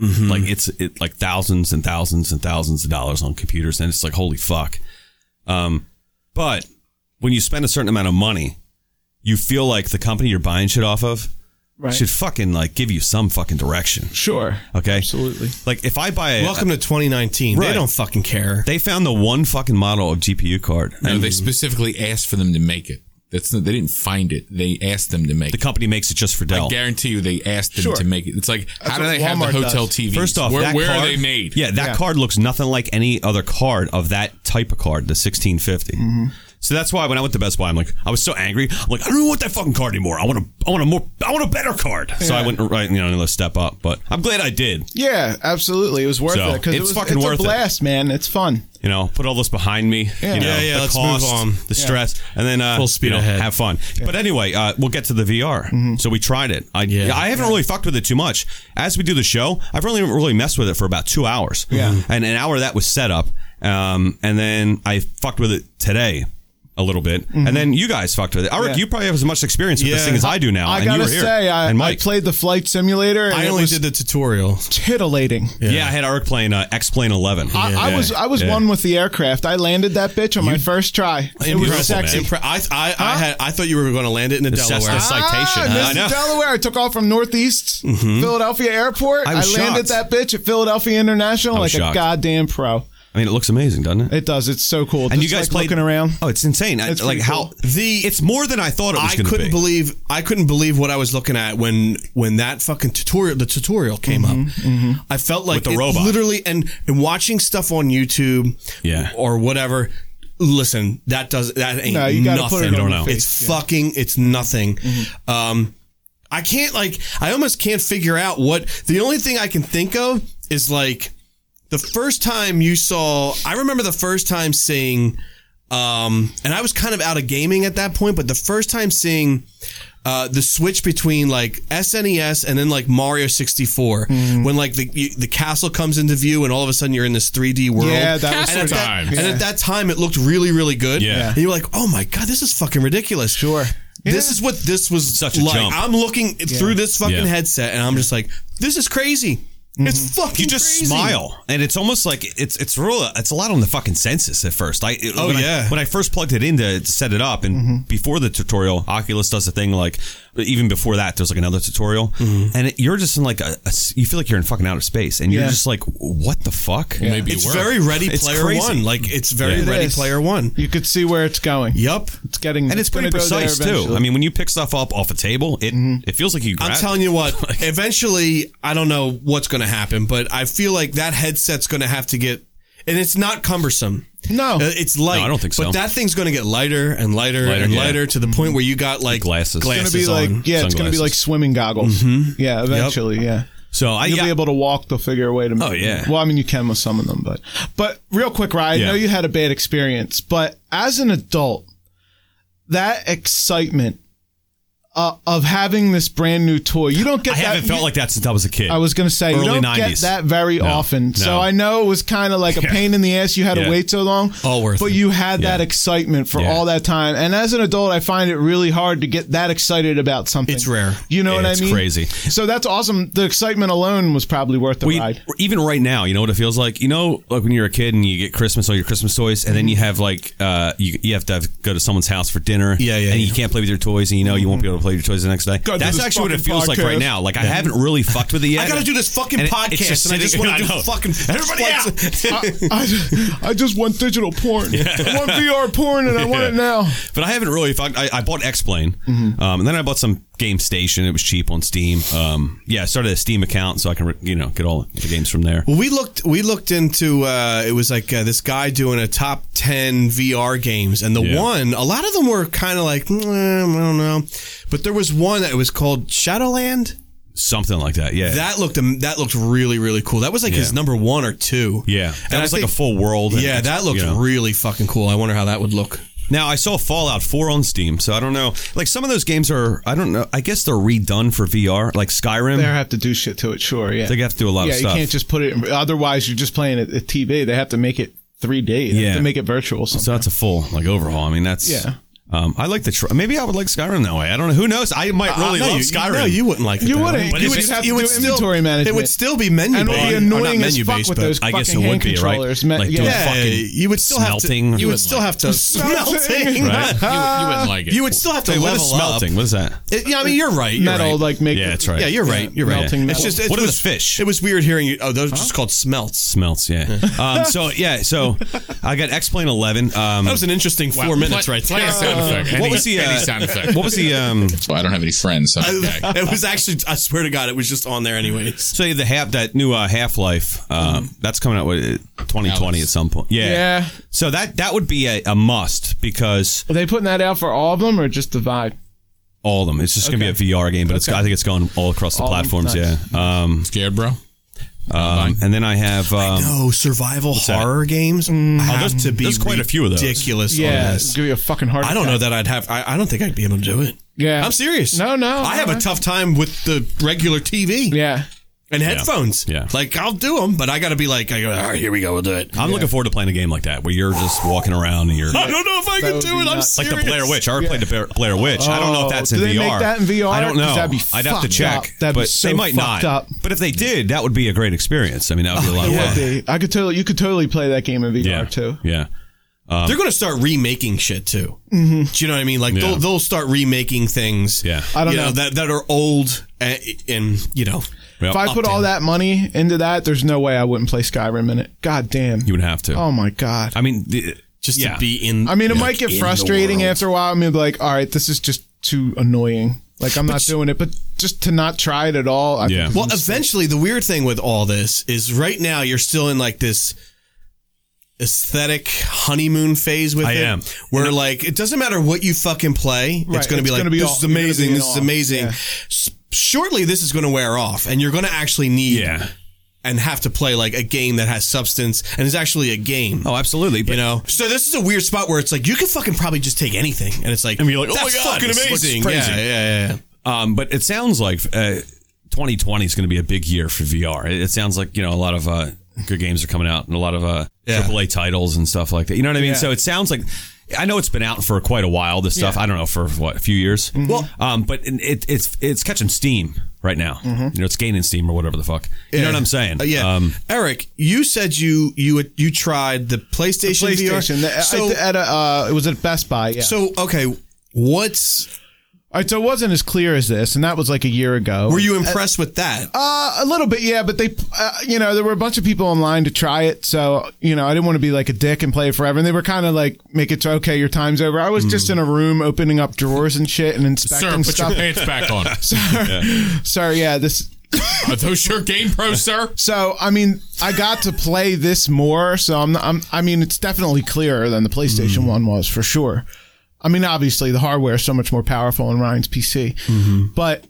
Speaker 2: Like it's it like thousands and thousands and thousands of dollars on computers and it's like holy fuck. Um, but when you spend a certain amount of money, you feel like the company you're buying shit off of
Speaker 3: right.
Speaker 2: should fucking like give you some fucking direction.
Speaker 3: Sure.
Speaker 2: Okay,
Speaker 3: Absolutely.
Speaker 2: Like if I buy a,
Speaker 5: Welcome to 2019. They
Speaker 2: Right.
Speaker 5: don't fucking care.
Speaker 2: they found the one fucking model of GPU card
Speaker 4: No,
Speaker 2: and
Speaker 4: they specifically asked for them to make it. That's not, they didn't find it. They asked them to make
Speaker 2: the
Speaker 4: it.
Speaker 2: company makes it just for Dell.
Speaker 4: I guarantee you, they asked them
Speaker 3: Sure.
Speaker 4: to make it. It's like, how do
Speaker 3: what
Speaker 4: they have the
Speaker 3: Walmart
Speaker 4: hotel
Speaker 3: does.
Speaker 4: TV?
Speaker 2: First off,
Speaker 4: where,
Speaker 2: that
Speaker 4: where
Speaker 2: card,
Speaker 4: are they made?
Speaker 2: Yeah, that
Speaker 3: Yeah.
Speaker 2: card looks nothing like any other card of that type of card, the 1650. So that's why when I went to Best Buy, I'm like, I was so angry. I'm like, I don't want that fucking card anymore. I want a, I want a more, I want a better card. So I went right, you know, another step up. But I'm glad I did.
Speaker 3: Yeah, absolutely. It was worth
Speaker 2: So,
Speaker 3: it because
Speaker 2: it's
Speaker 3: it was,
Speaker 2: fucking
Speaker 3: it's
Speaker 2: worth
Speaker 3: a
Speaker 2: it.
Speaker 3: blast, man. It's fun.
Speaker 2: You know, put all this behind me.
Speaker 3: Yeah.
Speaker 2: You know,
Speaker 5: Yeah, yeah,
Speaker 2: the
Speaker 5: let's move
Speaker 2: cost,
Speaker 5: on.
Speaker 2: the stress, and then uh,
Speaker 5: Full speed
Speaker 2: you know,
Speaker 5: ahead.
Speaker 2: Have fun. But anyway, uh, we'll get to the VR.
Speaker 3: Mm-hmm.
Speaker 2: So we tried it. I,
Speaker 5: Yeah.
Speaker 2: I haven't really fucked with it too much. As we do the show, I've really really messed with it for about two hours. Mm-hmm.
Speaker 3: Yeah. Mhm.
Speaker 2: and an hour of that was setup, um, and then I fucked with it today. A little bit, and then you guys fucked with it. Eric,
Speaker 3: Mm-hmm. Yeah.
Speaker 2: you probably have as much experience with this
Speaker 5: Yeah.
Speaker 2: thing as I do now.
Speaker 3: I
Speaker 2: Oh, and you
Speaker 3: gotta
Speaker 2: were here.
Speaker 3: say, I,
Speaker 2: and
Speaker 3: I
Speaker 2: Mike.
Speaker 3: played the flight simulator. And
Speaker 5: I
Speaker 3: it
Speaker 5: only
Speaker 3: was
Speaker 5: did the tutorial.
Speaker 3: titillating.
Speaker 2: yeah. I had Eric playing uh, X Plane Eleven.
Speaker 3: I, I was I was one with the aircraft. I landed that bitch on my first try. It was
Speaker 2: Impressive,
Speaker 3: sexy.
Speaker 2: man.
Speaker 5: Impre- I, I, I, had, I thought you were going to land it in the
Speaker 2: Cessna
Speaker 5: Delaware.
Speaker 2: Citation.
Speaker 3: Ah,
Speaker 2: I
Speaker 3: I
Speaker 2: know. Mm-hmm.
Speaker 3: missed Delaware. I took off from Northeast Philadelphia Airport.
Speaker 2: I
Speaker 3: I,
Speaker 2: was
Speaker 3: landed
Speaker 2: shocked.
Speaker 3: that bitch at Philadelphia International
Speaker 2: I
Speaker 3: like
Speaker 2: was shocked.
Speaker 3: a goddamn pro.
Speaker 2: I mean, it looks amazing, doesn't it?
Speaker 3: It does. It's so cool.
Speaker 2: and
Speaker 3: Just
Speaker 2: you guys
Speaker 3: like
Speaker 2: played
Speaker 3: looking around.
Speaker 2: Oh, it's insane! I,
Speaker 3: It's
Speaker 2: like
Speaker 3: pretty
Speaker 2: how
Speaker 3: cool.
Speaker 2: the it's more than I thought it was going
Speaker 5: I
Speaker 2: to be.
Speaker 5: couldn't believe I couldn't believe what I was looking at when when that fucking tutorial the tutorial came up. I felt like
Speaker 2: Mm-hmm, With the
Speaker 5: it
Speaker 2: robot.
Speaker 5: literally and and watching stuff on YouTube
Speaker 2: Yeah.
Speaker 5: or whatever. Listen, that does that ain't
Speaker 3: No, you gotta
Speaker 5: nothing.
Speaker 3: put it You
Speaker 2: don't on know. the
Speaker 5: It's fucking it's nothing.
Speaker 3: Mm-hmm.
Speaker 5: Um I can't like I almost can't figure out what the only thing I can think of is like the first time you saw I remember the first time seeing um and I was kind of out of gaming at that point, but the first time seeing uh, the switch between like SNES and then like Mario 64 when like the you, the castle comes into view and all of a sudden you're in this 3D world.
Speaker 3: Yeah, that was
Speaker 5: and at
Speaker 3: sweet.
Speaker 5: that,
Speaker 4: Time.
Speaker 5: and at that time it looked really really good.
Speaker 2: Yeah.
Speaker 5: And you're like, "Oh my god, this is fucking ridiculous." Sure. This
Speaker 3: Yeah.
Speaker 5: is what this was
Speaker 2: Such a
Speaker 5: like.
Speaker 2: jump.
Speaker 5: I'm looking through this fucking
Speaker 2: Yeah.
Speaker 5: headset and I'm just like, "This is crazy." It's fucking
Speaker 2: you just
Speaker 5: crazy.
Speaker 2: smile, and it's almost like it's it's real. It's a lot on the fucking census at first. I it-
Speaker 5: Oh,
Speaker 2: when I,
Speaker 5: yeah.
Speaker 2: when I first plugged it in to set it up, and
Speaker 3: Mm-hmm.
Speaker 2: before the tutorial, Oculus does a thing like even before that, there's like another tutorial,
Speaker 5: Mm-hmm.
Speaker 2: and it, you're just in like a, a s- you feel like you're in fucking outer space, and you're
Speaker 3: Yeah.
Speaker 2: just like, what the fuck?
Speaker 4: Maybe
Speaker 5: It's
Speaker 4: it worked.
Speaker 5: very Ready
Speaker 2: It's
Speaker 5: Player
Speaker 2: crazy.
Speaker 5: 1. Like it's very
Speaker 2: Yeah. It
Speaker 5: Ready
Speaker 3: is.
Speaker 5: Player 1.
Speaker 3: You could see where it's going.
Speaker 5: Yup.
Speaker 3: It's getting
Speaker 2: And it's pretty
Speaker 3: gonna go there
Speaker 2: precise too.
Speaker 3: eventually.
Speaker 2: I mean, when you pick stuff up off a table, it it feels like you. Grab
Speaker 5: Mm-hmm. I'm telling you what, eventually, I don't know what's going to happen, but I feel like that headset's going to have to get, and it's not cumbersome.
Speaker 3: No.
Speaker 5: Uh, it's light.
Speaker 2: No, I don't think so.
Speaker 5: But that thing's going to get lighter and lighter,
Speaker 2: Lighter,
Speaker 5: and
Speaker 2: yeah. Mm-hmm.
Speaker 5: lighter to the point where you got like
Speaker 2: glasses. It's
Speaker 3: It's gonna be
Speaker 5: glasses
Speaker 3: like
Speaker 5: on.
Speaker 3: yeah, it's gonna
Speaker 2: Sunglasses.
Speaker 3: be
Speaker 2: Mm-hmm.
Speaker 3: like swimming goggles. Yeah, eventually, yeah.
Speaker 2: So I
Speaker 3: You'll
Speaker 2: Uh, yeah,
Speaker 3: be able to walk. They'll figure a way to.
Speaker 2: Oh, yeah.
Speaker 3: Well, I mean, you can with some of them, but but real quick, Ryan,
Speaker 2: Yeah.
Speaker 3: I know you had a bad experience, but as an adult, that excitement uh, of having this brand new toy. You don't get
Speaker 2: I
Speaker 3: that.
Speaker 2: haven't felt
Speaker 3: you-
Speaker 2: like that since I was a kid.
Speaker 3: I was going to say, you
Speaker 2: Early
Speaker 3: don't get
Speaker 2: 90s.
Speaker 3: that very
Speaker 2: No,
Speaker 3: often. So
Speaker 2: no.
Speaker 3: I know it was kind of like a
Speaker 2: Yeah.
Speaker 3: pain in the ass. You had
Speaker 2: Yeah.
Speaker 3: to wait so long.
Speaker 2: All worth
Speaker 3: But
Speaker 2: it.
Speaker 3: you had that
Speaker 2: Yeah.
Speaker 3: excitement for
Speaker 2: Yeah.
Speaker 3: all that time. And as an adult, I find it really hard to get that excited about something.
Speaker 2: It's rare.
Speaker 3: You know what I
Speaker 2: It's
Speaker 3: mean?
Speaker 2: crazy.
Speaker 3: So that's awesome. The excitement alone was probably worth the
Speaker 2: We-
Speaker 3: ride.
Speaker 2: even right now, you know what it feels like. You know, like when you're a kid and you get Christmas all your Christmas toys, and
Speaker 5: Mm-hmm.
Speaker 2: then you have like uh, you you have to have, go to someone's house for dinner.
Speaker 5: Yeah, yeah,
Speaker 2: And
Speaker 5: yeah.
Speaker 2: you can't play with your toys, and you know you won't be able to play with your toys the next day.
Speaker 3: do
Speaker 2: That's
Speaker 3: this
Speaker 2: actually what it
Speaker 3: fucking
Speaker 2: feels like right
Speaker 3: podcast.
Speaker 2: now. Like I haven't really fucked with it yet.
Speaker 5: I gotta do this fucking
Speaker 2: And it- it's
Speaker 5: podcast,
Speaker 2: just
Speaker 5: and I just
Speaker 2: sitting-
Speaker 5: want to do
Speaker 2: I know.
Speaker 5: fucking
Speaker 2: Everybody
Speaker 5: out.
Speaker 3: I, I just want digital porn. I want VR porn and I want it now.
Speaker 2: But I haven't really. Fucked, I, I bought X Plane,
Speaker 5: Mm-hmm.
Speaker 2: um, and then I bought some Game Station. It was cheap on Steam. Um, yeah, I started a Steam account so I can re- you know get all the games from there.
Speaker 5: Well, we looked we looked into uh, it was like uh, this guy doing a top ten VR games, and the
Speaker 2: Yeah.
Speaker 5: one a lot of them were kind of like mm, I don't know, but there was one that was called Shadowland.
Speaker 2: Something like that. Yeah.
Speaker 5: That looked am- that looked really really cool. That was like his
Speaker 2: Yeah.
Speaker 5: number one or two.
Speaker 2: yeah.
Speaker 5: and
Speaker 2: That
Speaker 5: I
Speaker 2: was like
Speaker 5: think-
Speaker 2: a full world. and
Speaker 5: Yeah,
Speaker 2: it's,
Speaker 5: that looked
Speaker 2: you know.
Speaker 5: really fucking cool. I wonder how that would look.
Speaker 2: Now I saw Fallout 4 on Steam, so I don't know. Like some of those games are, I don't know. I guess they're redone for VR, like Skyrim.
Speaker 3: They
Speaker 2: They're,
Speaker 3: have to do shit to it, sure. Yeah.
Speaker 2: They have to do a lot of
Speaker 3: yeah,
Speaker 2: stuff.
Speaker 3: you can't just put it in, otherwise, you're just playing it at TV. They have to make it 3D. They
Speaker 2: Yeah.
Speaker 3: have to make it virtual.
Speaker 2: so that's a full like overhaul. I mean, that's
Speaker 3: Yeah.
Speaker 2: Um, I like the tr- maybe I would like Skyrim that way. I don't know. Who knows? I might really
Speaker 5: no,
Speaker 2: love
Speaker 5: you,
Speaker 2: Skyrim.
Speaker 5: No, you wouldn't like it.
Speaker 3: You
Speaker 5: that
Speaker 3: wouldn't.
Speaker 5: way.
Speaker 3: But
Speaker 5: You
Speaker 3: if
Speaker 5: would
Speaker 3: it's-
Speaker 5: still-
Speaker 3: you would still- inventory
Speaker 5: It would
Speaker 3: management.
Speaker 5: still be menu.
Speaker 3: and it would be
Speaker 5: based. Or not
Speaker 3: annoying as
Speaker 5: menu
Speaker 3: fuck
Speaker 5: based,
Speaker 3: with
Speaker 5: but-
Speaker 3: those
Speaker 2: I
Speaker 3: fucking
Speaker 2: guess it would
Speaker 3: hand
Speaker 2: be right.
Speaker 3: controllers. man.
Speaker 2: Like
Speaker 3: yeah.
Speaker 2: doing
Speaker 5: Yeah,
Speaker 2: fucking
Speaker 5: you would still
Speaker 2: smelting.
Speaker 5: have to. You would
Speaker 4: wouldn't
Speaker 5: still
Speaker 4: like
Speaker 5: have to
Speaker 2: Right.
Speaker 5: smelting.
Speaker 4: You, you wouldn't like it.
Speaker 5: You would still have to
Speaker 2: Hey, what
Speaker 5: level
Speaker 2: is smelting? What is that?
Speaker 5: up. It- yeah, I mean you're right. You're
Speaker 3: metal,
Speaker 5: right.
Speaker 3: like make
Speaker 2: Yeah, that's right.
Speaker 5: Yeah, you're right. You're right.
Speaker 3: Melting
Speaker 5: It's
Speaker 3: metal.
Speaker 5: just it
Speaker 2: What are the
Speaker 5: was-
Speaker 2: fish?
Speaker 5: It was weird hearing you. Oh, those are just called smelts.
Speaker 2: Smelts. Yeah. um, so yeah. So I got X Plane 11. Um,
Speaker 5: That was an interesting
Speaker 4: Wow.
Speaker 5: four minutes
Speaker 4: Play-
Speaker 5: right
Speaker 4: Play
Speaker 5: there.
Speaker 4: a sound effect. Any,
Speaker 2: what was the uh,
Speaker 4: any sound effect?
Speaker 2: What was the um?
Speaker 4: Well, I don't have any friends. So okay.
Speaker 5: it was actually. I swear to God, it was just on there anyways.
Speaker 2: So the half that new uh, Half Life um,
Speaker 5: Mm-hmm.
Speaker 2: that's coming out with 2020
Speaker 4: Alex.
Speaker 2: at some point. Yeah.
Speaker 3: Yeah.
Speaker 2: So that that would be a, a must because
Speaker 3: Are they putting that out for all of them or just the vibe?
Speaker 2: all of them. It's just going to be a VR game, but it's I think it's going all across the
Speaker 3: All of them,
Speaker 2: platforms.
Speaker 3: nice.
Speaker 2: Yeah. Um,
Speaker 4: Scared, bro?
Speaker 2: um, and then I have um,
Speaker 5: No Oh, survival horror games have
Speaker 2: there's-
Speaker 5: to be
Speaker 2: there's quite a few of those.
Speaker 5: ridiculous. on
Speaker 3: Mm. Yeah,
Speaker 5: this.
Speaker 3: give you a fucking heart.
Speaker 5: I don't
Speaker 3: attack.
Speaker 5: know that I'd have. I, I don't think I'd be able to do it.
Speaker 3: Yeah.
Speaker 5: I'm serious.
Speaker 3: No, no,
Speaker 5: I have
Speaker 3: no,
Speaker 5: a
Speaker 3: no.
Speaker 5: tough time with the regular TV
Speaker 3: Yeah,
Speaker 5: and headphones.
Speaker 2: Yeah.
Speaker 5: like I'll do them, but I got to be like, I go, all right, here we go, we'll do it.
Speaker 2: I'm looking forward to playing a game like that where you're just walking around and you're
Speaker 5: I don't know if I
Speaker 3: That
Speaker 5: can
Speaker 3: would
Speaker 5: do
Speaker 3: be
Speaker 5: it. I'm
Speaker 3: nuts.
Speaker 5: serious.
Speaker 2: like the Blair Witch. I already played the Bear- Blair Witch. I don't know if that's
Speaker 3: Oh,
Speaker 2: in
Speaker 3: do they
Speaker 2: VR.
Speaker 3: make that in VR?
Speaker 2: I don't
Speaker 3: 'Cause
Speaker 2: know.
Speaker 3: that'd be
Speaker 2: I'd have to
Speaker 3: fucked
Speaker 2: check.
Speaker 3: up. That'd be
Speaker 2: but
Speaker 3: so
Speaker 2: they might not.
Speaker 3: fucked up.
Speaker 2: But if they did, that would be a great experience. I mean, that would be a lot of
Speaker 3: yeah.
Speaker 2: fun.
Speaker 3: They, I could totally. You could totally play that game in VR
Speaker 2: Yeah.
Speaker 3: too.
Speaker 2: Yeah.
Speaker 5: They're going to start remaking shit too. Do you know what I mean? Like they'll, they'll start remaking things.
Speaker 2: Yeah.
Speaker 3: I don't
Speaker 5: you
Speaker 3: know.
Speaker 5: that that are old and, and you know.
Speaker 2: Yep.
Speaker 3: If I put all that money into that, there's no way I wouldn't play Skyrim in it. God damn.
Speaker 2: you would have to.
Speaker 3: oh my god.
Speaker 2: I mean, the,
Speaker 5: Just
Speaker 2: yeah.
Speaker 5: to be in.
Speaker 3: I mean, it
Speaker 5: like,
Speaker 3: might get
Speaker 5: in the
Speaker 3: frustrating
Speaker 5: world.
Speaker 3: after a while. I'm gonna be like, all right, this is just too annoying. Like I'm not doing it. But just to not try it at all. I
Speaker 2: Yeah.
Speaker 3: Think,
Speaker 5: Well, eventually, the weird thing with all this is right now you're still in like this aesthetic honeymoon phase with
Speaker 2: I
Speaker 5: it.
Speaker 2: am.
Speaker 5: Where like it doesn't matter what you fucking play, it's
Speaker 3: Right,
Speaker 5: going to be
Speaker 3: it's
Speaker 5: like
Speaker 3: gonna be
Speaker 5: this
Speaker 3: all-
Speaker 5: is
Speaker 3: you're gonna be
Speaker 5: amazing,
Speaker 3: in
Speaker 5: this is
Speaker 3: awe.
Speaker 5: amazing.
Speaker 3: Yeah.
Speaker 5: S- Shortly, this is going to wear off, and you're going to actually need
Speaker 2: Yeah.
Speaker 5: and have to play like a game that has substance and is actually a game.
Speaker 2: Oh, absolutely. But
Speaker 5: You know, so this is a weird spot where it's like you can fucking probably just take anything, and it's like,
Speaker 2: And be like, oh my
Speaker 5: that's
Speaker 2: God,
Speaker 5: fucking
Speaker 2: this looks
Speaker 5: amazing,
Speaker 2: crazy.
Speaker 5: yeah, yeah, yeah, yeah.
Speaker 2: Um, but it sounds like uh, 2020 is going to be a big year for VR. It, it sounds like you know a lot of uh, good games are coming out and a lot of uh, AAA titles and stuff like that. You know what I mean? So it sounds like I know it's been out for quite a while. This stuff I don't know for what a few years.
Speaker 5: Mm-hmm.
Speaker 2: Well, um, but it, it, it's it's catching steam right now. You know, it's gaining steam or whatever the fuck. You know what I'm saying?
Speaker 5: Uh, Mm-hmm. yeah,
Speaker 2: Um,
Speaker 5: Eric, you said you you you tried the PlayStation,
Speaker 3: PlayStation.
Speaker 5: VR.
Speaker 3: the-
Speaker 5: So
Speaker 3: at, at a, uh, it was at Best Buy. Yeah.
Speaker 5: so okay, what's
Speaker 3: All right, so it wasn't as clear as this, and that was like a year ago.
Speaker 5: were you impressed with that?
Speaker 3: Uh, a little bit, yeah, but they, uh, you know, there were a bunch of people online to try it, so you know, I didn't want to be like a dick and play it forever. And they were kind of like, make it so okay, your time's over. I was just in a room opening up drawers and shit and
Speaker 4: Hmm. Sir,
Speaker 3: inspecting
Speaker 4: put
Speaker 3: stuff.
Speaker 4: your pants back on.
Speaker 3: Sorry, yeah, this.
Speaker 4: Are those your game pro, sir?
Speaker 3: So I mean, I got to play this more, so I'm, I'm I mean, it's definitely clearer than the PlayStation
Speaker 4: Hmm.
Speaker 3: One was for sure. I mean, obviously the hardware is so much more powerful on Ryan's PC,
Speaker 4: Mm-hmm.
Speaker 3: but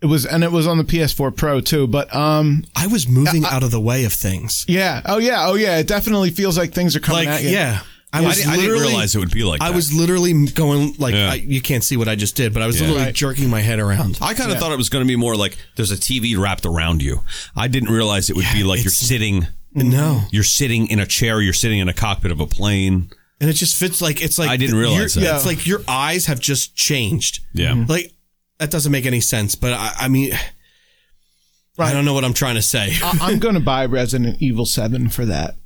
Speaker 3: it was and it was on the PS4 Pro too. But um,
Speaker 5: I was moving out of the way of things.
Speaker 3: Yeah. Oh yeah. Oh yeah. It definitely feels like things are coming
Speaker 5: Like
Speaker 3: at you.
Speaker 5: yeah, I
Speaker 2: I
Speaker 5: was
Speaker 2: didn't- I didn't
Speaker 5: literally-
Speaker 2: realize it would be like
Speaker 5: I
Speaker 2: that.
Speaker 5: was literally going like
Speaker 2: Yeah.
Speaker 5: I, you can't see what I just did, but I was literally
Speaker 3: Right.
Speaker 5: jerking my head around.
Speaker 2: I kind of thought it was going to be more like there's a TV wrapped around you. I didn't realize it would be like you're sitting.
Speaker 5: No,
Speaker 2: You're sitting in a chair. You're sitting in a cockpit of a plane.
Speaker 5: and it just fits like it's like
Speaker 2: I didn't realize
Speaker 5: your-
Speaker 2: that.
Speaker 5: It's like your eyes have just changed.
Speaker 2: Yeah. Mhm.
Speaker 5: like that doesn't make any sense. But I, I mean, I
Speaker 3: Right.
Speaker 5: don't know what I'm trying to say.
Speaker 3: I- I'm going to buy Resident Evil Seven for that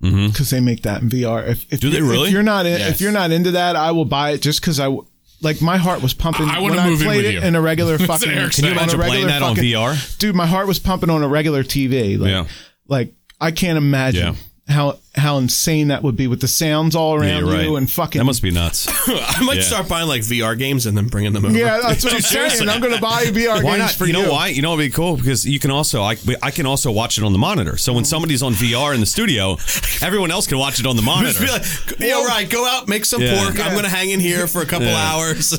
Speaker 3: because they make that in VR. If,
Speaker 2: Mm-hmm.
Speaker 3: if
Speaker 2: Do they
Speaker 3: you-
Speaker 2: really?
Speaker 3: If you're not in,
Speaker 4: Yes.
Speaker 3: if you're not into that, I will buy it just because I w- like my heart was pumping.
Speaker 4: I wanna
Speaker 3: when
Speaker 4: move
Speaker 3: I
Speaker 4: in
Speaker 3: played it
Speaker 4: with you.
Speaker 3: in a regular
Speaker 4: That's
Speaker 3: fucking.
Speaker 4: an Eric Can you
Speaker 3: on a
Speaker 2: imagine playing
Speaker 3: regular
Speaker 2: that on
Speaker 3: fucking-
Speaker 2: VR?
Speaker 3: Dude, my heart was pumping on a regular TV. Like,
Speaker 2: Yeah.
Speaker 3: like I can't imagine. How how insane that would be with the sounds all around
Speaker 2: you're
Speaker 3: you and fucking
Speaker 2: that must be nuts.
Speaker 5: I might
Speaker 2: Yeah.
Speaker 5: start buying like VR games and then bringing them over.
Speaker 3: yeah that's what I'm saying
Speaker 5: Seriously.
Speaker 3: I'm gonna buy VR
Speaker 2: Why
Speaker 3: games
Speaker 2: not?
Speaker 3: for
Speaker 2: You know why? You know it'd be cool because you can also I I can also watch it on the monitor. So when somebody's on VR in the studio, everyone else can watch it on the
Speaker 5: Just
Speaker 2: monitor.
Speaker 5: be like, yeah, all right, go out, make some
Speaker 2: Yeah.
Speaker 5: pork. I'm
Speaker 3: Yeah.
Speaker 5: gonna hang in here for a couple hours.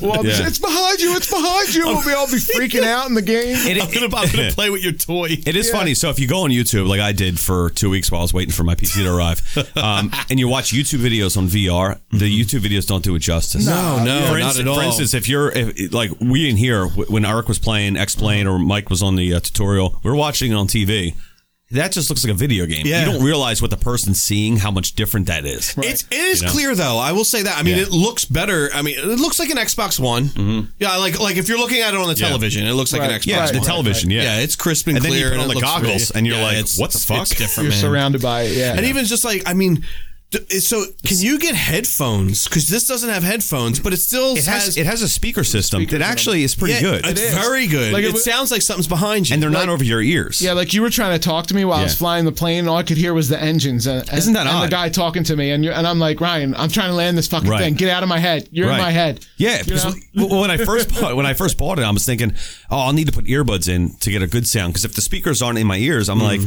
Speaker 3: Well,
Speaker 2: Yeah.
Speaker 3: it's behind you. It's behind you. We'll be all be freaking out in the game.
Speaker 5: I'm gonna, I'm gonna play with your toy.
Speaker 2: It is funny. So if you go on YouTube, like I did for two weeks while I was waiting for my PC to arrive, um, and you watch YouTube videos on VR, the YouTube videos don't do it justice.
Speaker 5: Mm-hmm. No, no,
Speaker 2: for
Speaker 5: not
Speaker 2: instance,
Speaker 5: at all.
Speaker 2: For instance, if you're if, like we in here, wh- when Eric was playing X-Plane or Mike was on the uh, tutorial, we are watching it on TV. That just looks like a video game.
Speaker 5: Yeah.
Speaker 2: You don't realize what the person's seeing, how much different that is.
Speaker 5: It's, it is
Speaker 2: You know?
Speaker 5: clear though. I will say that. I mean,
Speaker 2: Yeah. Mm-hmm.
Speaker 5: it looks better. I mean, it looks like an Xbox One. Yeah, like like if you're looking at it on the
Speaker 2: Yeah.
Speaker 5: television, it looks like an
Speaker 3: Right.
Speaker 5: Xbox.
Speaker 2: Yeah, it's the
Speaker 5: One.
Speaker 2: television.
Speaker 5: Yeah.
Speaker 2: Yeah.
Speaker 5: it's crisp and,
Speaker 2: And then you
Speaker 5: clear.
Speaker 2: put on
Speaker 5: it
Speaker 2: the
Speaker 5: looks
Speaker 2: goggles
Speaker 5: really-
Speaker 2: and you're
Speaker 5: yeah,
Speaker 2: like,
Speaker 5: it's-
Speaker 2: what the fuck?
Speaker 5: It's different.
Speaker 3: You're
Speaker 5: man.
Speaker 3: surrounded by it. Yeah.
Speaker 5: And even just like, I mean, d- so can you get headphones? Because this doesn't have headphones, but it still
Speaker 2: It has it has a speaker system
Speaker 3: Speaker
Speaker 2: that actually is pretty good,
Speaker 5: It's very good.
Speaker 3: Like, it
Speaker 5: it,
Speaker 3: w-
Speaker 5: sounds like something's behind you.
Speaker 2: and they're not over your ears.
Speaker 3: yeah, like you were trying to talk to me while I was
Speaker 2: Yeah.
Speaker 3: flying the plane, and all I could hear was the engines. And, and-
Speaker 2: Isn't that
Speaker 3: and
Speaker 2: odd?
Speaker 3: the guy talking to me, and you and I'm like Ryan, I'm trying to land this fucking
Speaker 2: Right.
Speaker 3: thing. Get out of my head. You're in my head.
Speaker 2: Yeah,
Speaker 3: You
Speaker 2: because
Speaker 3: know?
Speaker 2: w- when I first bought, when I first bought it, I was thinking, oh, I'll need to put earbuds in to get a good sound. Because if the speakers aren't in my ears, I'm like,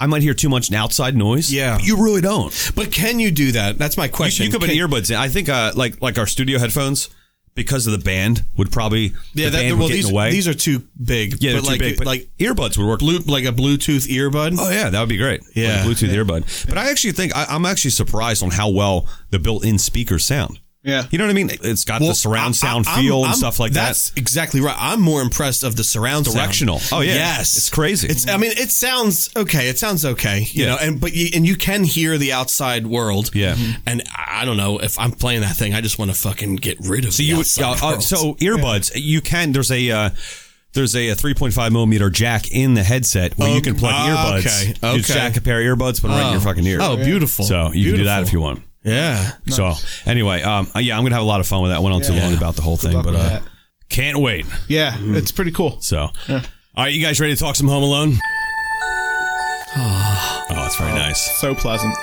Speaker 2: I might hear too much outside noise.
Speaker 5: Mm-hmm. Yeah.
Speaker 2: But you really don't.
Speaker 5: But can you do that? That's my
Speaker 2: You,
Speaker 5: question.
Speaker 2: you could put
Speaker 5: Can-
Speaker 2: earbuds in. I think uh, like like our studio headphones because of the band would probably
Speaker 5: Yeah,
Speaker 2: the
Speaker 5: that,
Speaker 2: band would
Speaker 5: well,
Speaker 2: get
Speaker 5: these,
Speaker 2: in the way.
Speaker 5: these are too big.
Speaker 2: yeah, they're
Speaker 5: but
Speaker 2: too
Speaker 5: like,
Speaker 2: big, but
Speaker 5: like
Speaker 2: earbuds would work.
Speaker 5: blue, like a Bluetooth earbud.
Speaker 2: Oh yeah, that would be great. Like
Speaker 5: Yeah.
Speaker 2: a Bluetooth earbud. But I actually think I, I'm actually surprised on how well the built-in speakers sound.
Speaker 3: Yeah.
Speaker 2: you know what I mean. It's got
Speaker 5: Well,
Speaker 2: the surround
Speaker 5: I- I-
Speaker 2: sound
Speaker 5: I'm-
Speaker 2: feel and
Speaker 5: I'm-
Speaker 2: stuff like that.
Speaker 5: That's exactly right. I'm more impressed of the surround sound.
Speaker 2: Directional. Oh, yeah.
Speaker 5: yes,
Speaker 2: It's crazy.
Speaker 5: It's. I mean, it sounds okay. It sounds okay. You
Speaker 2: Yeah.
Speaker 5: know, and but you, and you can hear the outside world.
Speaker 2: Yeah. Mhm.
Speaker 5: and I I don't know if I'm playing that thing. I just want to fucking get rid of.
Speaker 2: So you would, uh, uh, so earbuds you can there's a uh, there's a, a 3.5 millimeter jack in the headset where you can plug
Speaker 5: ah,
Speaker 2: earbuds.
Speaker 5: okay,
Speaker 2: You
Speaker 5: okay.
Speaker 2: jack a pair of earbuds, put it right in your fucking ear.
Speaker 5: Oh, beautiful.
Speaker 2: So you can do that if you want.
Speaker 5: Yeah.
Speaker 2: So anyway, um, uh, yeah, I'm gonna have a lot of fun with that. Went on too long about the whole thing,
Speaker 3: luck
Speaker 2: but
Speaker 3: with
Speaker 2: uh,
Speaker 3: that.
Speaker 2: can't wait.
Speaker 3: yeah, it's pretty cool.
Speaker 2: So, all right, you guys ready to talk some Home Alone? Oh, it's very nice.
Speaker 3: So pleasant.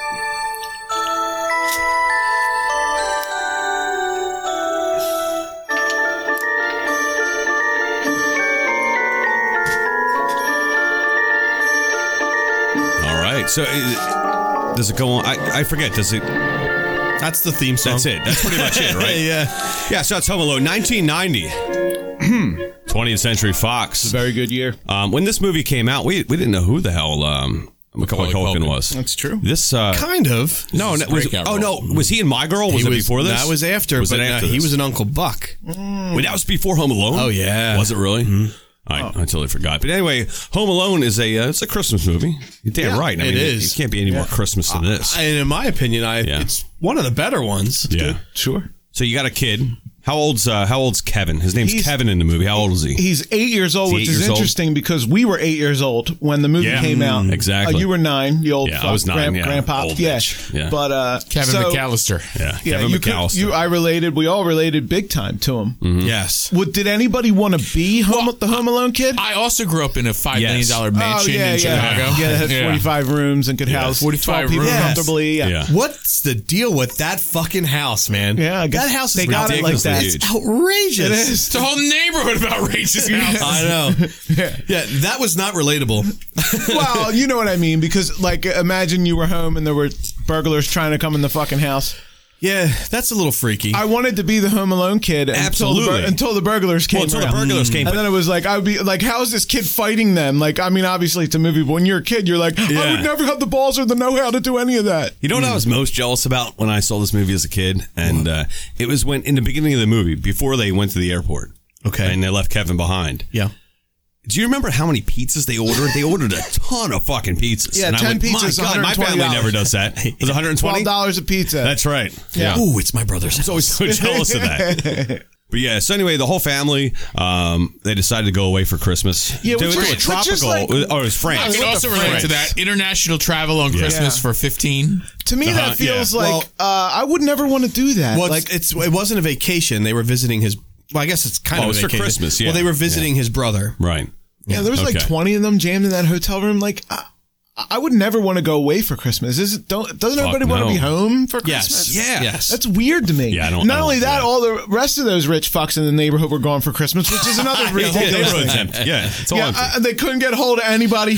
Speaker 2: All right, so uh, does it go on? I, I forget. Does it?
Speaker 5: That's the theme song.
Speaker 2: That's it. That's pretty much it, right?
Speaker 5: yeah.
Speaker 2: Yeah, so it's Home Alone, 1990.
Speaker 5: Hmm.
Speaker 2: 20th Century Fox.
Speaker 3: Very good year.
Speaker 2: Um, when this movie came out, we, we didn't know who the hell um, Macaulay
Speaker 4: Macaulay
Speaker 2: Culkin,
Speaker 4: Culkin.
Speaker 2: was.
Speaker 3: That's true.
Speaker 2: This uh,
Speaker 5: Kind of.
Speaker 2: no,
Speaker 4: is
Speaker 2: no
Speaker 4: his
Speaker 2: was,
Speaker 4: breakout
Speaker 2: oh no,
Speaker 4: role.
Speaker 2: was he in My Girl? Was
Speaker 5: He
Speaker 2: it before this?
Speaker 5: That was after.
Speaker 2: Was
Speaker 5: but
Speaker 2: it
Speaker 5: no,
Speaker 2: after
Speaker 5: he
Speaker 2: this? Hmm.
Speaker 5: was an Uncle Buck.
Speaker 2: Wait, that was before Home Alone.
Speaker 5: Oh, yeah.
Speaker 2: was it really? I, I totally forgot. But anyway, Home Alone is a uh, it's a Christmas movie. You're damn right. I
Speaker 5: it
Speaker 2: mean,
Speaker 5: is.
Speaker 2: It, can't be any more Christmas than this.
Speaker 5: And in my opinion, I
Speaker 2: Yeah.
Speaker 5: it's one of the better ones.
Speaker 2: yeah.
Speaker 3: Sure.
Speaker 2: So you got a kid. How old's uh, How old's Kevin? His name's
Speaker 3: He's-
Speaker 2: Kevin in the movie. How old is he?
Speaker 3: He's eight years old,
Speaker 2: He's
Speaker 3: which
Speaker 2: eight
Speaker 3: is
Speaker 2: years old.
Speaker 3: interesting because we were eight years old when the movie
Speaker 2: Yeah.
Speaker 3: came out.
Speaker 2: Mm, exactly.
Speaker 3: Uh, you were nine, you old
Speaker 2: Yeah, I
Speaker 3: fuck,
Speaker 2: was nine,
Speaker 3: grand-
Speaker 2: yeah.
Speaker 3: grandpa.
Speaker 2: Old
Speaker 3: yeah.
Speaker 2: bitch. Yeah.
Speaker 3: But uh,
Speaker 4: Kevin
Speaker 3: so-
Speaker 4: McAllister.
Speaker 2: yeah,
Speaker 3: Yeah,
Speaker 2: Kevin
Speaker 3: you, could-
Speaker 2: McAllister. Mm.
Speaker 3: you, I related. We all related big time to him.
Speaker 5: Yes.
Speaker 3: What did anybody want to be home, the Home Alone kid?
Speaker 4: I also grew up in a five
Speaker 2: Yes.
Speaker 4: million dollar mansion in Chicago.
Speaker 3: Oh, yeah. Yeah, it had
Speaker 4: Yeah.
Speaker 3: 45 rooms and could house
Speaker 4: 45
Speaker 3: 12 people
Speaker 4: rooms.
Speaker 3: comfortably. Yeah.
Speaker 2: Yeah.
Speaker 5: What's the deal with that fucking house, man?
Speaker 3: Yeah, I guess
Speaker 5: that house is
Speaker 3: they got it like
Speaker 5: ridiculous.
Speaker 3: that.
Speaker 5: It's outrageous.
Speaker 3: It is.
Speaker 4: It's a whole neighborhood of outrageous houses.
Speaker 5: I know. yeah. that was not relatable.
Speaker 3: well, you know what I mean because like imagine you were home and there were burglars trying to come in the fucking house.
Speaker 5: Yeah, that's a little freaky.
Speaker 3: I wanted to be the Home Alone kid until the,
Speaker 2: Absolutely.
Speaker 3: bur- until the burglars came.
Speaker 2: Well, until the
Speaker 3: around.
Speaker 2: burglars came,
Speaker 3: and
Speaker 2: but-
Speaker 3: then it was like I would be like, how is this kid fighting them? Like, I mean, obviously it's a movie, but when you're a kid, you're like, I
Speaker 2: Yeah.
Speaker 3: would never have the balls or the know-how to do any of that.
Speaker 2: You know what I
Speaker 3: Hmm.
Speaker 2: was most jealous about when I saw this movie as a kid, and uh, it was when in the beginning of the movie, before they went to the airport,
Speaker 5: Okay.
Speaker 2: and they left Kevin behind.
Speaker 5: yeah.
Speaker 2: Do you remember how many pizzas they ordered? They ordered a ton of fucking pizzas.
Speaker 3: Yeah,
Speaker 2: and I
Speaker 3: 10
Speaker 2: went,
Speaker 3: pizzas,
Speaker 2: My God, my
Speaker 3: $120.
Speaker 2: family never does that. It was 120.
Speaker 3: Twelve dollars a pizza.
Speaker 2: That's right.
Speaker 3: Yeah.
Speaker 5: Ooh, it's my brother's. It's always
Speaker 2: so jealous of that. But yeah, so anyway, the whole family um, they decided to go away for Christmas.
Speaker 3: Yeah,
Speaker 2: They
Speaker 3: which
Speaker 2: went
Speaker 3: is-
Speaker 2: to a
Speaker 3: which is
Speaker 2: tropical.
Speaker 3: like-
Speaker 2: oh, it was
Speaker 4: I
Speaker 2: France.
Speaker 4: can also relate to that international travel on Christmas
Speaker 3: Yeah.
Speaker 4: for fifteen.
Speaker 3: to me,
Speaker 2: Uh-huh,
Speaker 3: that feels
Speaker 2: yeah.
Speaker 3: like
Speaker 5: Well-
Speaker 3: uh, I would never want to do that.
Speaker 5: Well,
Speaker 3: like,
Speaker 5: like it's it wasn't a vacation. They were visiting his. Well, I guess it's kind
Speaker 2: Oh,
Speaker 5: of
Speaker 2: it's
Speaker 5: a
Speaker 2: for
Speaker 5: vacation.
Speaker 2: Christmas, yeah.
Speaker 5: Well, they were visiting his brother.
Speaker 2: Right.
Speaker 3: yeah, there was like
Speaker 2: okay.
Speaker 3: twenty of them jammed in that hotel room. Like, I, I would never want to go away for Christmas. Is it, don't doesn't everybody want
Speaker 2: no.
Speaker 3: to be home for
Speaker 5: Yes.
Speaker 3: Christmas?
Speaker 2: Yeah.
Speaker 5: Yes.
Speaker 3: That's weird to me.
Speaker 2: Yeah, I don't-
Speaker 3: Not
Speaker 2: I don't
Speaker 3: only
Speaker 2: do
Speaker 3: that,
Speaker 2: that.
Speaker 3: all the rest of those rich fucks in the neighborhood were gone for Christmas, which is another
Speaker 2: Yeah, the whole
Speaker 3: ridiculous
Speaker 2: neighborhood's
Speaker 3: thing.
Speaker 2: empty. Yeah, it's all
Speaker 3: Yeah,
Speaker 2: empty.
Speaker 3: I, they couldn't get a hold of anybody.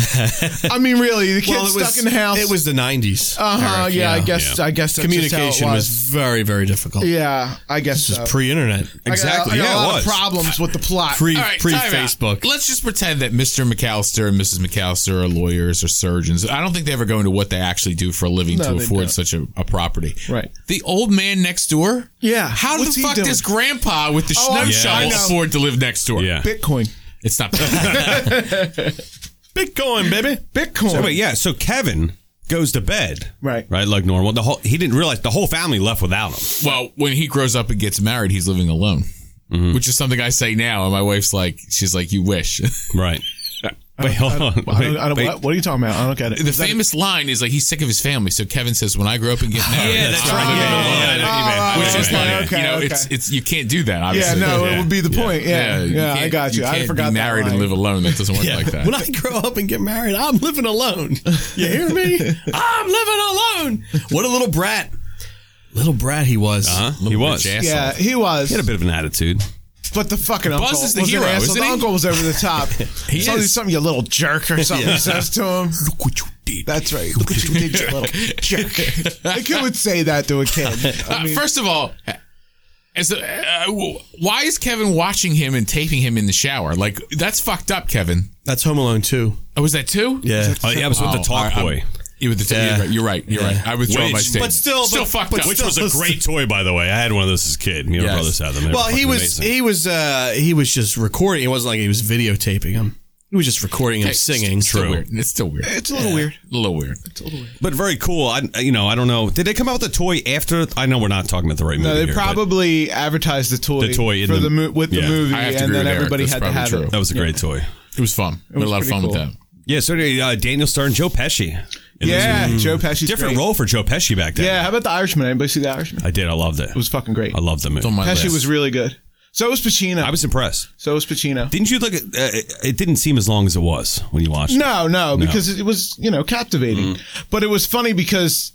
Speaker 3: I mean, really, the kids
Speaker 5: Well, it was
Speaker 3: stuck in the house.
Speaker 5: It was the nineties.
Speaker 3: Uh huh. Yeah, I guess.
Speaker 2: yeah.
Speaker 3: I guess that's just how it
Speaker 5: communication was. very very difficult.
Speaker 3: Yeah, I guess
Speaker 5: This
Speaker 3: so.
Speaker 5: is pre-internet.
Speaker 2: Exactly.
Speaker 3: I got, I got
Speaker 2: yeah,
Speaker 3: a lot
Speaker 2: it was.
Speaker 3: of problems with the plot.
Speaker 5: Pre
Speaker 4: All right,
Speaker 5: pre
Speaker 4: time out.
Speaker 5: Facebook.
Speaker 4: Let's just pretend that Mr. McAllister and Mrs. McAllister are lawyers or surgeons. I don't think they ever go into what they actually do for a living
Speaker 3: No,
Speaker 4: to
Speaker 3: they
Speaker 4: afford
Speaker 3: don't.
Speaker 4: such a, a property.
Speaker 3: Right.
Speaker 4: The old man next door.
Speaker 3: Yeah,
Speaker 4: How
Speaker 3: what's
Speaker 4: the
Speaker 3: he
Speaker 4: fuck
Speaker 3: doing?
Speaker 4: does Grandpa with the
Speaker 3: Oh,
Speaker 4: snow
Speaker 3: I-
Speaker 4: shovel
Speaker 3: I know.
Speaker 4: afford to live next door?
Speaker 2: Yeah.
Speaker 3: Bitcoin.
Speaker 4: It's not.
Speaker 5: Bitcoin, baby.
Speaker 3: Bitcoin.
Speaker 2: So, wait, yeah. So Kevin goes to bed.
Speaker 3: Right.
Speaker 2: Right. Like normal. The whole he didn't realize the whole family left without him.
Speaker 4: well, when he grows up and gets married, he's living alone, which is something I say now. And my wife's like, she's like, you wish.
Speaker 2: Right. Wait, hold on.
Speaker 3: I don't, I
Speaker 2: Wait,
Speaker 3: don't,
Speaker 2: wait.
Speaker 3: what, what are you talking about? I don't get it.
Speaker 4: the famous line is like, he's sick of his family. So Kevin says, when I grow up and get married,
Speaker 2: Yeah, that's
Speaker 4: I'm
Speaker 2: right.
Speaker 4: living
Speaker 2: Yeah,
Speaker 4: alone."
Speaker 2: yeah, yeah,
Speaker 3: Oh,
Speaker 2: I know what you mean.
Speaker 4: Which is
Speaker 2: Right,
Speaker 4: like,
Speaker 2: right,
Speaker 3: okay,
Speaker 4: you know,
Speaker 3: okay.
Speaker 4: it's it's you can't do that.
Speaker 3: yeah,
Speaker 4: Obviously,
Speaker 3: no, it
Speaker 2: Yeah.
Speaker 3: would be the
Speaker 2: Yeah.
Speaker 3: point. Yeah,
Speaker 4: you
Speaker 3: yeah, I
Speaker 4: can't-
Speaker 3: got you.
Speaker 4: can't
Speaker 3: I forgot
Speaker 4: Be
Speaker 3: that
Speaker 4: married and
Speaker 3: line.
Speaker 4: live alone. That doesn't work like that.
Speaker 5: When I grow up and get married, I'm living alone. You hear me? I'm living alone. What a little brat. Little brat he was.
Speaker 2: Huh? Uh-huh. He was.
Speaker 4: bitch ass.
Speaker 2: He
Speaker 3: Yeah, he was.
Speaker 2: had a bit of an attitude.
Speaker 3: But the fucking uncle
Speaker 4: is the
Speaker 3: was
Speaker 4: hero,
Speaker 3: an asshole.
Speaker 4: isn't
Speaker 3: The
Speaker 4: he?
Speaker 3: uncle was over the top. he something,
Speaker 4: is.
Speaker 3: something you little jerk or something he says to him.
Speaker 5: Look what you did.
Speaker 3: That's right. Look what you did, you little jerk. Like who would say that to a kid? I
Speaker 4: Uh,
Speaker 3: mean,
Speaker 4: First of all, as a, uh, w- why is Kevin watching him and taping him in the shower? Like that's fucked up, Kevin.
Speaker 5: That's Home Alone too.
Speaker 4: Oh, was that two?
Speaker 5: Yeah.
Speaker 2: Oh, yeah, I was with the
Speaker 4: Oh,
Speaker 2: talk
Speaker 4: I- I'm-
Speaker 2: boy.
Speaker 4: You with the
Speaker 5: Yeah.
Speaker 4: yeah. You're right. You're right. I withdraw my
Speaker 2: Which-
Speaker 4: statement.
Speaker 2: but still,
Speaker 4: still
Speaker 2: but-
Speaker 4: fucked
Speaker 2: but
Speaker 4: up.
Speaker 2: Which was a great toy, by the way. I had one of those as a kid. Me and my
Speaker 4: Yes.
Speaker 2: brothers had them. They were
Speaker 5: Well, he
Speaker 2: fucking
Speaker 5: was
Speaker 2: amazing.
Speaker 5: he was uh he was just recording. It wasn't like he was videotaping him. He was just recording him
Speaker 4: It's
Speaker 5: singing.
Speaker 4: still weird. It's still weird.
Speaker 3: it's a little weird.
Speaker 4: A little weird.
Speaker 2: but very cool. I, you know, I don't know. Did they come out with a toy after? I know we're not talking about the right movie.
Speaker 3: No, they
Speaker 2: here, but
Speaker 3: probably advertised the toy,
Speaker 2: The toy in
Speaker 3: for
Speaker 2: the-
Speaker 3: the, mo- with
Speaker 2: yeah.
Speaker 3: the movie,
Speaker 4: I have to
Speaker 3: and
Speaker 4: agree
Speaker 3: then
Speaker 4: with Eric.
Speaker 3: everybody
Speaker 4: That's
Speaker 3: had to have
Speaker 4: probably
Speaker 3: it.
Speaker 2: that was a great toy.
Speaker 4: It was fun. We had a lot of
Speaker 3: pretty
Speaker 4: fun with
Speaker 3: cool.
Speaker 4: that.
Speaker 2: Yeah. So did uh, Daniel Stern, Joe Pesci. in this
Speaker 3: Yeah, Joe Pesci's
Speaker 2: different
Speaker 3: great.
Speaker 2: role for Joe Pesci back then.
Speaker 3: Yeah, how about the Irishman? Anybody see the Irishman?
Speaker 2: I did. I loved it.
Speaker 3: It was fucking great.
Speaker 2: I loved the movie.
Speaker 4: On my
Speaker 3: Pesci
Speaker 4: list.
Speaker 3: was really good. So was Pacino.
Speaker 2: I was impressed.
Speaker 3: so was Pacino.
Speaker 2: Didn't you look at? Uh, it- it didn't seem as long as it was when you Mm-hmm. watched. it.
Speaker 3: No, no, because it was you know captivating, but it was funny because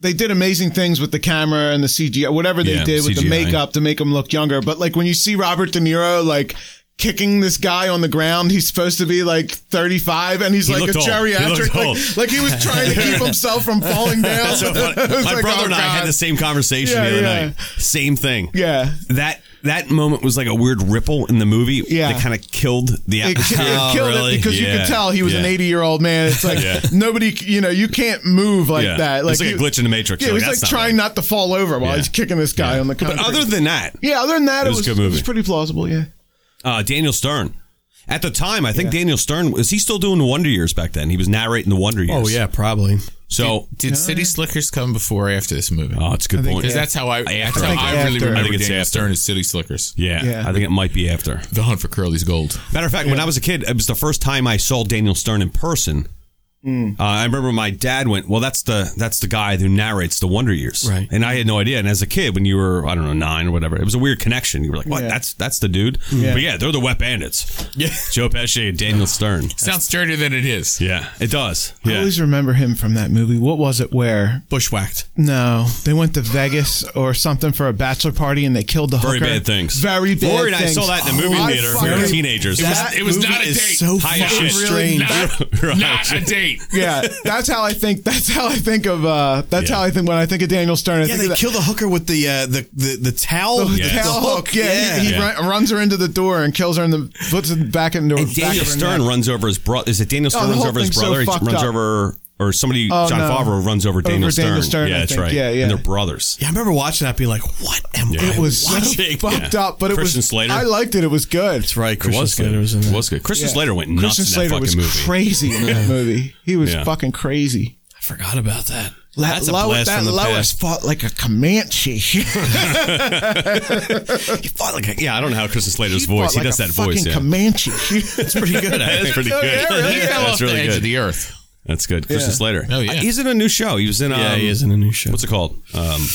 Speaker 3: they did amazing things with the camera and the CGI, whatever they
Speaker 2: Yeah,
Speaker 3: did with the
Speaker 2: CGI.
Speaker 3: makeup to make him look younger. But like when you see Robert De Niro like kicking this guy on the ground, he's supposed to be like 35, and he's like a
Speaker 2: looked old. He
Speaker 3: geriatric,
Speaker 2: looked old.
Speaker 3: like, like he was trying to keep himself from falling down.
Speaker 2: So funny.
Speaker 3: It was
Speaker 2: my
Speaker 3: like,
Speaker 2: brother
Speaker 3: oh,
Speaker 2: and I had
Speaker 3: God.
Speaker 2: the same conversation
Speaker 3: Yeah,
Speaker 2: the other
Speaker 3: yeah.
Speaker 2: night. Same thing.
Speaker 3: Yeah,
Speaker 2: That that moment was like a weird ripple in the movie
Speaker 3: Yeah.
Speaker 2: that kind of killed the
Speaker 3: it, ki-
Speaker 2: atmosphere.
Speaker 3: it killed it because you
Speaker 2: Oh, Yeah.
Speaker 3: could tell he was an
Speaker 2: Yeah.
Speaker 3: 80 year old man. It's like
Speaker 2: Yeah.
Speaker 3: nobody, c- you know, you can't move like
Speaker 2: Yeah.
Speaker 3: that.
Speaker 2: It's like a
Speaker 3: you-
Speaker 2: glitch in the Matrix.
Speaker 3: Yeah,
Speaker 2: You're
Speaker 3: it was
Speaker 2: like,
Speaker 3: like,
Speaker 2: "That's not
Speaker 3: trying
Speaker 2: right."
Speaker 3: not to fall over while
Speaker 2: Yeah.
Speaker 3: he's kicking this guy on the
Speaker 2: But
Speaker 3: concrete.
Speaker 2: other than that,
Speaker 3: yeah, other than that, it
Speaker 2: was
Speaker 3: was,
Speaker 2: a good
Speaker 3: it was
Speaker 2: movie.
Speaker 3: pretty plausible. Yeah,
Speaker 2: uh, Daniel Stern. At the time, I think Daniel Stern was he still doing the Wonder Years back then? He was narrating the Wonder Years.
Speaker 5: Oh yeah, probably.
Speaker 2: So
Speaker 4: Did City Slickers come before or after this movie?
Speaker 2: oh, it's a good point.
Speaker 4: Because that's how I. That's how
Speaker 2: think
Speaker 4: I
Speaker 3: after.
Speaker 4: really
Speaker 3: I think
Speaker 4: remember
Speaker 2: it's
Speaker 4: Daniel
Speaker 2: after.
Speaker 4: Stern as City Slickers.
Speaker 2: yeah,
Speaker 3: Yeah.
Speaker 2: I think it might be after.
Speaker 4: The Hunt for Curly's Gold.
Speaker 2: Matter of fact, when I was a kid, it was the first time I saw Daniel Stern in person. Uh, I remember my dad went, "Well, that's the that's the guy who narrates the Wonder Years,"
Speaker 5: Right.
Speaker 2: And I had no idea. And as a kid, when you were I don't know nine or whatever, it was a weird connection. You were like, "What?
Speaker 3: Yeah.
Speaker 2: That's that's the dude." But yeah, they're the Wet Bandits. Yeah, Joe Pesci and Daniel Stern.
Speaker 4: Sounds dirtier than it is.
Speaker 2: Yeah, it does.
Speaker 3: I
Speaker 2: Yeah,
Speaker 3: always remember him from that movie. What was it? Where?
Speaker 5: Bushwhacked.
Speaker 3: No, they went to Vegas or something for a bachelor party and they killed the
Speaker 2: very
Speaker 3: hooker.
Speaker 2: bad things.
Speaker 3: Very bad
Speaker 2: Lori and I
Speaker 3: things.
Speaker 2: saw that in the movie
Speaker 3: Oh, I
Speaker 2: theater.
Speaker 3: fucking-
Speaker 2: We were teenagers.
Speaker 4: It was,
Speaker 3: That
Speaker 4: it was
Speaker 3: movie
Speaker 4: not a date.
Speaker 5: is so
Speaker 2: High
Speaker 5: fucking
Speaker 2: shit.
Speaker 5: strange.
Speaker 4: Not,
Speaker 2: Right.
Speaker 4: not a date. great.
Speaker 3: yeah, that's how I think. That's how I think of. Uh, that's
Speaker 2: Yeah.
Speaker 3: how I think when I think of Daniel Stern. I
Speaker 5: Yeah,
Speaker 3: think
Speaker 5: they
Speaker 3: of that-
Speaker 5: kill the hooker with the uh, the, the the towel,
Speaker 3: the
Speaker 5: the
Speaker 3: towel hook. Oh, Yeah, he, he
Speaker 2: Yeah.
Speaker 3: run- runs her into the door and kills her in the puts it back into her.
Speaker 2: And Daniel
Speaker 3: back of her
Speaker 2: Stern
Speaker 3: neck.
Speaker 2: runs over his brother. Is it Daniel Stern
Speaker 3: the
Speaker 2: runs
Speaker 3: whole
Speaker 2: over his
Speaker 3: thing's so
Speaker 2: brother?
Speaker 3: fucked
Speaker 2: he runs
Speaker 3: up.
Speaker 2: over, or somebody,
Speaker 3: Oh,
Speaker 2: John
Speaker 3: no.
Speaker 2: Favreau runs over
Speaker 3: Over
Speaker 2: Daniel, Stern.
Speaker 3: Daniel Stern,
Speaker 2: Yeah,
Speaker 3: I
Speaker 2: that's
Speaker 3: think.
Speaker 2: right.
Speaker 3: Yeah, yeah.
Speaker 2: And they're brothers.
Speaker 5: Yeah, I remember watching that, being like, "What am I?"
Speaker 3: It was so
Speaker 5: watching?
Speaker 3: fucked up, but it
Speaker 2: Christian
Speaker 3: was.
Speaker 2: Slater.
Speaker 3: I liked it. It was good.
Speaker 5: That's right.
Speaker 2: It
Speaker 5: Christian
Speaker 2: was good.
Speaker 5: Slater was in
Speaker 2: It
Speaker 5: there.
Speaker 2: was good. Christian
Speaker 3: Yeah.
Speaker 2: Slater went nuts
Speaker 3: Christian
Speaker 2: in that
Speaker 3: Slater
Speaker 2: fucking
Speaker 3: was
Speaker 2: movie.
Speaker 3: crazy in that movie. He was
Speaker 2: Yeah.
Speaker 3: fucking crazy.
Speaker 5: I forgot about that.
Speaker 3: That
Speaker 5: That's a blast
Speaker 3: that
Speaker 5: from the
Speaker 3: Lois
Speaker 5: past.
Speaker 3: fought like a Comanche. He
Speaker 2: He fought like a- yeah, I don't know how Christian Slater's
Speaker 3: fought
Speaker 2: voice. He
Speaker 3: like
Speaker 2: does
Speaker 3: a
Speaker 2: that voice.
Speaker 3: fucking
Speaker 2: Yeah.
Speaker 3: Comanche.
Speaker 2: That's pretty good. That's pretty good.
Speaker 4: He fell
Speaker 2: That's
Speaker 4: off the
Speaker 2: really
Speaker 4: edge of
Speaker 2: good.
Speaker 4: the earth.
Speaker 2: That's good. Christian Slater.
Speaker 4: Oh, yeah.
Speaker 2: Uh, He's in a new show. He was in. Um,
Speaker 5: Yeah, he is in a new show.
Speaker 2: What's it called? Um,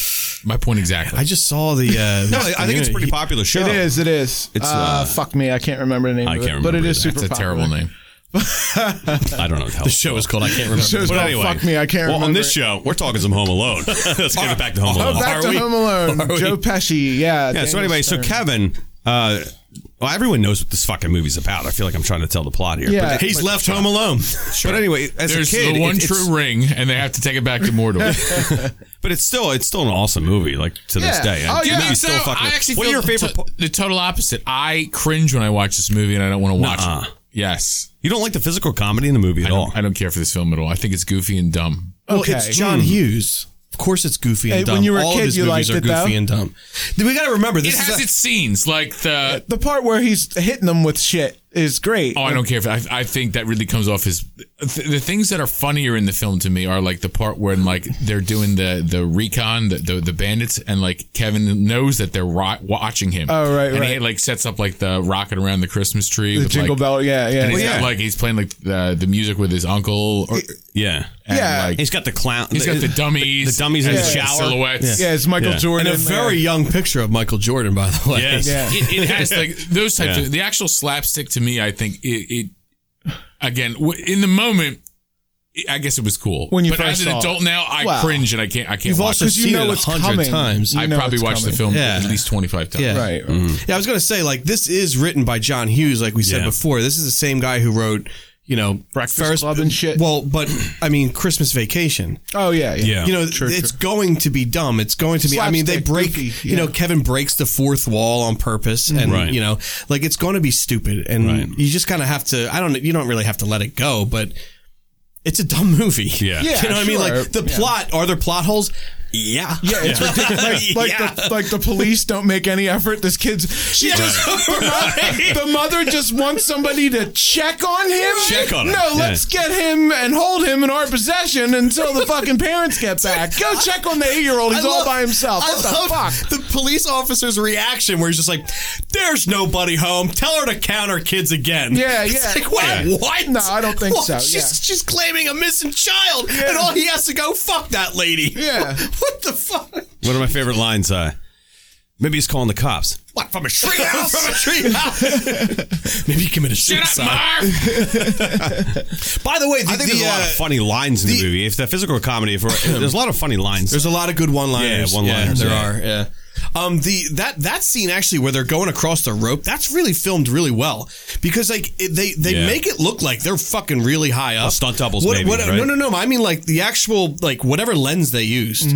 Speaker 4: My point exactly.
Speaker 5: I just saw the. Uh,
Speaker 2: no, I think it's a pretty popular show.
Speaker 3: It is. It is.
Speaker 2: It's,
Speaker 3: It's
Speaker 2: uh,
Speaker 3: uh, fuck me. I can't remember the name.
Speaker 2: I
Speaker 3: of it,
Speaker 2: can't
Speaker 3: But it
Speaker 2: remember
Speaker 3: is
Speaker 2: either.
Speaker 3: super.
Speaker 4: That's a terrible
Speaker 3: popular.
Speaker 4: name.
Speaker 2: I don't know. What the, hell
Speaker 5: The show is called. I can't remember.
Speaker 3: Show's
Speaker 2: But
Speaker 4: uh,
Speaker 3: called
Speaker 2: anyway,
Speaker 3: fuck me. I can't
Speaker 2: Well,
Speaker 3: remember.
Speaker 2: on this
Speaker 3: it.
Speaker 2: show, we're talking some Home Alone. Let's get it back to Home Alone.
Speaker 3: Oh, back
Speaker 5: Are
Speaker 3: to
Speaker 5: we?
Speaker 3: Home Alone.
Speaker 5: Are we?
Speaker 3: Joe Pesci. Yeah.
Speaker 2: Yeah. So anyway, so Kevin, uh, well, everyone knows what this fucking movie's about. I feel like I'm trying to tell the plot here.
Speaker 3: Yeah.
Speaker 2: But,
Speaker 5: He's left home alone.
Speaker 2: but anyway, as
Speaker 4: There's
Speaker 2: a kid,
Speaker 4: the one
Speaker 2: it- it's-
Speaker 4: true ring, and they have to take it back to Mordor.
Speaker 2: But it's still it's still an awesome movie. Like to this
Speaker 3: Yeah.
Speaker 2: day.
Speaker 3: Oh,
Speaker 2: The
Speaker 3: yeah,
Speaker 2: movie's still fucking.
Speaker 4: I actually
Speaker 2: what are your
Speaker 4: feel
Speaker 2: favorite?
Speaker 4: the,
Speaker 2: po-
Speaker 4: to- the total opposite. I cringe when I watch this movie, and I don't want to watch
Speaker 2: Nuh-uh.
Speaker 4: it. Yes,
Speaker 2: you don't like the physical comedy in the movie at
Speaker 4: I
Speaker 2: all.
Speaker 4: don't, I don't care for this film at all. I think it's goofy and dumb.
Speaker 5: Well,
Speaker 3: Okay.
Speaker 5: it's John Hughes. Of course, it's goofy and
Speaker 3: Hey,
Speaker 5: dumb.
Speaker 3: when you were a
Speaker 5: All of
Speaker 3: kid,
Speaker 5: his
Speaker 3: you
Speaker 5: movies
Speaker 3: liked it,
Speaker 5: are goofy
Speaker 3: though?
Speaker 5: and dumb. We got to remember
Speaker 4: It
Speaker 5: this
Speaker 4: has
Speaker 5: is a-
Speaker 4: its scenes, like the.
Speaker 3: the part where he's hitting them with shit is great.
Speaker 4: Oh, I don't care. If, I, I think that really comes off as th- the things that are funnier in the film to me are like the part when like they're doing the the recon, the the, the bandits, and like Kevin knows that they're ro- watching him.
Speaker 3: Oh, right,
Speaker 4: and he
Speaker 3: right.
Speaker 4: like sets up like the rocket around the Christmas tree,
Speaker 3: the
Speaker 4: with,
Speaker 3: jingle
Speaker 4: like,
Speaker 3: bell. Yeah, yeah.
Speaker 4: And he's
Speaker 3: yeah.
Speaker 4: got, like he's playing like the, the music with his uncle. Or,
Speaker 2: Yeah.
Speaker 4: and,
Speaker 3: Yeah.
Speaker 4: like,
Speaker 2: He's got the clown.
Speaker 4: He's got the dummies.
Speaker 2: The dummies in
Speaker 4: and
Speaker 2: the
Speaker 4: the
Speaker 2: shower.
Speaker 4: Silhouettes.
Speaker 3: yeah, it's Michael
Speaker 2: Yeah.
Speaker 3: Jordan.
Speaker 5: and a
Speaker 3: like,
Speaker 5: very young picture of Michael Jordan, by the way.
Speaker 2: Yes.
Speaker 3: Yeah.
Speaker 4: It, it has like those types
Speaker 2: Yeah.
Speaker 4: of the actual slapstick to me. I think it, it again w- in the moment. it- I guess it was cool.
Speaker 3: When you
Speaker 4: but
Speaker 3: first
Speaker 4: as an
Speaker 3: saw it.
Speaker 4: adult now, I
Speaker 3: Wow.
Speaker 4: cringe and I can't. I can't
Speaker 5: You've
Speaker 4: watch.
Speaker 5: also
Speaker 4: it.
Speaker 3: 'Cause you
Speaker 5: seen
Speaker 3: know
Speaker 5: it a
Speaker 3: it's
Speaker 5: hundred
Speaker 3: coming.
Speaker 5: times.
Speaker 3: you
Speaker 4: I
Speaker 3: know
Speaker 4: probably
Speaker 3: it's
Speaker 4: watched the
Speaker 3: coming.
Speaker 4: film
Speaker 5: Yeah.
Speaker 4: at least twenty five times.
Speaker 5: Yeah.
Speaker 3: right.
Speaker 5: Yeah, I was gonna say like this is written by John Hughes, like we said
Speaker 2: Yeah.
Speaker 5: before. This is the same guy who wrote, you know, Breakfast
Speaker 3: Club and shit.
Speaker 5: Well, but I mean, Christmas Vacation.
Speaker 3: Oh yeah, yeah.
Speaker 2: Yeah.
Speaker 5: You know, it's going to be dumb. It's going to be. I mean, they
Speaker 3: Slapstick,
Speaker 5: break.
Speaker 3: goofy,
Speaker 5: You know,
Speaker 3: yeah.
Speaker 5: Kevin breaks the fourth wall on purpose, and
Speaker 2: Right.
Speaker 5: you know, like it's going to be stupid, and
Speaker 2: Right.
Speaker 5: you just kind of have to. I don't. You don't really have to let it go, but it's a dumb movie.
Speaker 2: Yeah.
Speaker 5: you know
Speaker 3: Yeah,
Speaker 5: what I mean.
Speaker 3: sure.
Speaker 5: Like the
Speaker 3: Yeah.
Speaker 5: plot. Are there plot holes? Yeah.
Speaker 3: Yeah, it's ridiculous. Like, like, The, like the police don't make any effort. This kid's she just the, mother, the mother just wants somebody to check on him.
Speaker 2: Check on him.
Speaker 3: No,
Speaker 2: Yeah.
Speaker 3: let's get him and hold him in our possession until the fucking parents get back. Go check on the eight year old. He's
Speaker 5: I
Speaker 3: all
Speaker 5: love-
Speaker 3: by himself.
Speaker 5: I
Speaker 3: What the
Speaker 5: love
Speaker 3: fuck?
Speaker 5: the police officer's reaction, where he's just like, "There's nobody home. Tell her to count her kids again."
Speaker 3: Yeah,
Speaker 5: It's
Speaker 3: yeah.
Speaker 5: like, what?
Speaker 3: Yeah.
Speaker 5: What?
Speaker 3: No, I don't think
Speaker 5: What?
Speaker 3: so,
Speaker 5: She's
Speaker 3: yeah.
Speaker 5: she's claiming a missing child,
Speaker 3: Yeah.
Speaker 5: and all he has to go fuck that lady.
Speaker 3: Yeah.
Speaker 5: what the fuck?
Speaker 2: One of my favorite lines. Uh, maybe he's calling the cops.
Speaker 5: What from a tree house? from a tree house. Maybe he committed
Speaker 4: Shut up,
Speaker 5: suicide.
Speaker 4: Marv!
Speaker 5: By the way, the,
Speaker 2: I think
Speaker 5: the,
Speaker 2: there's a lot
Speaker 5: uh,
Speaker 2: of funny lines in the,
Speaker 5: the-
Speaker 2: movie. If the physical comedy, if we're, there's a lot of funny lines.
Speaker 5: There's a lot of good one-liners.
Speaker 2: Yeah, one-liners,
Speaker 5: there
Speaker 2: yeah.
Speaker 5: are. Yeah. Um, the that that scene actually where they're going across the rope that's really filmed really well because like it, they they
Speaker 2: Yeah.
Speaker 5: make it look like they're fucking really high up.
Speaker 2: stunt doubles
Speaker 5: What-
Speaker 2: maybe,
Speaker 5: what-
Speaker 2: right?
Speaker 5: No, no, no. I mean like the actual like whatever lens they used.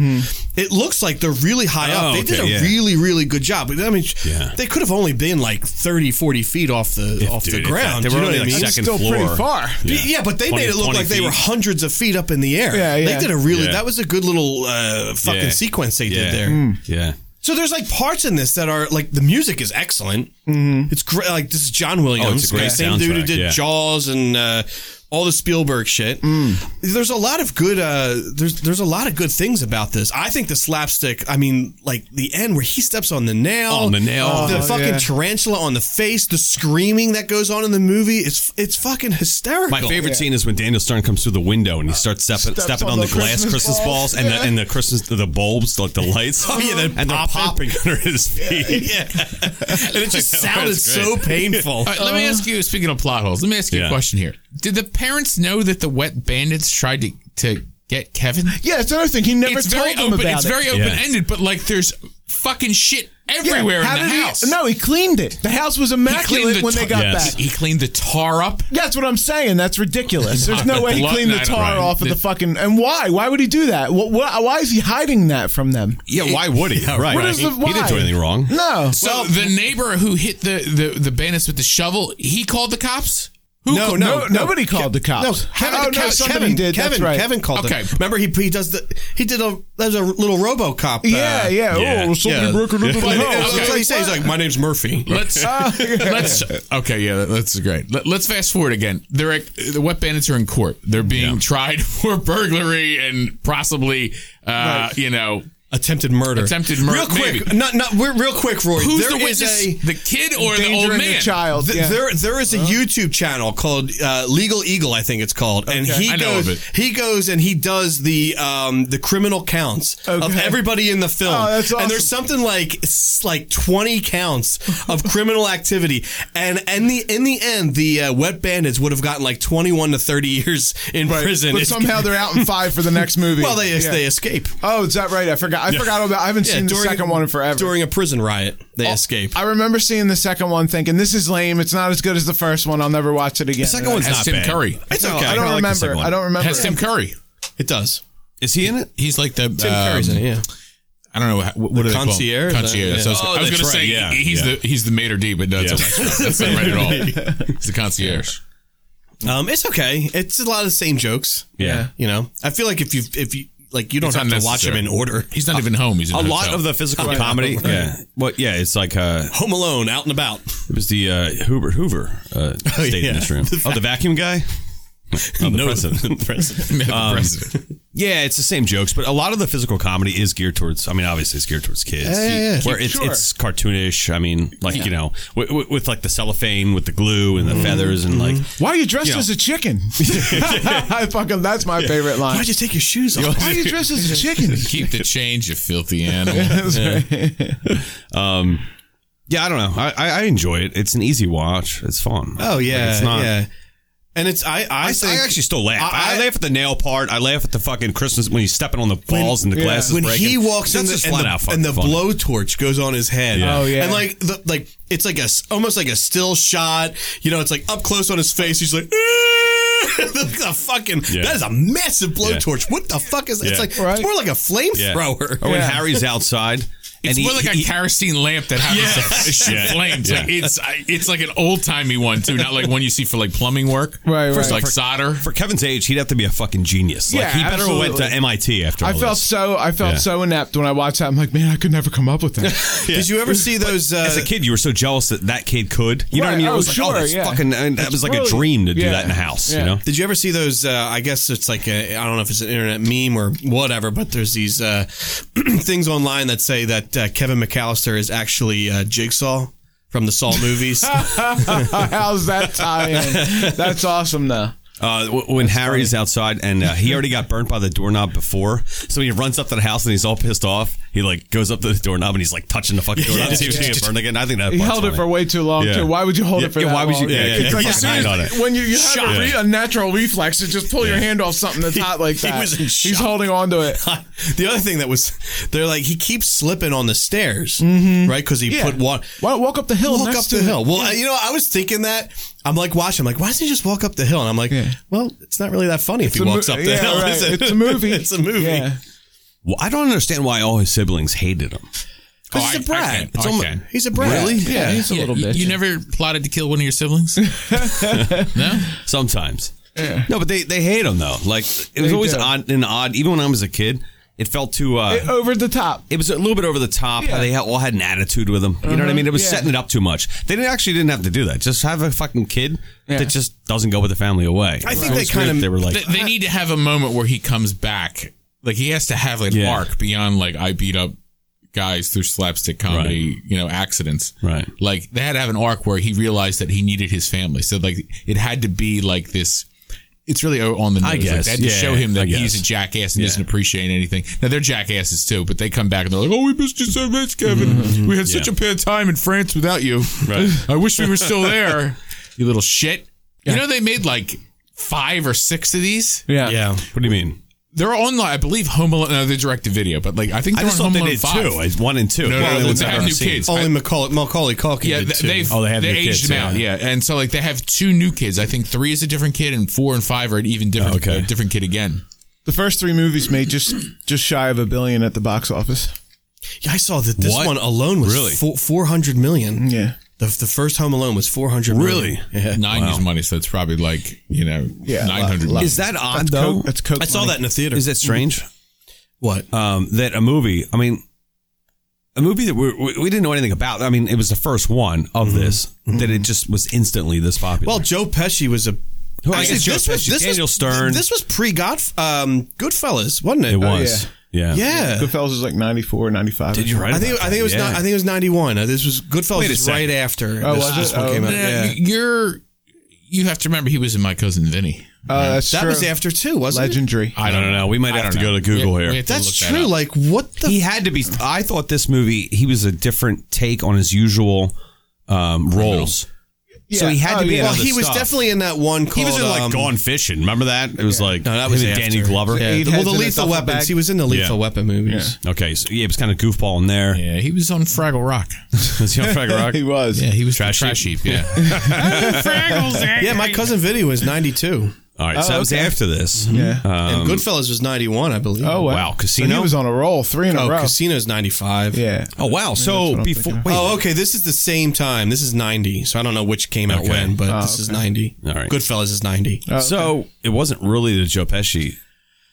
Speaker 5: It looks like they're really high
Speaker 2: Mm-hmm. Oh,
Speaker 5: up. They did
Speaker 2: okay,
Speaker 5: a
Speaker 2: yeah.
Speaker 5: really really good job. I mean,
Speaker 2: Yeah.
Speaker 5: they could have only been like 30, 40 feet off the off
Speaker 2: dude,
Speaker 5: the
Speaker 2: if that-
Speaker 5: ground.
Speaker 2: they
Speaker 5: you
Speaker 2: were
Speaker 5: know
Speaker 2: only,
Speaker 5: what I
Speaker 2: like,
Speaker 5: mean?
Speaker 2: second
Speaker 3: Still pretty
Speaker 2: floor.
Speaker 3: far.
Speaker 5: Yeah, but they
Speaker 2: 20,
Speaker 5: made it look
Speaker 2: 20
Speaker 5: like they were
Speaker 2: feet.
Speaker 5: hundreds of feet up in the air.
Speaker 3: Yeah, yeah.
Speaker 5: They did a really
Speaker 2: Yeah.
Speaker 5: that was a good little uh, fucking
Speaker 2: Yeah.
Speaker 5: sequence they
Speaker 2: yeah. Mm.
Speaker 5: did there.
Speaker 3: Hmm.
Speaker 5: Mm.
Speaker 2: Yeah.
Speaker 5: So there's like parts in this that are like the music is excellent. Mm-hmm. It's great. Like this is John Williams,
Speaker 2: Oh, it's a great
Speaker 5: the same dude who
Speaker 2: soundtrack,
Speaker 5: did
Speaker 2: yeah.
Speaker 5: Jaws and uh, all the Spielberg shit.
Speaker 3: Hmm.
Speaker 5: There's a lot of good. Uh, there's there's a lot of good things about this. I think the slapstick. I mean, like the end where he steps on the nail,
Speaker 2: On the nail.
Speaker 5: the
Speaker 3: Oh,
Speaker 5: fucking
Speaker 3: yeah.
Speaker 5: tarantula on the face, the screaming that goes on in the movie. It's it's fucking hysterical.
Speaker 2: My favorite scene is when Daniel Stern comes through the window and he starts stepping,
Speaker 3: Steps
Speaker 2: stepping on,
Speaker 3: on
Speaker 2: the,
Speaker 3: the
Speaker 2: glass
Speaker 3: Christmas
Speaker 2: Christmas balls,
Speaker 3: balls.
Speaker 2: and, the,
Speaker 3: Yeah.
Speaker 2: and the Christmas the bulbs like the lights.
Speaker 5: Oh, yeah, they're
Speaker 2: and they're popping
Speaker 5: popping.
Speaker 2: under his feet.
Speaker 5: Yeah. and it just
Speaker 2: That
Speaker 5: sounded
Speaker 2: was
Speaker 5: so painful.
Speaker 4: All right, let me ask you. Speaking of plot holes, let me ask you
Speaker 2: Yeah.
Speaker 4: a question here. Did the parents know that the wet bandits tried to to get Kevin?
Speaker 3: Yeah, it's another thing. He never
Speaker 4: it's
Speaker 3: told
Speaker 4: very
Speaker 3: them
Speaker 4: open.
Speaker 3: about
Speaker 4: It's
Speaker 3: it.
Speaker 4: very open ended, but like there's fucking shit everywhere
Speaker 3: How
Speaker 4: in the
Speaker 3: did he-
Speaker 4: house.
Speaker 3: no, he cleaned it. The house was immaculate when they
Speaker 4: tar-
Speaker 3: got
Speaker 2: Yes.
Speaker 3: back.
Speaker 4: He cleaned the tar up.
Speaker 3: Yeah, That's what I'm saying. That's ridiculous. There's no way he
Speaker 4: Blood-
Speaker 3: cleaned the
Speaker 4: no, I don't-
Speaker 3: tar
Speaker 4: right.
Speaker 3: off of the
Speaker 4: The-
Speaker 3: fucking. And why? Why would he do that? What, why is he hiding that from them?
Speaker 2: Yeah, why would he? right.
Speaker 3: What is
Speaker 2: he,
Speaker 3: the
Speaker 2: he didn't do
Speaker 3: why?
Speaker 2: anything wrong.
Speaker 3: No.
Speaker 4: So the neighbor who hit the, the the bandits with the shovel, he called the cops. Who
Speaker 5: No,
Speaker 4: called-
Speaker 5: no,
Speaker 3: nobody called the cops.
Speaker 5: No, Kevin,
Speaker 3: oh, no,
Speaker 5: Kevin,
Speaker 3: somebody
Speaker 5: Kevin,
Speaker 3: did.
Speaker 5: Kevin,
Speaker 3: That's right.
Speaker 5: Kevin called.
Speaker 4: Okay.
Speaker 5: Them. Remember he he does the he did a there's a little RoboCop. uh,
Speaker 3: Yeah, yeah.
Speaker 2: yeah,
Speaker 3: Oh, somebody
Speaker 5: yeah.
Speaker 3: broke into the
Speaker 5: But
Speaker 3: house.
Speaker 5: that's what he says. He's like, my name's Murphy.
Speaker 4: Let's
Speaker 5: Ah.
Speaker 4: let's okay, yeah, that- that's great. Let, us fast forward again. They're at, the wet bandits are in court. They're being tried for burglary and possibly, uh, you know,
Speaker 5: Attempted murder.
Speaker 4: Attempted murder,
Speaker 5: Real quick,
Speaker 4: maybe.
Speaker 5: not not we're- real quick, Roy.
Speaker 4: who's
Speaker 5: There
Speaker 4: the
Speaker 5: is
Speaker 4: witness?
Speaker 5: a-
Speaker 4: the kid or the old
Speaker 3: Endangering
Speaker 4: man?
Speaker 3: a child.
Speaker 5: Th-
Speaker 3: yeah.
Speaker 5: There, there is a YouTube channel called uh, Legal Eagle, I think it's called, and he
Speaker 4: I
Speaker 5: goes,
Speaker 4: know of it.
Speaker 5: he goes and he does the um, the criminal counts of
Speaker 3: Okay.
Speaker 5: everybody in the film.
Speaker 3: Oh, that's
Speaker 5: And
Speaker 3: awesome.
Speaker 5: there's something like s- like 20 counts of criminal activity, and and the in the end, the uh, Wet Bandits would have gotten like 21 to 30 years in
Speaker 3: Right.
Speaker 5: prison.
Speaker 3: But
Speaker 5: It's-
Speaker 3: somehow they're out in five for the next movie.
Speaker 5: well, they
Speaker 3: Yeah.
Speaker 5: they escape.
Speaker 3: Oh, is that right? I forgot. I forgot all about. I haven't
Speaker 5: Yeah,
Speaker 3: seen the
Speaker 5: during-
Speaker 3: second one in forever.
Speaker 5: During a prison riot, they
Speaker 3: Oh,
Speaker 5: escape.
Speaker 3: I remember seeing the second one, thinking this is lame. It's not as good as the first one. I'll never watch it again. The
Speaker 2: Second one's
Speaker 4: Has
Speaker 2: not
Speaker 4: Tim
Speaker 2: bad.
Speaker 4: Curry.
Speaker 5: it's okay.
Speaker 3: I
Speaker 2: like
Speaker 3: don't
Speaker 2: the
Speaker 3: remember.
Speaker 2: second one.
Speaker 3: I don't remember.
Speaker 4: Has Tim Curry.
Speaker 5: it does.
Speaker 2: Is he in it?
Speaker 4: He's like the um,
Speaker 5: Tim Curry's in it, yeah.
Speaker 4: I don't know wha- what, what are they called?
Speaker 5: concierge?
Speaker 4: Concierge.
Speaker 5: Yeah.
Speaker 4: So I was,
Speaker 2: Oh,
Speaker 4: I was
Speaker 2: that's
Speaker 4: going to
Speaker 2: right,
Speaker 4: say
Speaker 2: yeah,
Speaker 4: he- he's
Speaker 2: yeah.
Speaker 4: the he's the maitre d, but no, that's, that's not right at all. He's the concierge.
Speaker 5: Um, it's okay. It's a lot of the same jokes.
Speaker 2: Yeah.
Speaker 5: you know, I feel like if you if you like you don't
Speaker 4: It's
Speaker 5: have to watch
Speaker 4: unnecessary.
Speaker 5: them in order.
Speaker 4: He's not even home. He's in
Speaker 2: A lot
Speaker 4: hotel.
Speaker 2: of the physical comedy. Yeah. What? Yeah, it's like uh,
Speaker 5: Home Alone, out and about.
Speaker 2: it was the uh, Hoover Hoover uh, stayed in this room. oh, the vacuum guy. Oh, the president.
Speaker 4: Yeah, the
Speaker 2: um,
Speaker 4: president.
Speaker 2: Yeah, it's the same jokes, but a lot of the physical comedy is geared towards. I mean, obviously, it's geared towards kids. where it's it's cartoonish. I mean, like you know, with, with, with like the cellophane, with the glue and the
Speaker 5: Mm-hmm.
Speaker 2: feathers, and like
Speaker 3: Why are you dressed
Speaker 2: Yeah.
Speaker 3: as a chicken? I fucking. That's my favorite line.
Speaker 5: Why'd you take your shoes off?
Speaker 3: Why are you dressed as a chicken?
Speaker 4: Keep the change, you filthy animal.
Speaker 2: yeah, I don't know. I, I I enjoy it. It's an easy watch. It's fun.
Speaker 5: Oh yeah,
Speaker 2: Like, it's not.
Speaker 5: yeah. And it's I I,
Speaker 2: I, I
Speaker 5: think
Speaker 2: actually still laugh. I,
Speaker 5: I-
Speaker 2: laugh at the nail part. I laugh at the fucking Christmas when he's stepping on the balls and the glasses
Speaker 5: when
Speaker 2: breaking.
Speaker 5: he walks in
Speaker 2: That's
Speaker 5: the,
Speaker 2: just
Speaker 5: and
Speaker 2: flat
Speaker 5: the,
Speaker 2: out fucking
Speaker 5: and the
Speaker 2: funny.
Speaker 5: blowtorch goes on his head.
Speaker 2: Yeah.
Speaker 3: Oh, yeah.
Speaker 5: and like the like it's like a s- almost like a still shot. You know, it's like up close on his face. He's like. the fucking
Speaker 2: Yeah.
Speaker 5: that is a massive blowtorch. What the fuck is
Speaker 2: Yeah. Oh,
Speaker 5: it's like?
Speaker 3: Right.
Speaker 5: It's more like a flamethrower.
Speaker 2: Or when
Speaker 3: Yeah.
Speaker 2: Harry's outside. and
Speaker 4: It's
Speaker 2: he-
Speaker 4: more like a
Speaker 2: he-
Speaker 4: kerosene lamp that has a shit
Speaker 2: Yeah.
Speaker 4: flames. Like,
Speaker 2: Yeah.
Speaker 4: it's I- it's like an old timey one too, not like one you see for like plumbing work,
Speaker 3: Right,
Speaker 4: For
Speaker 3: right.
Speaker 4: like solder.
Speaker 2: for Kevin's age, he'd have to be a fucking genius. Like
Speaker 3: Yeah,
Speaker 2: he better went to
Speaker 3: absolutely.
Speaker 2: MIT after.
Speaker 3: I
Speaker 2: all
Speaker 3: felt
Speaker 2: this.
Speaker 3: so. I felt
Speaker 2: Yeah.
Speaker 3: so inept when I watched that. I'm like, man, I could never come up with that.
Speaker 5: Did you ever see those? Uh,
Speaker 2: as a kid, you were so jealous that that kid could. You know what I
Speaker 3: Right.
Speaker 2: mean? It
Speaker 3: Oh,
Speaker 2: was like,
Speaker 3: sure,
Speaker 2: oh, that's
Speaker 3: yeah.
Speaker 2: fucking, and that
Speaker 3: It's
Speaker 2: was like a
Speaker 3: brilliant.
Speaker 2: dream to do
Speaker 3: Yeah.
Speaker 2: that in a house, you
Speaker 3: Yeah.
Speaker 2: know?
Speaker 5: Did you ever see those? Uh, I guess it's like a, I don't know if it's an internet meme or whatever, but there's these uh, things online that say that uh, Kevin McAllister is actually uh, Jigsaw from the Saw movies.
Speaker 3: How's that tie in? That's awesome, though.
Speaker 2: Uh, w- when Harry's outside and uh, he already got burnt by the doorknob before, so he runs up to the house and he's all pissed off. He like goes up to the doorknob and he's like touching the fucking doorknob to see if it's gonna get burned again. I think that
Speaker 3: He
Speaker 2: part's
Speaker 3: held it
Speaker 2: funny.
Speaker 3: for way too long.
Speaker 2: Yeah.
Speaker 3: Too. Why would you hold
Speaker 2: Yeah,
Speaker 3: it for
Speaker 2: yeah,
Speaker 3: that
Speaker 2: why would you-
Speaker 3: long?
Speaker 2: yeah, yeah,
Speaker 3: It's
Speaker 2: yeah,
Speaker 3: like,
Speaker 2: yeah,
Speaker 3: as soon
Speaker 2: fucking hide
Speaker 3: as-
Speaker 2: on it.
Speaker 3: When you, you have
Speaker 5: Shock.
Speaker 3: a, re- a natural reflex to just pull your hand off something that's hot like
Speaker 5: he
Speaker 3: that.
Speaker 5: was in
Speaker 3: He's
Speaker 5: shock.
Speaker 3: holding on to it.
Speaker 5: the other thing that was, they're like he keeps slipping on the stairs, right? Because he
Speaker 3: Yeah.
Speaker 5: put one.
Speaker 3: Why don't walk up the hill?
Speaker 5: Walk
Speaker 3: next
Speaker 5: up
Speaker 3: to
Speaker 5: the
Speaker 3: it?
Speaker 5: hill. Well, I- you know, I was thinking that. I'm like watching. I'm like, why doesn't he just walk up the hill? And I'm like, well, it's not really that funny if
Speaker 3: a
Speaker 5: he walks
Speaker 3: mo-
Speaker 5: up the
Speaker 3: yeah,
Speaker 5: hill.
Speaker 3: right.
Speaker 5: is it?
Speaker 3: It's a movie.
Speaker 5: it's a movie.
Speaker 3: Yeah.
Speaker 2: Well, I don't understand why all his siblings hated him.
Speaker 4: Oh,
Speaker 5: Because
Speaker 4: I-
Speaker 5: he's a
Speaker 4: I
Speaker 5: brat.
Speaker 4: can.
Speaker 5: It's
Speaker 4: I
Speaker 5: almo-
Speaker 4: can.
Speaker 5: He's a brat.
Speaker 3: Yeah, he's a
Speaker 4: Yeah,
Speaker 3: little
Speaker 4: you,
Speaker 3: bit.
Speaker 4: you never plotted to kill one of your siblings? no.
Speaker 2: Sometimes. No, but they, they hate him though. Like it was
Speaker 3: They
Speaker 2: always
Speaker 3: do.
Speaker 2: odd and odd. Even when I was a kid, it felt too. Uh, it,
Speaker 3: over the top.
Speaker 2: was a little bit over the top. How
Speaker 3: Yeah. Uh-huh.
Speaker 2: they had- all had an attitude with him. You know what I mean? It was
Speaker 3: yeah.
Speaker 2: setting it up too much. They didn't actually didn't have to do that. Just have a fucking kid
Speaker 3: Yeah.
Speaker 2: that just doesn't go with the family away.
Speaker 5: I think
Speaker 2: It
Speaker 5: they
Speaker 2: was weird
Speaker 5: kinda-
Speaker 2: if they were like.
Speaker 4: they, they need to have a moment where he comes back. Like he has to have like
Speaker 2: Yeah.
Speaker 4: an arc beyond like I beat up guys through slapstick comedy, you know, accidents.
Speaker 2: Right.
Speaker 4: Like they had to have an arc where he realized that he needed his family. So like it had to be like this. It's really on the nose.
Speaker 2: I
Speaker 4: Like,
Speaker 2: guess.
Speaker 4: they had to
Speaker 2: Yeah,
Speaker 4: show him
Speaker 2: I
Speaker 4: that
Speaker 2: guess.
Speaker 4: he's a jackass and
Speaker 2: Yeah.
Speaker 4: doesn't appreciate anything. Now they're jackasses too, but they come back and they're like, "Oh, we missed you so much, Kevin. We had such
Speaker 2: Mm-hmm. Yeah.
Speaker 4: a bad time in France without you.
Speaker 2: Right.
Speaker 4: I wish we were still there. you little shit. You know they made like five or six of these.
Speaker 3: Yeah.
Speaker 5: Yeah.
Speaker 2: What do you mean?
Speaker 4: They're on, I believe, Home Alone. No, they're direct to video, but like I think
Speaker 2: I
Speaker 4: they're
Speaker 2: just
Speaker 4: on
Speaker 2: thought
Speaker 4: Home
Speaker 2: they
Speaker 4: Alone
Speaker 2: did
Speaker 4: Five.
Speaker 2: two. It's one and two.
Speaker 4: No, no,
Speaker 2: Well,
Speaker 4: no,
Speaker 2: ones
Speaker 4: they
Speaker 2: I've
Speaker 4: have
Speaker 2: ever
Speaker 4: new
Speaker 2: seen.
Speaker 4: kids.
Speaker 5: Only Macaulay, Macaulay Culkin.
Speaker 4: Yeah,
Speaker 5: did
Speaker 4: th-
Speaker 5: too.
Speaker 4: they've
Speaker 2: Oh, they have new
Speaker 4: aged
Speaker 2: kids,
Speaker 4: them out.
Speaker 2: yeah.
Speaker 4: Yeah, and so like they have two new kids. I think three is a different kid, and four and five are an even different,
Speaker 2: Oh, okay.
Speaker 4: a different kid again.
Speaker 3: The first three movies made just just shy of a billion at the box office.
Speaker 5: Yeah, I saw that this
Speaker 2: What?
Speaker 5: one alone was
Speaker 2: Really?
Speaker 5: four, 400 million.
Speaker 3: Yeah.
Speaker 5: The, the first Home Alone was 400 million.
Speaker 2: Really?
Speaker 5: Yeah.
Speaker 4: Nineties money, so it's probably like you know
Speaker 3: Yeah,
Speaker 4: nine hundred.
Speaker 3: lot- lot.
Speaker 2: Is that odd
Speaker 3: That's
Speaker 2: though?
Speaker 3: Coke- that's Coke
Speaker 5: I saw
Speaker 3: money.
Speaker 5: that in the theater.
Speaker 2: Is that strange?
Speaker 5: What?
Speaker 2: um, that a movie. I mean, a movie that we, we we didn't know anything about. I mean, it was the first one of this that it just was instantly this popular.
Speaker 5: Well, Joe Pesci was a.
Speaker 2: I
Speaker 5: Actually,
Speaker 2: guess Joe Pesci, Daniel Stern.
Speaker 5: This was pre God, um, Goodfellas, wasn't it?
Speaker 2: it was. yeah.
Speaker 5: oh, Yeah.
Speaker 3: Goodfellas was like 94 95.
Speaker 2: Did you write?
Speaker 5: I think
Speaker 2: about
Speaker 5: I think it was
Speaker 2: that?
Speaker 5: not, I think it was ninety one. This was Goodfellas
Speaker 2: Wait a
Speaker 5: was
Speaker 2: second.
Speaker 5: right after
Speaker 3: Oh,
Speaker 5: this,
Speaker 3: was it?
Speaker 5: this one
Speaker 3: Oh.
Speaker 5: came out.
Speaker 4: Yeah,
Speaker 5: Yeah,
Speaker 4: You're you have to remember he was in my cousin Vinny.
Speaker 3: Uh, that's
Speaker 5: that
Speaker 3: true.
Speaker 5: was after two, wasn't it?
Speaker 3: Legendary.
Speaker 2: I don't know. We might
Speaker 4: I
Speaker 2: have
Speaker 4: don't
Speaker 2: to go
Speaker 4: know.
Speaker 2: to Google
Speaker 4: We-
Speaker 2: here.
Speaker 4: we have to
Speaker 5: That's
Speaker 4: look that
Speaker 5: true.
Speaker 4: up.
Speaker 5: like what the?
Speaker 2: he had to be. I thought this movie. He was a different take on his usual um, roles. So he had
Speaker 3: Oh,
Speaker 2: to be.
Speaker 3: yeah.
Speaker 2: in
Speaker 5: well,
Speaker 2: other
Speaker 5: he was
Speaker 2: stuff.
Speaker 5: definitely in that one
Speaker 2: He
Speaker 5: called.
Speaker 2: was in like
Speaker 5: um,
Speaker 2: Gone Fishing. Remember that? It was like
Speaker 5: No, that was
Speaker 2: him and
Speaker 5: after.
Speaker 2: Danny Glover.
Speaker 5: Yeah,
Speaker 3: Eight
Speaker 5: the, well,
Speaker 3: heads
Speaker 5: the
Speaker 3: in a
Speaker 5: Lethal
Speaker 3: duffel
Speaker 5: Weapons.
Speaker 3: bag.
Speaker 5: He was in the Lethal
Speaker 2: Yeah.
Speaker 5: Weapon movies.
Speaker 2: Okay, so yeah, it was kind of goofball in there.
Speaker 4: yeah, he was on Fraggle Rock.
Speaker 2: Was he on Fraggle Rock?
Speaker 3: He was.
Speaker 4: Yeah, he was
Speaker 2: Trash
Speaker 4: trash,
Speaker 2: Heap?
Speaker 4: trash heap. Yeah,
Speaker 5: Yeah, my cousin Vinny was 92,
Speaker 2: All right, so that was
Speaker 3: okay. Mm-hmm.
Speaker 2: after this.
Speaker 3: Yeah.
Speaker 5: and Goodfellas was 91, I believe.
Speaker 3: oh, wow.
Speaker 2: Wow,
Speaker 3: So he
Speaker 2: Casino.
Speaker 3: was on a roll, three in a
Speaker 5: oh,
Speaker 3: row.
Speaker 5: Casino's 95.
Speaker 3: Yeah.
Speaker 2: oh wow, so
Speaker 3: I'm
Speaker 2: before.
Speaker 3: thinking
Speaker 2: Wait,
Speaker 5: Oh, okay. This is the same time. This is 90, so I don't know which came out
Speaker 2: Okay.
Speaker 5: when, but this
Speaker 3: Oh,
Speaker 5: is 90.
Speaker 2: All right.
Speaker 5: Goodfellas is 90.
Speaker 2: so it wasn't really the Joe Pesci.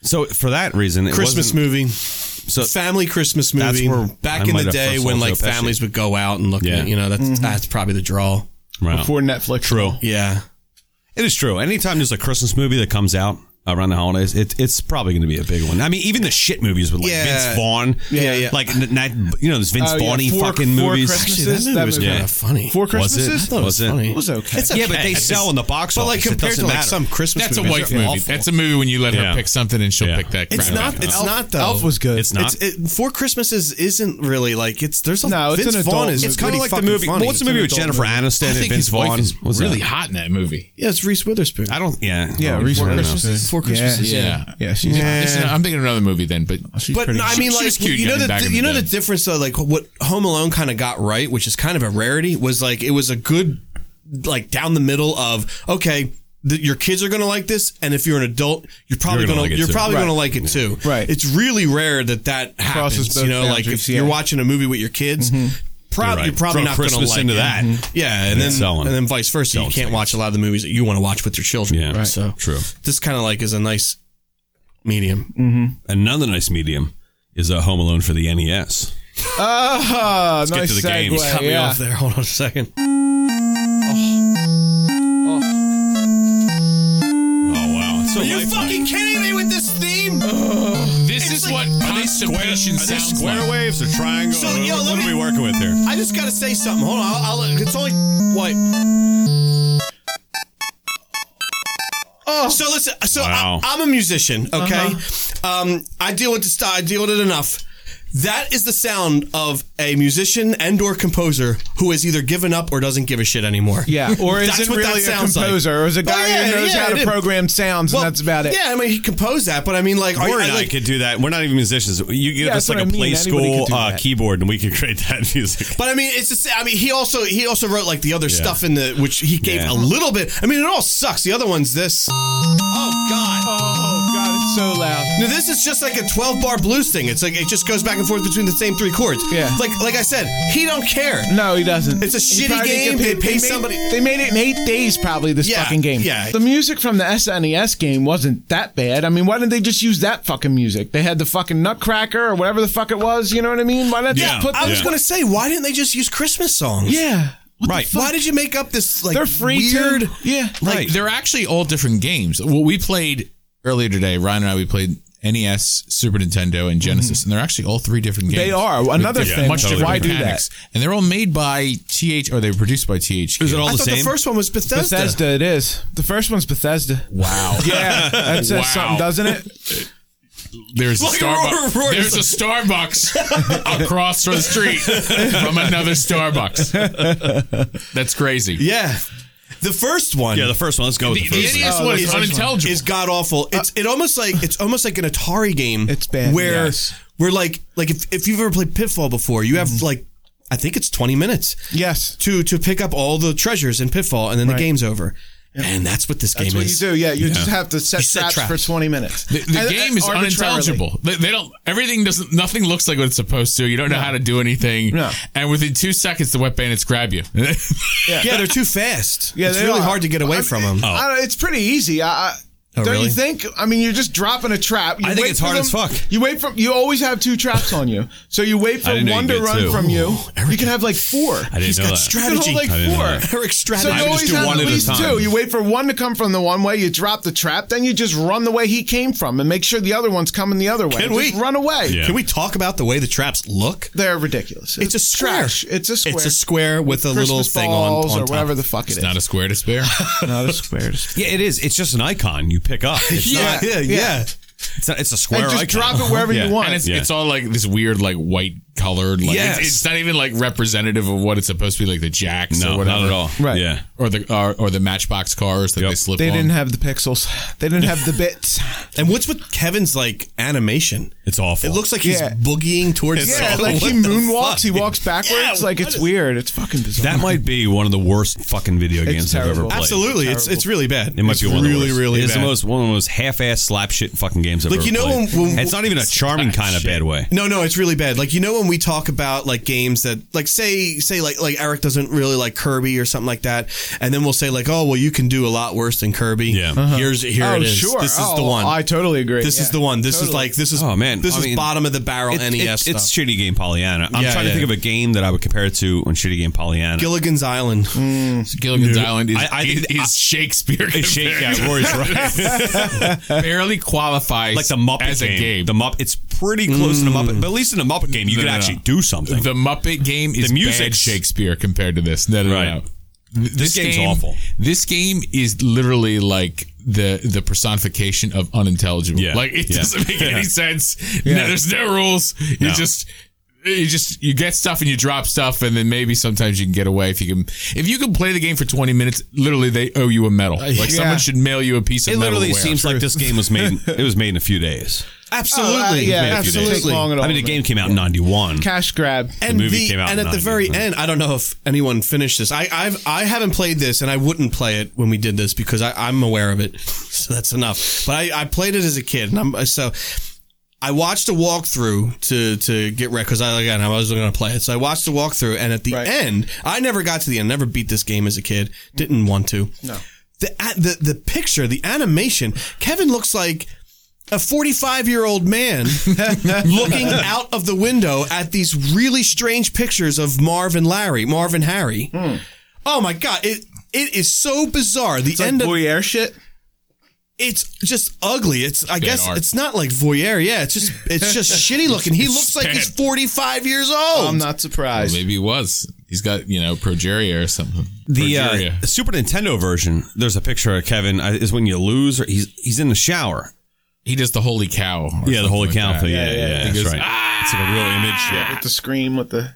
Speaker 2: So for that reason, it
Speaker 5: Christmas
Speaker 2: wasn't,
Speaker 5: movie.
Speaker 2: So
Speaker 5: family Christmas
Speaker 2: That's
Speaker 5: movie.
Speaker 2: where I
Speaker 5: Back in
Speaker 2: might
Speaker 5: the
Speaker 2: have
Speaker 5: day
Speaker 2: first
Speaker 5: when
Speaker 2: saw
Speaker 5: like
Speaker 2: Joe Pesci.
Speaker 5: families would go out and look
Speaker 2: Yeah.
Speaker 5: at, you know, that's
Speaker 3: Mm-hmm.
Speaker 5: that's probably the draw.
Speaker 2: Wow.
Speaker 3: Before Netflix.
Speaker 2: True.
Speaker 5: Yeah.
Speaker 2: It is true. Anytime there's a Christmas movie that comes out around the holidays, it, it's probably going to be a big one. I mean, even the shit movies with like
Speaker 5: Yeah.
Speaker 2: Vince Vaughn.
Speaker 5: Yeah, yeah.
Speaker 2: Like, n- not, you know, those Vince
Speaker 3: Oh, yeah,
Speaker 2: Vaughn
Speaker 3: Four-
Speaker 2: fucking
Speaker 3: Four
Speaker 2: movies.
Speaker 3: Christmases,
Speaker 5: Actually, that movie
Speaker 3: that
Speaker 5: was
Speaker 3: movie-
Speaker 5: kind of funny.
Speaker 3: Four
Speaker 2: Was it?
Speaker 3: Christmases?
Speaker 5: thought it was funny.
Speaker 3: It was okay.
Speaker 5: It's
Speaker 2: Yeah, but
Speaker 5: okay.
Speaker 2: they
Speaker 5: It's-
Speaker 2: sell in the box
Speaker 5: But
Speaker 2: office.
Speaker 5: like compared
Speaker 2: it
Speaker 5: to
Speaker 2: doesn't
Speaker 5: like
Speaker 2: matter.
Speaker 5: some Christmas
Speaker 4: that's a
Speaker 5: movies,
Speaker 4: wife
Speaker 5: they're
Speaker 4: movie.
Speaker 5: awful.
Speaker 4: That's a movie when you let
Speaker 2: Yeah.
Speaker 4: her pick something and she'll
Speaker 2: Yeah.
Speaker 4: pick that.
Speaker 5: It's
Speaker 4: crap.
Speaker 5: not. It's not though.
Speaker 3: Elf was good.
Speaker 2: It's not.
Speaker 5: It's it, Four Christmases isn't really like it's. There's a
Speaker 3: No, it's
Speaker 5: Vince
Speaker 3: an
Speaker 5: Vaughn
Speaker 3: adult
Speaker 5: is.
Speaker 3: movie.
Speaker 2: it's kind
Speaker 5: pretty
Speaker 2: of like the
Speaker 5: fucking
Speaker 2: movie.
Speaker 5: Funny.
Speaker 2: What's the movie with Jennifer Aniston
Speaker 4: I
Speaker 2: and
Speaker 4: think
Speaker 2: Vince
Speaker 4: his wife
Speaker 2: Vaughn?
Speaker 4: is
Speaker 2: What's that?
Speaker 4: really hot in that movie.
Speaker 5: Yeah, it's Reese Witherspoon.
Speaker 2: I don't. Yeah.
Speaker 3: yeah,
Speaker 5: Oh,
Speaker 2: No,
Speaker 3: Reese
Speaker 2: I don't know.
Speaker 3: Christmases.
Speaker 5: Four Christmases,
Speaker 3: Yeah,
Speaker 4: yeah.
Speaker 3: yeah she's
Speaker 5: Yeah.
Speaker 4: It's not- I'm thinking of another movie then, but
Speaker 3: She's
Speaker 5: But
Speaker 3: pretty
Speaker 5: no, I
Speaker 4: She-
Speaker 5: mean,
Speaker 4: she
Speaker 5: like
Speaker 4: was cute
Speaker 5: you know,
Speaker 4: young
Speaker 5: the,
Speaker 4: back in
Speaker 5: you
Speaker 4: the
Speaker 5: know the
Speaker 4: day.
Speaker 5: difference though. Like what Home Alone kind of got right, which is kind of a rarity, was like it was a good, like down the middle of okay. th your kids are gonna like this, and if you're an adult, you're probably
Speaker 2: You're
Speaker 5: gonna,
Speaker 2: gonna like it
Speaker 5: you're
Speaker 2: too.
Speaker 5: probably
Speaker 3: Right.
Speaker 5: gonna like it too.
Speaker 3: Right.
Speaker 5: It's really rare that that
Speaker 3: Crosses
Speaker 5: happens.
Speaker 3: both
Speaker 5: You know, like
Speaker 3: boundaries,
Speaker 5: if
Speaker 3: yeah. Mm-hmm.
Speaker 5: you're watching a movie with your kids, prob-
Speaker 2: You're right.
Speaker 5: you're probably
Speaker 2: Throw
Speaker 5: not gonna
Speaker 2: Christmas
Speaker 5: like
Speaker 2: into
Speaker 5: it.
Speaker 2: that.
Speaker 5: Yeah, and
Speaker 2: And
Speaker 5: then
Speaker 2: it's selling.
Speaker 5: and then vice versa, you
Speaker 2: Selling
Speaker 5: can't watch a lot of the movies that you want to watch with your children.
Speaker 2: Yeah. Right.
Speaker 5: So
Speaker 2: True.
Speaker 5: This kind of like is a nice medium.
Speaker 2: Another nice medium is a Home Alone for the E NES.
Speaker 3: Ah,
Speaker 2: get
Speaker 3: nice
Speaker 2: to the
Speaker 3: segue.
Speaker 2: games.
Speaker 5: Cut me
Speaker 3: yeah.
Speaker 5: off there. Hold on a second.
Speaker 2: Oh wow. So
Speaker 5: Are you fucking kidding me with this theme?
Speaker 4: this is what constipation sounds like.
Speaker 2: waves or triangles?
Speaker 5: So, yo, let me-
Speaker 2: working with here?
Speaker 5: I just gotta say something. Hold on. I'll, I'll, it's only what. Oh. So listen. So
Speaker 2: Wow.
Speaker 5: I, am a musician. Okay. Um, I deal with this. I deal with it enough. That is the sound of a musician and/or composer who has either given up or doesn't give a shit anymore.
Speaker 3: Yeah, or
Speaker 5: That's
Speaker 3: isn't
Speaker 5: what that
Speaker 3: really a
Speaker 5: sounds like.
Speaker 3: composer, or is a
Speaker 5: Oh,
Speaker 3: guy
Speaker 5: yeah,
Speaker 3: who knows
Speaker 5: yeah,
Speaker 3: how
Speaker 5: it
Speaker 3: to
Speaker 5: is.
Speaker 3: program sounds,
Speaker 5: Well,
Speaker 3: and that's about it.
Speaker 5: Yeah, I mean, he composed that, but I mean, like, are you
Speaker 2: Corey and I
Speaker 5: like,
Speaker 2: could do that. We're not even musicians. You give
Speaker 3: Yeah,
Speaker 2: us
Speaker 3: that's
Speaker 2: like a
Speaker 3: what I mean.
Speaker 2: play
Speaker 3: Anybody
Speaker 2: school
Speaker 3: could do
Speaker 2: uh,
Speaker 3: that.
Speaker 2: keyboard, and we could create that music.
Speaker 5: But I mean, it's the same. I mean, he also he also wrote like the other stuff in the which he gave
Speaker 2: Yeah.
Speaker 5: a little bit. I mean, it all sucks. The other one's this. Oh God!
Speaker 3: Oh god, it's so loud.
Speaker 5: Now this is just like a twelve bar blues thing. It's like it just goes back and forth between the same three chords.
Speaker 3: Yeah.
Speaker 5: Like like I said, he don't care.
Speaker 3: No, he doesn't.
Speaker 5: It's a
Speaker 3: He
Speaker 5: shitty
Speaker 3: probably
Speaker 5: game.
Speaker 3: didn't get
Speaker 5: They
Speaker 3: paid.
Speaker 5: pay
Speaker 3: made-
Speaker 5: somebody-
Speaker 3: They made it in eight days, probably. This
Speaker 5: Yeah,
Speaker 3: fucking game.
Speaker 5: yeah.
Speaker 3: The music from the SNES game wasn't that bad. I mean, why didn't they just use that fucking music? They had the fucking Nutcracker or whatever the fuck it was. You know what I mean? Why not
Speaker 2: Yeah.
Speaker 3: just put?
Speaker 5: I was
Speaker 2: Yeah.
Speaker 5: gonna say, why didn't they just use Christmas songs?
Speaker 3: yeah. What the
Speaker 2: Right.
Speaker 3: fuck?
Speaker 5: Why did you make up this like
Speaker 3: They're free. too.
Speaker 5: weird?
Speaker 3: Yeah.
Speaker 4: Like
Speaker 2: Right.
Speaker 4: they're actually all different games. Well, we played earlier today. Ryan and I we played NES, Super Nintendo, and Genesis, and they're actually all three different games.
Speaker 3: They are.
Speaker 4: with
Speaker 3: Another
Speaker 4: different-
Speaker 3: thing,
Speaker 4: much
Speaker 2: totally
Speaker 4: different
Speaker 3: why do that?
Speaker 4: mechanics. And they're all made by TH, or they were produced by THQ.
Speaker 2: Is it all
Speaker 5: I
Speaker 2: the
Speaker 5: thought
Speaker 2: same?
Speaker 5: the first one was Bethesda.
Speaker 3: Bethesda, it is. The first one's Bethesda.
Speaker 4: wow.
Speaker 3: Yeah, that says
Speaker 4: Wow.
Speaker 3: something, doesn't it?
Speaker 4: There's a
Speaker 5: Look at
Speaker 4: Starbucks.
Speaker 5: Roy- Roy-
Speaker 4: There's a Starbucks across the street from another Starbucks. That's crazy.
Speaker 5: Yeah. The first one.
Speaker 2: Yeah, the first one. Let's go. With the,
Speaker 4: The
Speaker 2: first one.
Speaker 4: idiot's one is
Speaker 3: Oh, that's one.
Speaker 4: unintelligible.
Speaker 5: is god awful. It's it almost like it's almost like an Atari game.
Speaker 3: It's bad,
Speaker 5: Where
Speaker 3: yes. Mm-hmm.
Speaker 5: we're like like if, if you've ever played Pitfall before, you have like I think it's twenty minutes
Speaker 3: Yes.
Speaker 5: to to pick up all the treasures in Pitfall, and then
Speaker 3: Right.
Speaker 5: the game's over. And that's what this
Speaker 3: That's
Speaker 5: game
Speaker 3: what you
Speaker 5: is.
Speaker 3: do. Yeah, you just have to set,
Speaker 5: You set
Speaker 3: traps,
Speaker 5: traps.
Speaker 3: for 20 minutes.
Speaker 4: The, the game is unintelligible. They, they don't. Everything doesn't. Nothing looks like what it's supposed to. You don't know how to do anything.
Speaker 3: No.
Speaker 4: And within two seconds, the wet bandits grab you.
Speaker 5: Yeah, they're too fast.
Speaker 3: Yeah,
Speaker 5: it's
Speaker 3: they
Speaker 5: really
Speaker 3: are.
Speaker 5: hard to get away
Speaker 3: I-
Speaker 5: from
Speaker 2: Oh.
Speaker 5: them.
Speaker 3: I don't- it's pretty easy. I, I,
Speaker 5: Oh,
Speaker 3: don't
Speaker 5: really?
Speaker 3: you think? I mean, you're just dropping a trap. You
Speaker 2: I think
Speaker 3: wait
Speaker 2: it's
Speaker 3: for
Speaker 2: hard as
Speaker 3: them-
Speaker 2: fuck.
Speaker 3: You wait for you always have two traps on you, so you wait for
Speaker 2: didn't know you
Speaker 3: one to
Speaker 2: did
Speaker 3: run
Speaker 2: two.
Speaker 3: from you. You can have like four.
Speaker 2: I didn't
Speaker 5: He's
Speaker 2: know
Speaker 5: got
Speaker 2: that.
Speaker 5: strategy.
Speaker 3: Like
Speaker 2: I didn't know
Speaker 3: four.
Speaker 2: that.
Speaker 5: Eric
Speaker 3: So
Speaker 5: strategy.
Speaker 3: you
Speaker 2: I would
Speaker 3: always
Speaker 2: just do
Speaker 3: have
Speaker 2: one
Speaker 3: at
Speaker 2: at a
Speaker 3: least
Speaker 2: time.
Speaker 3: two. You wait for one to come from the one way. You drop the trap, then you just run the way he came from, and make sure the other one's coming the other way.
Speaker 5: Can
Speaker 3: Just
Speaker 5: we-
Speaker 3: run away?
Speaker 2: Yeah.
Speaker 5: Can we talk about the way the traps look?
Speaker 3: They're ridiculous.
Speaker 5: It's a square.
Speaker 3: trash. It's a square.
Speaker 5: It's a square with a
Speaker 3: Christmas
Speaker 5: little thing on,
Speaker 3: balls
Speaker 5: on
Speaker 3: or
Speaker 5: top.
Speaker 3: whatever the fuck it
Speaker 4: it's
Speaker 3: is.
Speaker 4: not a square to spare.
Speaker 3: Not a square.
Speaker 2: Yeah, it is. It's just an icon you pick up. It's
Speaker 5: Yeah,
Speaker 2: not,
Speaker 5: yeah,
Speaker 3: Yeah.
Speaker 5: yeah.
Speaker 2: it's, not, it's a square
Speaker 3: And just
Speaker 2: icon.
Speaker 3: drop it wherever
Speaker 2: Yeah.
Speaker 3: you want.
Speaker 4: and it's,
Speaker 2: Yeah.
Speaker 4: it's all like this weird, like white colored. Like
Speaker 5: Yes.
Speaker 4: it's, it's not even like representative of what it's supposed to be. Like the jacks or
Speaker 2: No,
Speaker 4: whatever.
Speaker 2: not at all.
Speaker 3: Right.
Speaker 2: Yeah.
Speaker 4: Or the or, or the matchbox cars that
Speaker 2: Yep.
Speaker 4: they slip
Speaker 3: They
Speaker 4: on.
Speaker 3: didn't have the pixels. They didn't have the bits.
Speaker 5: And what's with Kevin's like animation?
Speaker 2: It's awful.
Speaker 5: It looks like he's
Speaker 3: Yeah.
Speaker 5: boogieing towards.
Speaker 3: Yeah,
Speaker 5: something.
Speaker 3: like he
Speaker 5: What the
Speaker 3: moonwalks, he
Speaker 5: fuck?
Speaker 3: walks backwards. like it's weird. It's fucking bizarre.
Speaker 2: that might be one of the worst fucking video games I've ever
Speaker 3: terrible.
Speaker 2: played.
Speaker 5: Absolutely, it's it's really bad.
Speaker 2: It might
Speaker 5: It's
Speaker 2: be one
Speaker 5: really
Speaker 2: of the worst.
Speaker 5: really
Speaker 2: It is
Speaker 5: bad.
Speaker 2: the most one of the most half-ass slap shit fucking games I've
Speaker 5: Like,
Speaker 2: ever
Speaker 5: you know
Speaker 2: played.
Speaker 5: when- when-
Speaker 2: And it's not even a charming kind of bad way.
Speaker 5: no, no, it's really bad. Like you know when we talk about like games that like say say like like Eric doesn't really like Kirby or something like that, and then we'll say like oh well you can do a lot worse than Kirby.
Speaker 2: Yeah. Uh-huh.
Speaker 5: here's here
Speaker 3: Oh,
Speaker 5: it is.
Speaker 3: sure.
Speaker 5: This is
Speaker 3: Oh,
Speaker 5: the one.
Speaker 3: I totally agree.
Speaker 5: this is
Speaker 3: Yeah.
Speaker 5: the one. This is
Speaker 3: Totally.
Speaker 5: like this is
Speaker 2: Oh, man.
Speaker 5: This
Speaker 2: I
Speaker 5: is
Speaker 2: mean,
Speaker 5: bottom of the barrel
Speaker 2: It-
Speaker 5: NES
Speaker 2: it-
Speaker 5: stuff.
Speaker 2: It's shitty game Pollyanna. I'm
Speaker 5: Yeah,
Speaker 2: trying to
Speaker 5: yeah.
Speaker 2: think of a game that I would compare it to on shitty game Pollyanna.
Speaker 5: Gilligan's Island.
Speaker 3: Mm.
Speaker 4: Gilligan's Island is,
Speaker 2: I- I think-
Speaker 4: is Shakespeare.
Speaker 2: It's shitty. Yeah, Rory's right.
Speaker 4: barely qualifies
Speaker 2: like the Muppet
Speaker 4: as
Speaker 2: game.
Speaker 4: a game.
Speaker 2: The Mupp. It's pretty close to Muppet, but at least in a Muppet game you
Speaker 4: No,
Speaker 2: can
Speaker 4: no, no.
Speaker 2: actually do something.
Speaker 4: The Muppet game is
Speaker 2: The music's-
Speaker 4: bad Shakespeare compared to this. No, no, no,
Speaker 2: Right.
Speaker 4: no. Th- This,
Speaker 2: game's awful.
Speaker 4: This game is literally like the the personification of unintelligible.
Speaker 2: Yeah.
Speaker 4: Like it
Speaker 2: Yeah.
Speaker 4: doesn't make any
Speaker 2: Yeah.
Speaker 4: sense. No, there's no rules. You
Speaker 2: No.
Speaker 4: just you just you get stuff and you drop stuff and then maybe sometimes you can get away if you can if you can play the game for 20 minutes literally they owe you a medal like someone should mail you a piece of
Speaker 2: Uh, it
Speaker 4: metal
Speaker 2: literally
Speaker 4: ware.
Speaker 2: seems like this game was made. It was made in a few days.
Speaker 5: Absolutely.
Speaker 3: Oh, uh, yeah,
Speaker 2: Yeah, if you did.
Speaker 3: absolutely. Take long at all,
Speaker 2: I mean, the
Speaker 3: man.
Speaker 2: game came out in '91.
Speaker 3: cash grab.
Speaker 5: and
Speaker 2: movie came out
Speaker 5: and
Speaker 2: in
Speaker 5: at the
Speaker 2: 90,
Speaker 5: very
Speaker 2: right?
Speaker 5: end i don't know if anyone finished this i I've, i haven't played this and i wouldn't play it when we did this because I, i'm aware of it so that's enough but i, I played it as a kid and i'm so I watched a walkthrough to to get ready because I again I was going to play it, so I watched the walkthrough, and at the
Speaker 3: Right.
Speaker 5: end, I never got to the end. Never beat this game as a kid. Didn't want to. No. The a- the the picture, the animation. Kevin looks like a 45 year old man looking out of the window at these really strange pictures of Marv and Larry, Marv and Harry.
Speaker 3: Hmm.
Speaker 5: Oh my god! It it is so bizarre. The end of
Speaker 3: Voyeur shit.
Speaker 5: it's just ugly. It's I guess
Speaker 4: art.
Speaker 5: it's not like voyeur. Yeah, it's just it's just shitty looking. He looks like he's
Speaker 4: bad.
Speaker 5: forty five years old.
Speaker 3: I'm not surprised.
Speaker 4: maybe he was he's got you know progeria or something
Speaker 2: The uh,
Speaker 4: Progeria.
Speaker 2: Super Nintendo version, there's a picture of Kevin. I- Is when you lose, or he's he's in the shower.
Speaker 4: he does the holy cow or
Speaker 2: Yeah, the
Speaker 4: something
Speaker 2: holy
Speaker 4: like
Speaker 2: cow
Speaker 4: that.
Speaker 2: thing. Yeah, yeah,
Speaker 3: yeah,
Speaker 2: yeah,
Speaker 4: He
Speaker 2: that's
Speaker 4: goes, "Ah!"
Speaker 2: right. It's like a real image.
Speaker 3: With the scream, with the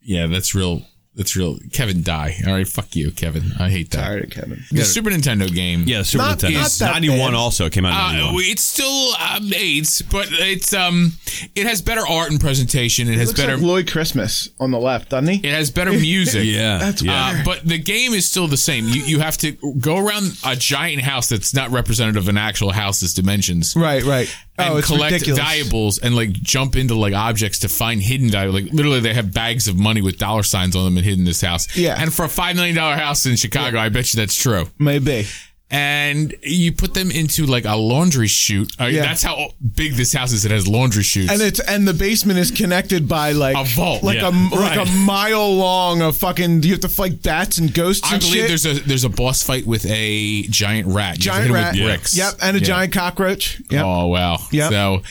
Speaker 4: Yeah, that's real. That's real. Kevin, die. All right, fuck you, Kevin. I hate that.
Speaker 3: tired of Kevin.
Speaker 4: The Super Nintendo game.
Speaker 2: Yeah, Super
Speaker 3: Not-
Speaker 2: Nintendo.
Speaker 3: not that
Speaker 2: '91
Speaker 3: bad.
Speaker 2: also came out. in
Speaker 4: Uh,
Speaker 2: 91.
Speaker 4: it's still um, AIDS, but it's um, it has better art and presentation. It has
Speaker 3: Looks
Speaker 4: better.
Speaker 3: like Lloyd Christmas on the left, doesn't he?
Speaker 4: it has better music.
Speaker 2: yeah,
Speaker 3: That's
Speaker 2: yeah.
Speaker 4: Uh, but the game is still the same. You you have to go around a giant house that's not representative of an actual house's dimensions.
Speaker 3: Right, right.
Speaker 4: and
Speaker 3: Oh, it's
Speaker 4: collect
Speaker 3: ridiculous.
Speaker 4: valuables and like jump into like objects to find hidden valuables. Like literally, they have bags of money with dollar signs on them and hidden in this house.
Speaker 3: Yeah.
Speaker 4: And for a five million dollar house in Chicago, I bet you that's true.
Speaker 3: Maybe.
Speaker 4: And you put them into like a laundry chute. I mean,
Speaker 3: Yeah.
Speaker 4: That's how big this house is. It has laundry chutes.
Speaker 3: And it's and the basement is connected by like
Speaker 4: A vault.
Speaker 3: like
Speaker 4: Yeah.
Speaker 3: a like a mile long of fucking. You have to fight bats and ghosts.
Speaker 4: I
Speaker 3: and
Speaker 4: believe
Speaker 3: shit.
Speaker 4: there's a there's a boss fight with a giant rat. You have to
Speaker 3: giant
Speaker 4: hit him
Speaker 3: rat.
Speaker 4: with bricks.
Speaker 3: Yep, and a
Speaker 4: Yeah.
Speaker 3: giant cockroach. Yep.
Speaker 4: Oh wow.
Speaker 3: Yep.
Speaker 4: So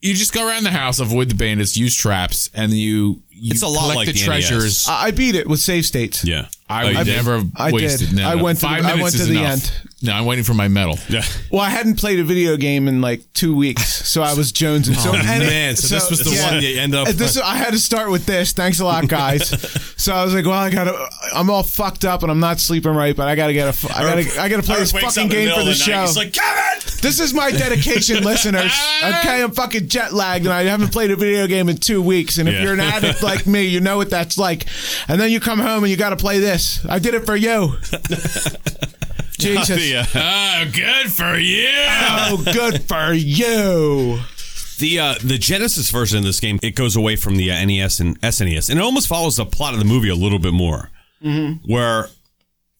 Speaker 4: you just go around the house, avoid the bandits, use traps, and you, you
Speaker 2: It's a lot
Speaker 4: collect
Speaker 2: like
Speaker 4: the,
Speaker 2: the E NES.
Speaker 4: treasures.
Speaker 3: I I beat it with save states.
Speaker 2: yeah. Oh,
Speaker 4: I would never have
Speaker 3: I
Speaker 4: wasted.
Speaker 3: did.
Speaker 4: No,
Speaker 3: I
Speaker 4: no.
Speaker 3: went to
Speaker 4: Five
Speaker 3: the, I
Speaker 4: minutes
Speaker 3: went to
Speaker 4: is
Speaker 3: the
Speaker 4: enough.
Speaker 3: end.
Speaker 4: No, I'm waiting for my medal.
Speaker 2: Yeah.
Speaker 3: Well, I hadn't played a video game in like two weeks, so I was jonesing. So, and it-
Speaker 2: Oh, man, so this was the one you end up-
Speaker 3: And This, I had to start with this. Thanks a lot, guys. so I was like, well, I gotta. I'm all fucked up and I'm not sleeping right, but I gotta get a. fu- I gotta. I gotta play this
Speaker 2: Eric wakes
Speaker 3: fucking
Speaker 2: up in
Speaker 3: game for
Speaker 2: middle
Speaker 3: the
Speaker 2: of night,
Speaker 3: show.
Speaker 2: He's like, Kevin!
Speaker 3: this is my dedication, listeners. Okay, I'm fucking jet lagged and I haven't played a video game in two weeks. And if
Speaker 2: Yeah.
Speaker 3: you're an addict like me, you know what that's like. And then you come home and you gotta play this. I did it for you. Jesus.
Speaker 2: The, uh,
Speaker 4: Oh, good for you.
Speaker 3: Oh, good for you.
Speaker 2: The uh, the Genesis version of this game it goes away from the uh, NES and SNES, and it almost follows the plot of the movie a little bit more,
Speaker 3: Mm-hmm.
Speaker 2: where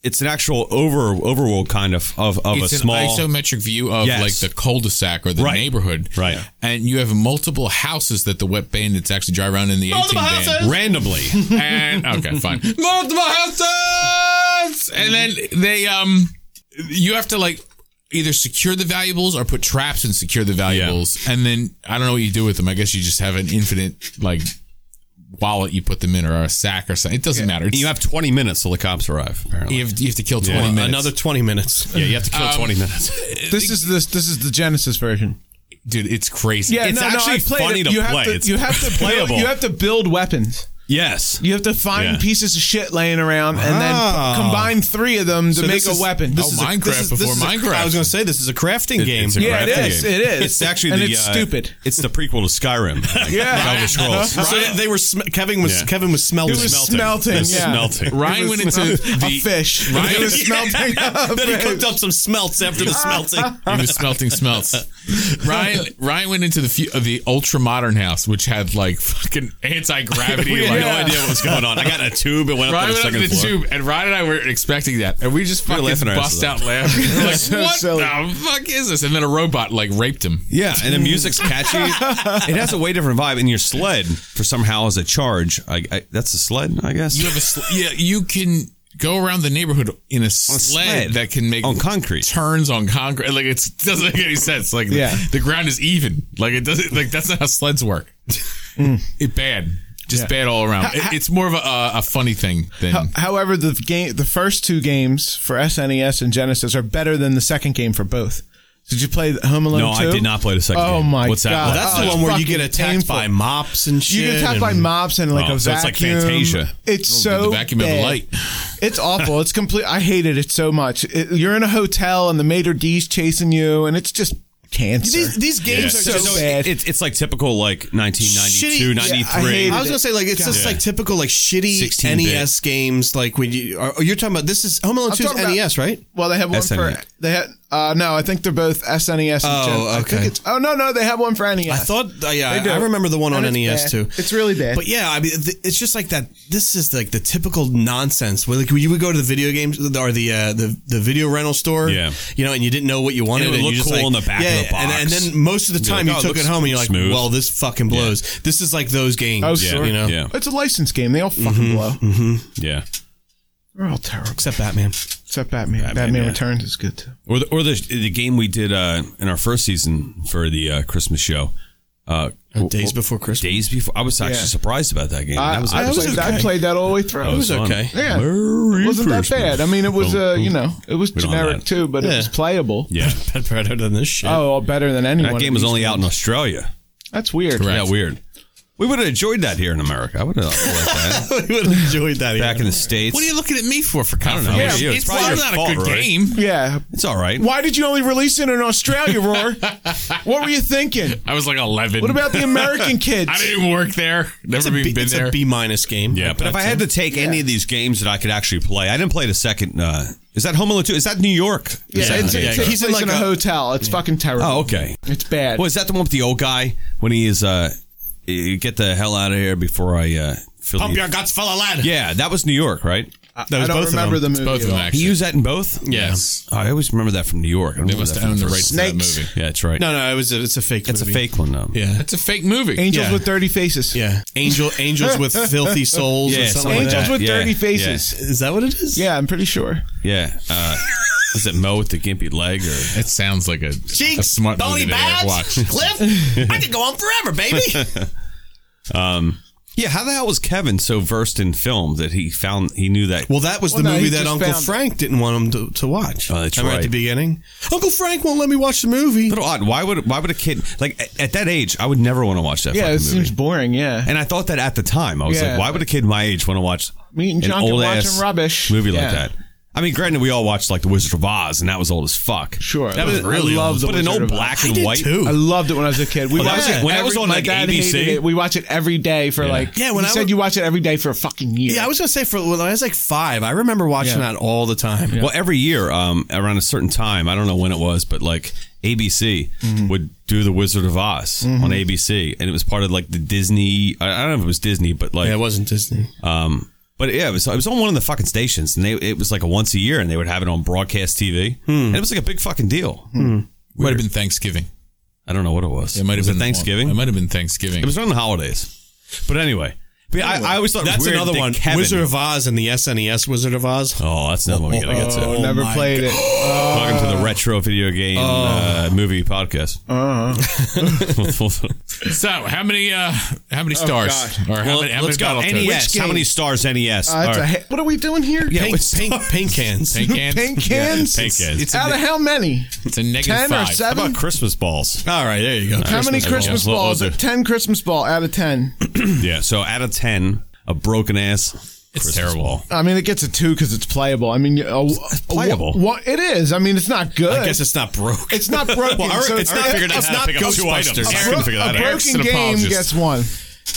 Speaker 2: it's an actual over overworld kind of of, of
Speaker 4: it's
Speaker 2: a
Speaker 4: an
Speaker 2: small.
Speaker 4: isometric view of
Speaker 2: Yes.
Speaker 4: like the cul-de-sac or the
Speaker 2: Right.
Speaker 4: neighborhood,
Speaker 2: Right.
Speaker 4: And you have multiple houses that the wet bandits actually drive around in the eighteen band.
Speaker 2: Randomly,
Speaker 4: and okay, fine. Multiple houses, and then they um, you have to like either secure the valuables or put traps and secure the valuables, and then I don't know what you do with them. I guess you just have an infinite like wallet you put them in or a sack or something. It doesn't matter. It's,
Speaker 2: you
Speaker 4: you, have,
Speaker 2: have 20 minutes till the cops arrive. Apparently,
Speaker 4: you have to kill twenty minutes.
Speaker 5: Another 20 minutes.
Speaker 2: yeah, you have to
Speaker 3: Um,
Speaker 2: kill 20 minutes.
Speaker 3: This is this this is the Genesis version.
Speaker 4: dude, it's crazy.
Speaker 3: Yeah,
Speaker 2: It's
Speaker 3: no,
Speaker 2: actually
Speaker 3: no, I've played
Speaker 2: funny
Speaker 3: it.
Speaker 2: to
Speaker 3: you have
Speaker 2: play.
Speaker 3: To,
Speaker 2: It's
Speaker 3: you have to
Speaker 2: playable.
Speaker 3: Build, you have to build weapons.
Speaker 2: Yes,
Speaker 3: You have to find
Speaker 2: Yeah. Ah.
Speaker 3: pieces of shit laying around and then
Speaker 5: Wow.
Speaker 3: p- combine three of them to make
Speaker 5: this
Speaker 3: a
Speaker 5: is-
Speaker 3: weapon.
Speaker 4: this Oh, is a- Minecraft this is- this before is a- Minecraft.
Speaker 5: I was going to say, this is a crafting game.
Speaker 2: it's a
Speaker 3: yeah, it
Speaker 2: crafting
Speaker 3: is.
Speaker 2: game.
Speaker 3: It is.
Speaker 2: It's actually
Speaker 3: and
Speaker 2: the
Speaker 3: it's
Speaker 2: uh,
Speaker 3: stupid.
Speaker 2: It's the prequel to Skyrim. Like,
Speaker 3: Yeah.
Speaker 2: Elder Scrolls.
Speaker 5: So they- they were sm- Kevin was
Speaker 2: Yeah.
Speaker 5: Kevin was smelting.
Speaker 3: It was smelting.
Speaker 2: It's
Speaker 3: yeah.
Speaker 2: smelting.
Speaker 4: Ryan went into
Speaker 3: a
Speaker 4: the
Speaker 3: fish.
Speaker 4: Ryan-
Speaker 3: it was smelting. a
Speaker 5: then he
Speaker 3: fish.
Speaker 5: cooked up some smelts after the smelting.
Speaker 4: He was smelting smelts. Ryan Ryan went into the few, uh, the ultra modern house, which had like fucking anti gravity.
Speaker 2: We
Speaker 4: like,
Speaker 2: had no idea what was going on. I got in a tube. It went up
Speaker 4: Ryan
Speaker 2: to the
Speaker 4: went up
Speaker 2: second
Speaker 4: to the
Speaker 2: floor.
Speaker 4: tube, and Ryan and I were expecting that, and we just
Speaker 2: We were
Speaker 4: fucking
Speaker 2: laughing our asses
Speaker 4: bust out laughing. We're like,
Speaker 3: So
Speaker 4: what
Speaker 3: silly.
Speaker 4: the fuck is this? And then a robot like raped him.
Speaker 2: Yeah, and the music's catchy. it has a way different vibe. And your sled, for somehow, is a charge. I, I, that's a sled, I guess.
Speaker 4: You have a sl- yeah, you can go around the neighborhood in a sled,
Speaker 2: sled.
Speaker 4: that can make
Speaker 2: On concrete.
Speaker 4: turns on concrete. Like it doesn't make any sense. Like
Speaker 3: Yeah.
Speaker 4: the, the ground is even. Like it doesn't. Like that's not how sleds work. It bad. Just bad all around. It- it's more of a, a, a funny thing than
Speaker 3: However, the game, the first two games for SNES and Genesis are better than the second game for both. Did you play Home Alone?
Speaker 2: no, I
Speaker 3: 2?
Speaker 2: did not play the second
Speaker 3: Oh
Speaker 2: game.
Speaker 3: my
Speaker 2: What's that?
Speaker 3: God.
Speaker 2: Well,
Speaker 5: That's
Speaker 3: Oh,
Speaker 5: the
Speaker 3: it's
Speaker 5: one where you
Speaker 3: fucking
Speaker 5: get attacked
Speaker 3: painful.
Speaker 5: by mops and shit.
Speaker 3: You get attacked
Speaker 5: and-
Speaker 3: by mobs and like
Speaker 2: Oh,
Speaker 3: a
Speaker 2: so it's like
Speaker 3: vacuum.
Speaker 2: Fantasia.
Speaker 3: It's so
Speaker 4: the vacuum of
Speaker 3: bad.
Speaker 4: the light.
Speaker 3: It's awful. It's complete. I hated it so much. It- you're in a hotel and the maitre d's chasing you, and it's just cancer.
Speaker 5: These, these games
Speaker 3: Yeah.
Speaker 5: are
Speaker 3: So
Speaker 5: just
Speaker 3: bad.
Speaker 2: It, it's- it's like typical, like 1992,
Speaker 5: Shitty- yeah, I
Speaker 2: 93.
Speaker 3: hated
Speaker 5: I was gonna say like it's just like typical like shitty
Speaker 2: 16-bit.
Speaker 5: NES games like when you are oh, you're talking about this is Home Alone 2 is
Speaker 3: talking about-
Speaker 5: NES right?
Speaker 3: well, they have one
Speaker 2: SNES.
Speaker 3: for they had. Uh, no, I think they're both SNES. And Gen-
Speaker 5: Oh,
Speaker 3: I think
Speaker 5: okay.
Speaker 3: it's- oh no, no, they have one for NES.
Speaker 5: I thought uh, yeah
Speaker 3: They do.
Speaker 5: I, I remember the one
Speaker 3: And
Speaker 5: on
Speaker 3: it's
Speaker 5: NES
Speaker 3: bad.
Speaker 5: too.
Speaker 3: It's really bad.
Speaker 5: But yeah, I mean th- it's just like that. This is like the typical nonsense where like you would go to the video games or the uh, the the video rental store,
Speaker 2: Yeah.
Speaker 5: you know, and you didn't know what you wanted.
Speaker 2: And it would
Speaker 5: you
Speaker 2: look
Speaker 5: just,
Speaker 2: cool
Speaker 5: like,
Speaker 2: on the back of
Speaker 5: yeah,
Speaker 2: the box.
Speaker 5: And, and then most of the
Speaker 2: You're
Speaker 5: time
Speaker 2: like, "Oh,
Speaker 5: you
Speaker 2: it
Speaker 5: took it
Speaker 2: looks
Speaker 5: home and you're like,
Speaker 2: smooth."
Speaker 5: well, this fucking blows. This is like those games.
Speaker 3: Oh,
Speaker 2: yeah,
Speaker 3: sure.
Speaker 5: you know,
Speaker 2: yeah,
Speaker 3: it's a license game. They all fucking blow.
Speaker 2: yeah.
Speaker 3: They're all terrible.
Speaker 5: except Batman.
Speaker 3: Except Batman. Batman,
Speaker 2: yeah.
Speaker 3: Returns is good too.
Speaker 2: Or the or the, the game we did uh, in our first season for the uh, Christmas show. Uh,
Speaker 5: Days Before Christmas.
Speaker 2: days before, I was actually
Speaker 3: Yeah.
Speaker 2: surprised about that game.
Speaker 3: I,
Speaker 2: that was,
Speaker 3: I,
Speaker 2: that was
Speaker 3: played,
Speaker 2: okay.
Speaker 3: I played that all the way through.
Speaker 2: That was
Speaker 5: okay.
Speaker 2: fun.
Speaker 3: Yeah.
Speaker 2: Merry
Speaker 3: wasn't that
Speaker 2: Christmas.
Speaker 3: bad. I mean, it was uh, you know, it was
Speaker 2: We don't have
Speaker 3: generic
Speaker 2: that.
Speaker 3: too, but it
Speaker 5: Yeah.
Speaker 3: was playable.
Speaker 2: Yeah,
Speaker 5: better than this
Speaker 4: Uh,
Speaker 5: shit.
Speaker 3: Oh, well, better than anyone.
Speaker 2: that game was only out in Australia.
Speaker 3: That's weird.
Speaker 4: Correct.
Speaker 2: Yeah, weird. We would have enjoyed that here in America. I would have liked that.
Speaker 5: you would have enjoyed that.
Speaker 2: Back in the states,
Speaker 4: What are you looking at me for? For confirmation?
Speaker 2: know. Yeah, it's
Speaker 4: it's,
Speaker 2: probably
Speaker 4: probably
Speaker 2: your
Speaker 4: not
Speaker 2: fault,
Speaker 4: a good
Speaker 2: right?
Speaker 4: game.
Speaker 3: Yeah.
Speaker 2: it's all right.
Speaker 3: Why did you only release it in Australia, Roar? what were you thinking?
Speaker 4: I was like eleven.
Speaker 3: What about the American kids?
Speaker 4: I didn't work there. Never
Speaker 5: It's a
Speaker 4: even
Speaker 5: B-
Speaker 4: been
Speaker 5: it's
Speaker 4: there.
Speaker 5: a B minus game.
Speaker 2: Yeah, but if I had to take any of these games that I could actually play, I didn't play the second. Uh, is that Home Alone Two? Is that New York?
Speaker 3: yeah,
Speaker 2: Is that
Speaker 3: it's,
Speaker 2: New
Speaker 3: it's,
Speaker 2: York?
Speaker 3: he's in like a, hotel. It's fucking terrible.
Speaker 2: oh, okay.
Speaker 3: It's bad.
Speaker 2: Well, is that the one with the old guy when he is? Uh, eh, get the hell out of here before I uh, fill
Speaker 5: Pump
Speaker 2: you.
Speaker 5: your guts full of lead.
Speaker 2: Yeah, that was New York, right?
Speaker 5: that
Speaker 3: I
Speaker 5: was
Speaker 3: don't
Speaker 5: both of
Speaker 3: remember
Speaker 5: them.
Speaker 3: the movie.
Speaker 4: Both of
Speaker 3: at
Speaker 4: them
Speaker 3: all.
Speaker 2: He
Speaker 4: actually.
Speaker 2: used that in both.
Speaker 4: Yes.
Speaker 2: Oh, I always remember that from New York. I don't
Speaker 4: They
Speaker 2: remember
Speaker 4: must
Speaker 2: that
Speaker 4: own
Speaker 2: from
Speaker 4: the
Speaker 2: first-
Speaker 4: rights to that
Speaker 3: Snakes.
Speaker 4: movie.
Speaker 2: Yeah, that's right.
Speaker 5: No, no, it was a, it's a fake.
Speaker 2: it's a
Speaker 5: movie.
Speaker 2: fake one though.
Speaker 5: Yeah,
Speaker 4: It's a fake movie.
Speaker 3: Angels
Speaker 5: Yeah.
Speaker 3: with Dirty Faces.
Speaker 5: yeah. Angel, angels with filthy souls
Speaker 2: Yeah,
Speaker 5: or something.
Speaker 2: something
Speaker 5: like
Speaker 3: Angels
Speaker 5: that.
Speaker 3: with
Speaker 2: Yeah,
Speaker 3: Dirty
Speaker 2: yeah.
Speaker 3: Faces.
Speaker 5: Is that what it is?
Speaker 3: Yeah, I'm pretty sure.
Speaker 2: Yeah. Uh, is it Mo with the gimpy leg or?
Speaker 4: It sounds like a, a
Speaker 5: Cheeks,
Speaker 4: smart
Speaker 5: bony
Speaker 4: movie to
Speaker 5: babs,
Speaker 4: watch.
Speaker 5: Cliff. I could go on forever, baby.
Speaker 2: Um, Yeah, how the hell was Kevin so versed in film that he found he knew that?
Speaker 5: Well, that was
Speaker 3: Well,
Speaker 5: the
Speaker 3: no,
Speaker 5: movie
Speaker 3: he
Speaker 5: that
Speaker 3: just
Speaker 5: Uncle
Speaker 3: found it.
Speaker 5: Frank didn't want him to, to watch.
Speaker 2: Oh, that's
Speaker 5: Remember
Speaker 2: right.
Speaker 5: At the beginning, Uncle Frank won't let me watch the movie.
Speaker 2: little odd. Why would why would a kid like at, at that age? I would never want to watch that.
Speaker 3: Yeah,
Speaker 2: fucking
Speaker 3: it
Speaker 2: movie.
Speaker 3: seems boring. Yeah.
Speaker 2: And I thought that at the time. I was
Speaker 3: Yeah.
Speaker 2: like, why would a kid my age want to watch
Speaker 3: Me and
Speaker 2: an
Speaker 3: John can
Speaker 2: old
Speaker 3: watch
Speaker 2: ass
Speaker 3: some rubbish.
Speaker 2: movie like
Speaker 3: Yeah.
Speaker 2: that? I mean, granted, we all watched like The Wizard of Oz, and that was old as fuck.
Speaker 3: Sure.
Speaker 2: that was
Speaker 3: I
Speaker 2: really
Speaker 3: love
Speaker 2: old.
Speaker 3: The
Speaker 2: But an
Speaker 3: Wizard
Speaker 2: old
Speaker 3: of Oz.
Speaker 2: black
Speaker 5: I
Speaker 2: and
Speaker 5: did
Speaker 2: white.
Speaker 5: too.
Speaker 3: I loved it when I was a kid. We
Speaker 2: Oh, that
Speaker 3: watched
Speaker 2: was
Speaker 3: it
Speaker 2: it. When I was on,
Speaker 3: my
Speaker 2: like,
Speaker 3: dad
Speaker 2: ABC.
Speaker 3: hated it. We watch it every day for
Speaker 2: Yeah.
Speaker 3: like.
Speaker 5: Yeah, when
Speaker 3: he
Speaker 5: I
Speaker 3: said
Speaker 5: was-
Speaker 3: you watch it every day for a fucking year.
Speaker 5: Yeah, I was gonna say for when I was like five, I remember watching
Speaker 3: Yeah.
Speaker 5: that all the time.
Speaker 2: Well, every year um, around a certain time, I don't know when it was, but like ABC would do The Wizard of Oz on ABC, and it was part of like the Disney. I I don't know if it was Disney, but like
Speaker 5: Yeah, it wasn't Disney.
Speaker 2: Um, but yeah, it was, it was on one of the fucking stations, and they it was like a once a year, and they would have it on broadcast TV, and it was like a big fucking deal.
Speaker 4: Might have been Thanksgiving.
Speaker 2: I don't know what it was.
Speaker 4: It might
Speaker 2: was
Speaker 4: have been
Speaker 2: it Thanksgiving.
Speaker 4: It might have been Thanksgiving.
Speaker 2: It was around the holidays. But anyway, but yeah, I, I always thought it was
Speaker 5: That's
Speaker 2: weird
Speaker 5: another
Speaker 2: that
Speaker 5: one.
Speaker 2: Kevin-
Speaker 5: Wizard of Oz and the SNES Wizard of Oz.
Speaker 2: oh, that's another one we gotta get to.
Speaker 3: Oh, never
Speaker 5: my
Speaker 3: played it.
Speaker 2: Welcome to the retro video game uh, movie podcast.
Speaker 3: uh,
Speaker 4: so how many uh how many stars? Or how many, how
Speaker 2: Let's
Speaker 4: many
Speaker 2: go.
Speaker 4: battle tokens?
Speaker 2: NES. How many stars? NES.
Speaker 3: Uh,
Speaker 2: All
Speaker 3: it's a
Speaker 2: right.
Speaker 3: ha- what are we doing here?
Speaker 2: Yeah,
Speaker 5: Pink,
Speaker 2: it's-
Speaker 5: pink, pink hands.
Speaker 4: Pink hands?
Speaker 3: Pink cans.
Speaker 2: Pink hands.
Speaker 4: It's,
Speaker 3: Out
Speaker 4: a,
Speaker 3: of how many?
Speaker 4: it's a negative
Speaker 3: Ten or
Speaker 4: five.
Speaker 2: How
Speaker 3: seven?
Speaker 2: about Christmas balls?
Speaker 5: All right, there you go.
Speaker 3: How many
Speaker 2: Christmas
Speaker 3: Christmas
Speaker 2: balls.
Speaker 3: balls?
Speaker 2: What was it?
Speaker 3: Ten Christmas ball out of ten.
Speaker 2: yeah. So out of ten, a broken ass.
Speaker 4: It's
Speaker 2: Christmas
Speaker 4: terrible.
Speaker 2: ball.
Speaker 3: I mean, it gets a two because it's playable. I mean, a, a,
Speaker 2: playable.
Speaker 3: What it is? I mean, it's not good.
Speaker 5: I guess it's not broke.
Speaker 3: it's not broken.
Speaker 2: Eric-
Speaker 3: so
Speaker 2: it's not figured out
Speaker 3: it's
Speaker 2: how to
Speaker 3: not
Speaker 2: pick up two
Speaker 5: Ghostbusters.
Speaker 2: items.
Speaker 5: A
Speaker 2: Eric
Speaker 3: bro-
Speaker 2: can figure that out.
Speaker 3: a
Speaker 2: Eric's an
Speaker 3: broken game
Speaker 2: apologist.
Speaker 3: gets one.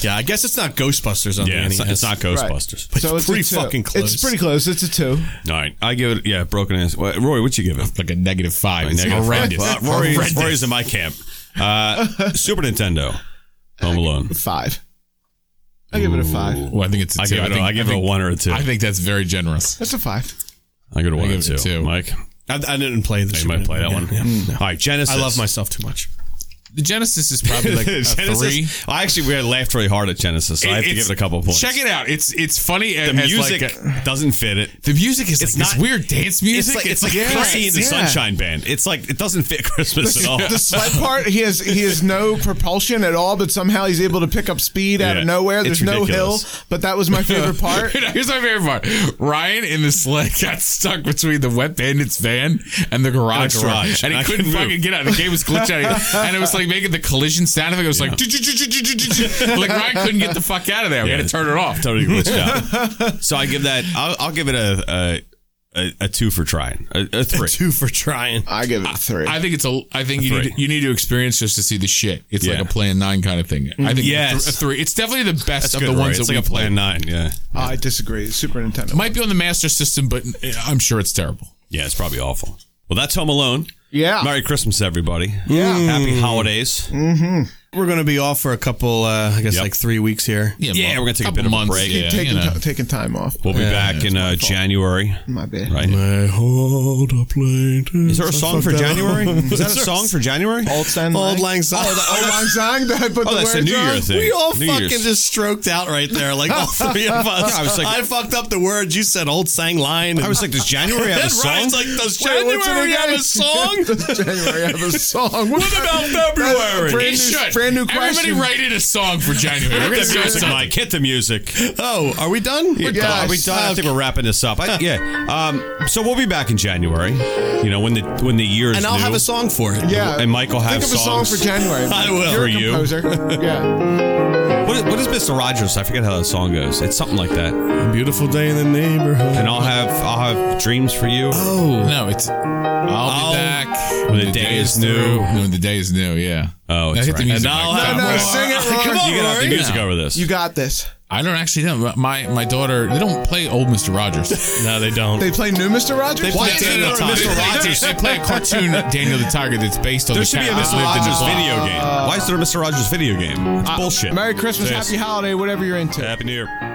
Speaker 5: yeah, I guess it's not Ghostbusters on
Speaker 2: Yeah,
Speaker 5: the
Speaker 2: it's not, it's
Speaker 5: NES.
Speaker 4: E
Speaker 2: not
Speaker 3: Right.
Speaker 2: Ghostbusters.
Speaker 3: So it's,
Speaker 5: pretty
Speaker 3: a two.
Speaker 5: fucking close.
Speaker 3: It's pretty close. It's a two.
Speaker 2: All right, I give it. Yeah, broken ass. Well, Roy, what'd you give it?
Speaker 4: like a negative five. It's
Speaker 2: Negative
Speaker 4: horrendous.
Speaker 2: five. Uh, Rory,
Speaker 4: Horrendous.
Speaker 2: Rory's in my camp. Uh, Super Nintendo, Home Alone.
Speaker 3: Five. I give it a five.
Speaker 4: Well, I think it's a
Speaker 2: I
Speaker 4: two.
Speaker 2: give it. a-
Speaker 4: think,
Speaker 2: I give it a
Speaker 4: think-
Speaker 2: one or a two.
Speaker 4: I think that's very generous.
Speaker 3: That's a five.
Speaker 2: I give it a one or
Speaker 4: give
Speaker 2: a
Speaker 4: it a
Speaker 2: two.
Speaker 4: two.
Speaker 2: Mike,
Speaker 5: I, I didn't play this.
Speaker 2: you might play that one. All right, Genesis.
Speaker 5: I love myself too much.
Speaker 4: The Genesis is probably like a
Speaker 2: Genesis.
Speaker 4: three.
Speaker 2: I actually we had laughed really hard at Genesis, so I have to
Speaker 4: It's-
Speaker 2: give it a couple points.
Speaker 4: Check it out. It's it's funny.
Speaker 2: The music doesn't fit it.
Speaker 4: the music is
Speaker 2: It's
Speaker 4: like this
Speaker 2: not-
Speaker 4: weird dance music.
Speaker 2: It's like, it's like
Speaker 4: yeah.
Speaker 2: Chrissy and the
Speaker 3: yeah.
Speaker 2: Sunshine Band. It's like it doesn't fit Christmas at all.
Speaker 3: The sled part, he has he has no propulsion at all, but somehow he's able to pick up speed out
Speaker 2: Yeah.
Speaker 3: of nowhere.
Speaker 2: It's
Speaker 3: There's no hill,
Speaker 2: ridiculous.
Speaker 3: but that was my favorite part.
Speaker 4: Here's my favorite part. Ryan in the sled got stuck between the wet bandits van and the garage,
Speaker 2: And the garage.
Speaker 4: and he
Speaker 2: I
Speaker 4: couldn't
Speaker 2: couldn't move.
Speaker 4: fucking get out. The game was glitched out, and it was like making the collision sound effect. It was like, "Ju-ju-ju-ju-ju-ju-ju." like Ryan couldn't get the fuck out of there. We
Speaker 2: Yeah.
Speaker 4: had to turn it off.
Speaker 2: totally glitched out. so I give that. I'll, I'll give it a a, a a two for trying. A, a three.
Speaker 5: Two for trying.
Speaker 3: I give it a three.
Speaker 4: I think it's a. I think you
Speaker 2: three.
Speaker 4: need, you need to experience just to see the shit. It's
Speaker 2: Yeah.
Speaker 4: like a plan nine kind of thing. I think
Speaker 2: Yes.
Speaker 4: a, th- a three. It's definitely the best
Speaker 2: That's
Speaker 4: of
Speaker 2: good,
Speaker 4: the
Speaker 2: Roy.
Speaker 4: ones
Speaker 2: It's
Speaker 4: that we
Speaker 2: like a
Speaker 4: played.
Speaker 2: plan nine. Yeah,
Speaker 3: I disagree. Super Nintendo.
Speaker 4: Might be on the Master System, but eh, I'm sure it's terrible.
Speaker 2: yeah, it's probably awful. Well, that's Home Alone.
Speaker 3: Yeah.
Speaker 2: Merry Christmas, everybody. Yeah. Happy holidays.
Speaker 5: We're going to be off for a couple, uh, I guess,
Speaker 2: Yep.
Speaker 5: like three weeks here.
Speaker 2: Yeah,
Speaker 4: mo-
Speaker 2: we're gonna take a
Speaker 4: couple
Speaker 2: bit of a
Speaker 4: months,
Speaker 2: break.
Speaker 4: Yeah,
Speaker 3: taking
Speaker 4: you know.
Speaker 3: ti- taking time off.
Speaker 2: We'll be back in uh, January.
Speaker 3: My bad.
Speaker 2: Right.
Speaker 5: I hold a plane.
Speaker 2: Is there a song for January? Is that a song for January?
Speaker 3: Old Lang.
Speaker 5: Oh,
Speaker 3: Oh,
Speaker 5: Old Lang Syne.
Speaker 3: Old Lang Syne. Did I put
Speaker 2: Oh,
Speaker 3: the
Speaker 2: that's a
Speaker 3: words
Speaker 2: New
Speaker 3: wrong?
Speaker 2: Year thing.
Speaker 5: We all
Speaker 2: New
Speaker 5: fucking
Speaker 2: Year's.
Speaker 5: just stroked out right there, like all three of us.
Speaker 2: Yeah,
Speaker 5: I,
Speaker 2: I was like-
Speaker 5: fucked up the words. You said old sang line.
Speaker 2: I was like, does January have a
Speaker 5: and
Speaker 2: song?
Speaker 5: Ryan's like, does
Speaker 3: Wait, what's it
Speaker 5: January have a
Speaker 3: again?
Speaker 5: song?
Speaker 3: Does January have a song? What
Speaker 5: about
Speaker 3: February?
Speaker 4: It
Speaker 3: Brand new,
Speaker 4: should.
Speaker 3: brand new
Speaker 4: Everybody
Speaker 3: question.
Speaker 4: write in a song for January. We're
Speaker 2: Hit
Speaker 4: gonna
Speaker 2: the
Speaker 4: do
Speaker 2: music,
Speaker 4: something.
Speaker 2: Mike. Hit the music.
Speaker 5: Oh, are we done? We're
Speaker 3: Yeah.
Speaker 2: Are we done? I think we're wrapping this up. I, yeah. Um, so we'll be back in January. You know when the when the year is
Speaker 5: And I'll
Speaker 2: new.
Speaker 5: have a song for it.
Speaker 3: Yeah.
Speaker 2: And Michael have
Speaker 3: Think of a song for
Speaker 2: songs.
Speaker 3: January.
Speaker 5: I will.
Speaker 3: You're a
Speaker 2: For you.
Speaker 3: composer. yeah.
Speaker 2: What is, what is Mr. Rogers? I forget how that song goes. It's something like that.
Speaker 5: A beautiful day in the neighborhood.
Speaker 2: And I'll have I'll have dreams for you.
Speaker 5: Oh,
Speaker 4: No, it's. I'll,
Speaker 2: I'll-
Speaker 4: be back
Speaker 2: when the day is new.
Speaker 4: When the day is new, yeah.
Speaker 2: Oh,
Speaker 4: Now
Speaker 2: it's
Speaker 4: hit the
Speaker 2: right.
Speaker 4: music.
Speaker 2: And I'll
Speaker 4: Mike.
Speaker 2: have-
Speaker 3: No,
Speaker 4: Come on.
Speaker 3: sing it, Roy.
Speaker 2: You
Speaker 5: Come on,
Speaker 2: gotta have the
Speaker 5: Rory.
Speaker 2: music over this.
Speaker 3: You got this.
Speaker 4: I don't actually know. My my daughter, they don't play old Mister Rogers.
Speaker 5: No, they don't.
Speaker 3: They play new Mr. Rogers?
Speaker 5: They play
Speaker 4: They- they-
Speaker 5: Daniel the
Speaker 4: they-
Speaker 5: Tiger.
Speaker 4: they- they- They play a cartoon Daniel the Tiger that's based on
Speaker 2: there
Speaker 4: the
Speaker 2: should be a
Speaker 4: cat
Speaker 2: Mr.
Speaker 4: that lived in the
Speaker 2: Rogers
Speaker 4: block.
Speaker 2: video game. Why is there a Mr. Rogers video game? It's bullshit.
Speaker 3: Merry Christmas,
Speaker 2: Yes.
Speaker 3: happy holiday, whatever you're into.
Speaker 2: Happy New Year.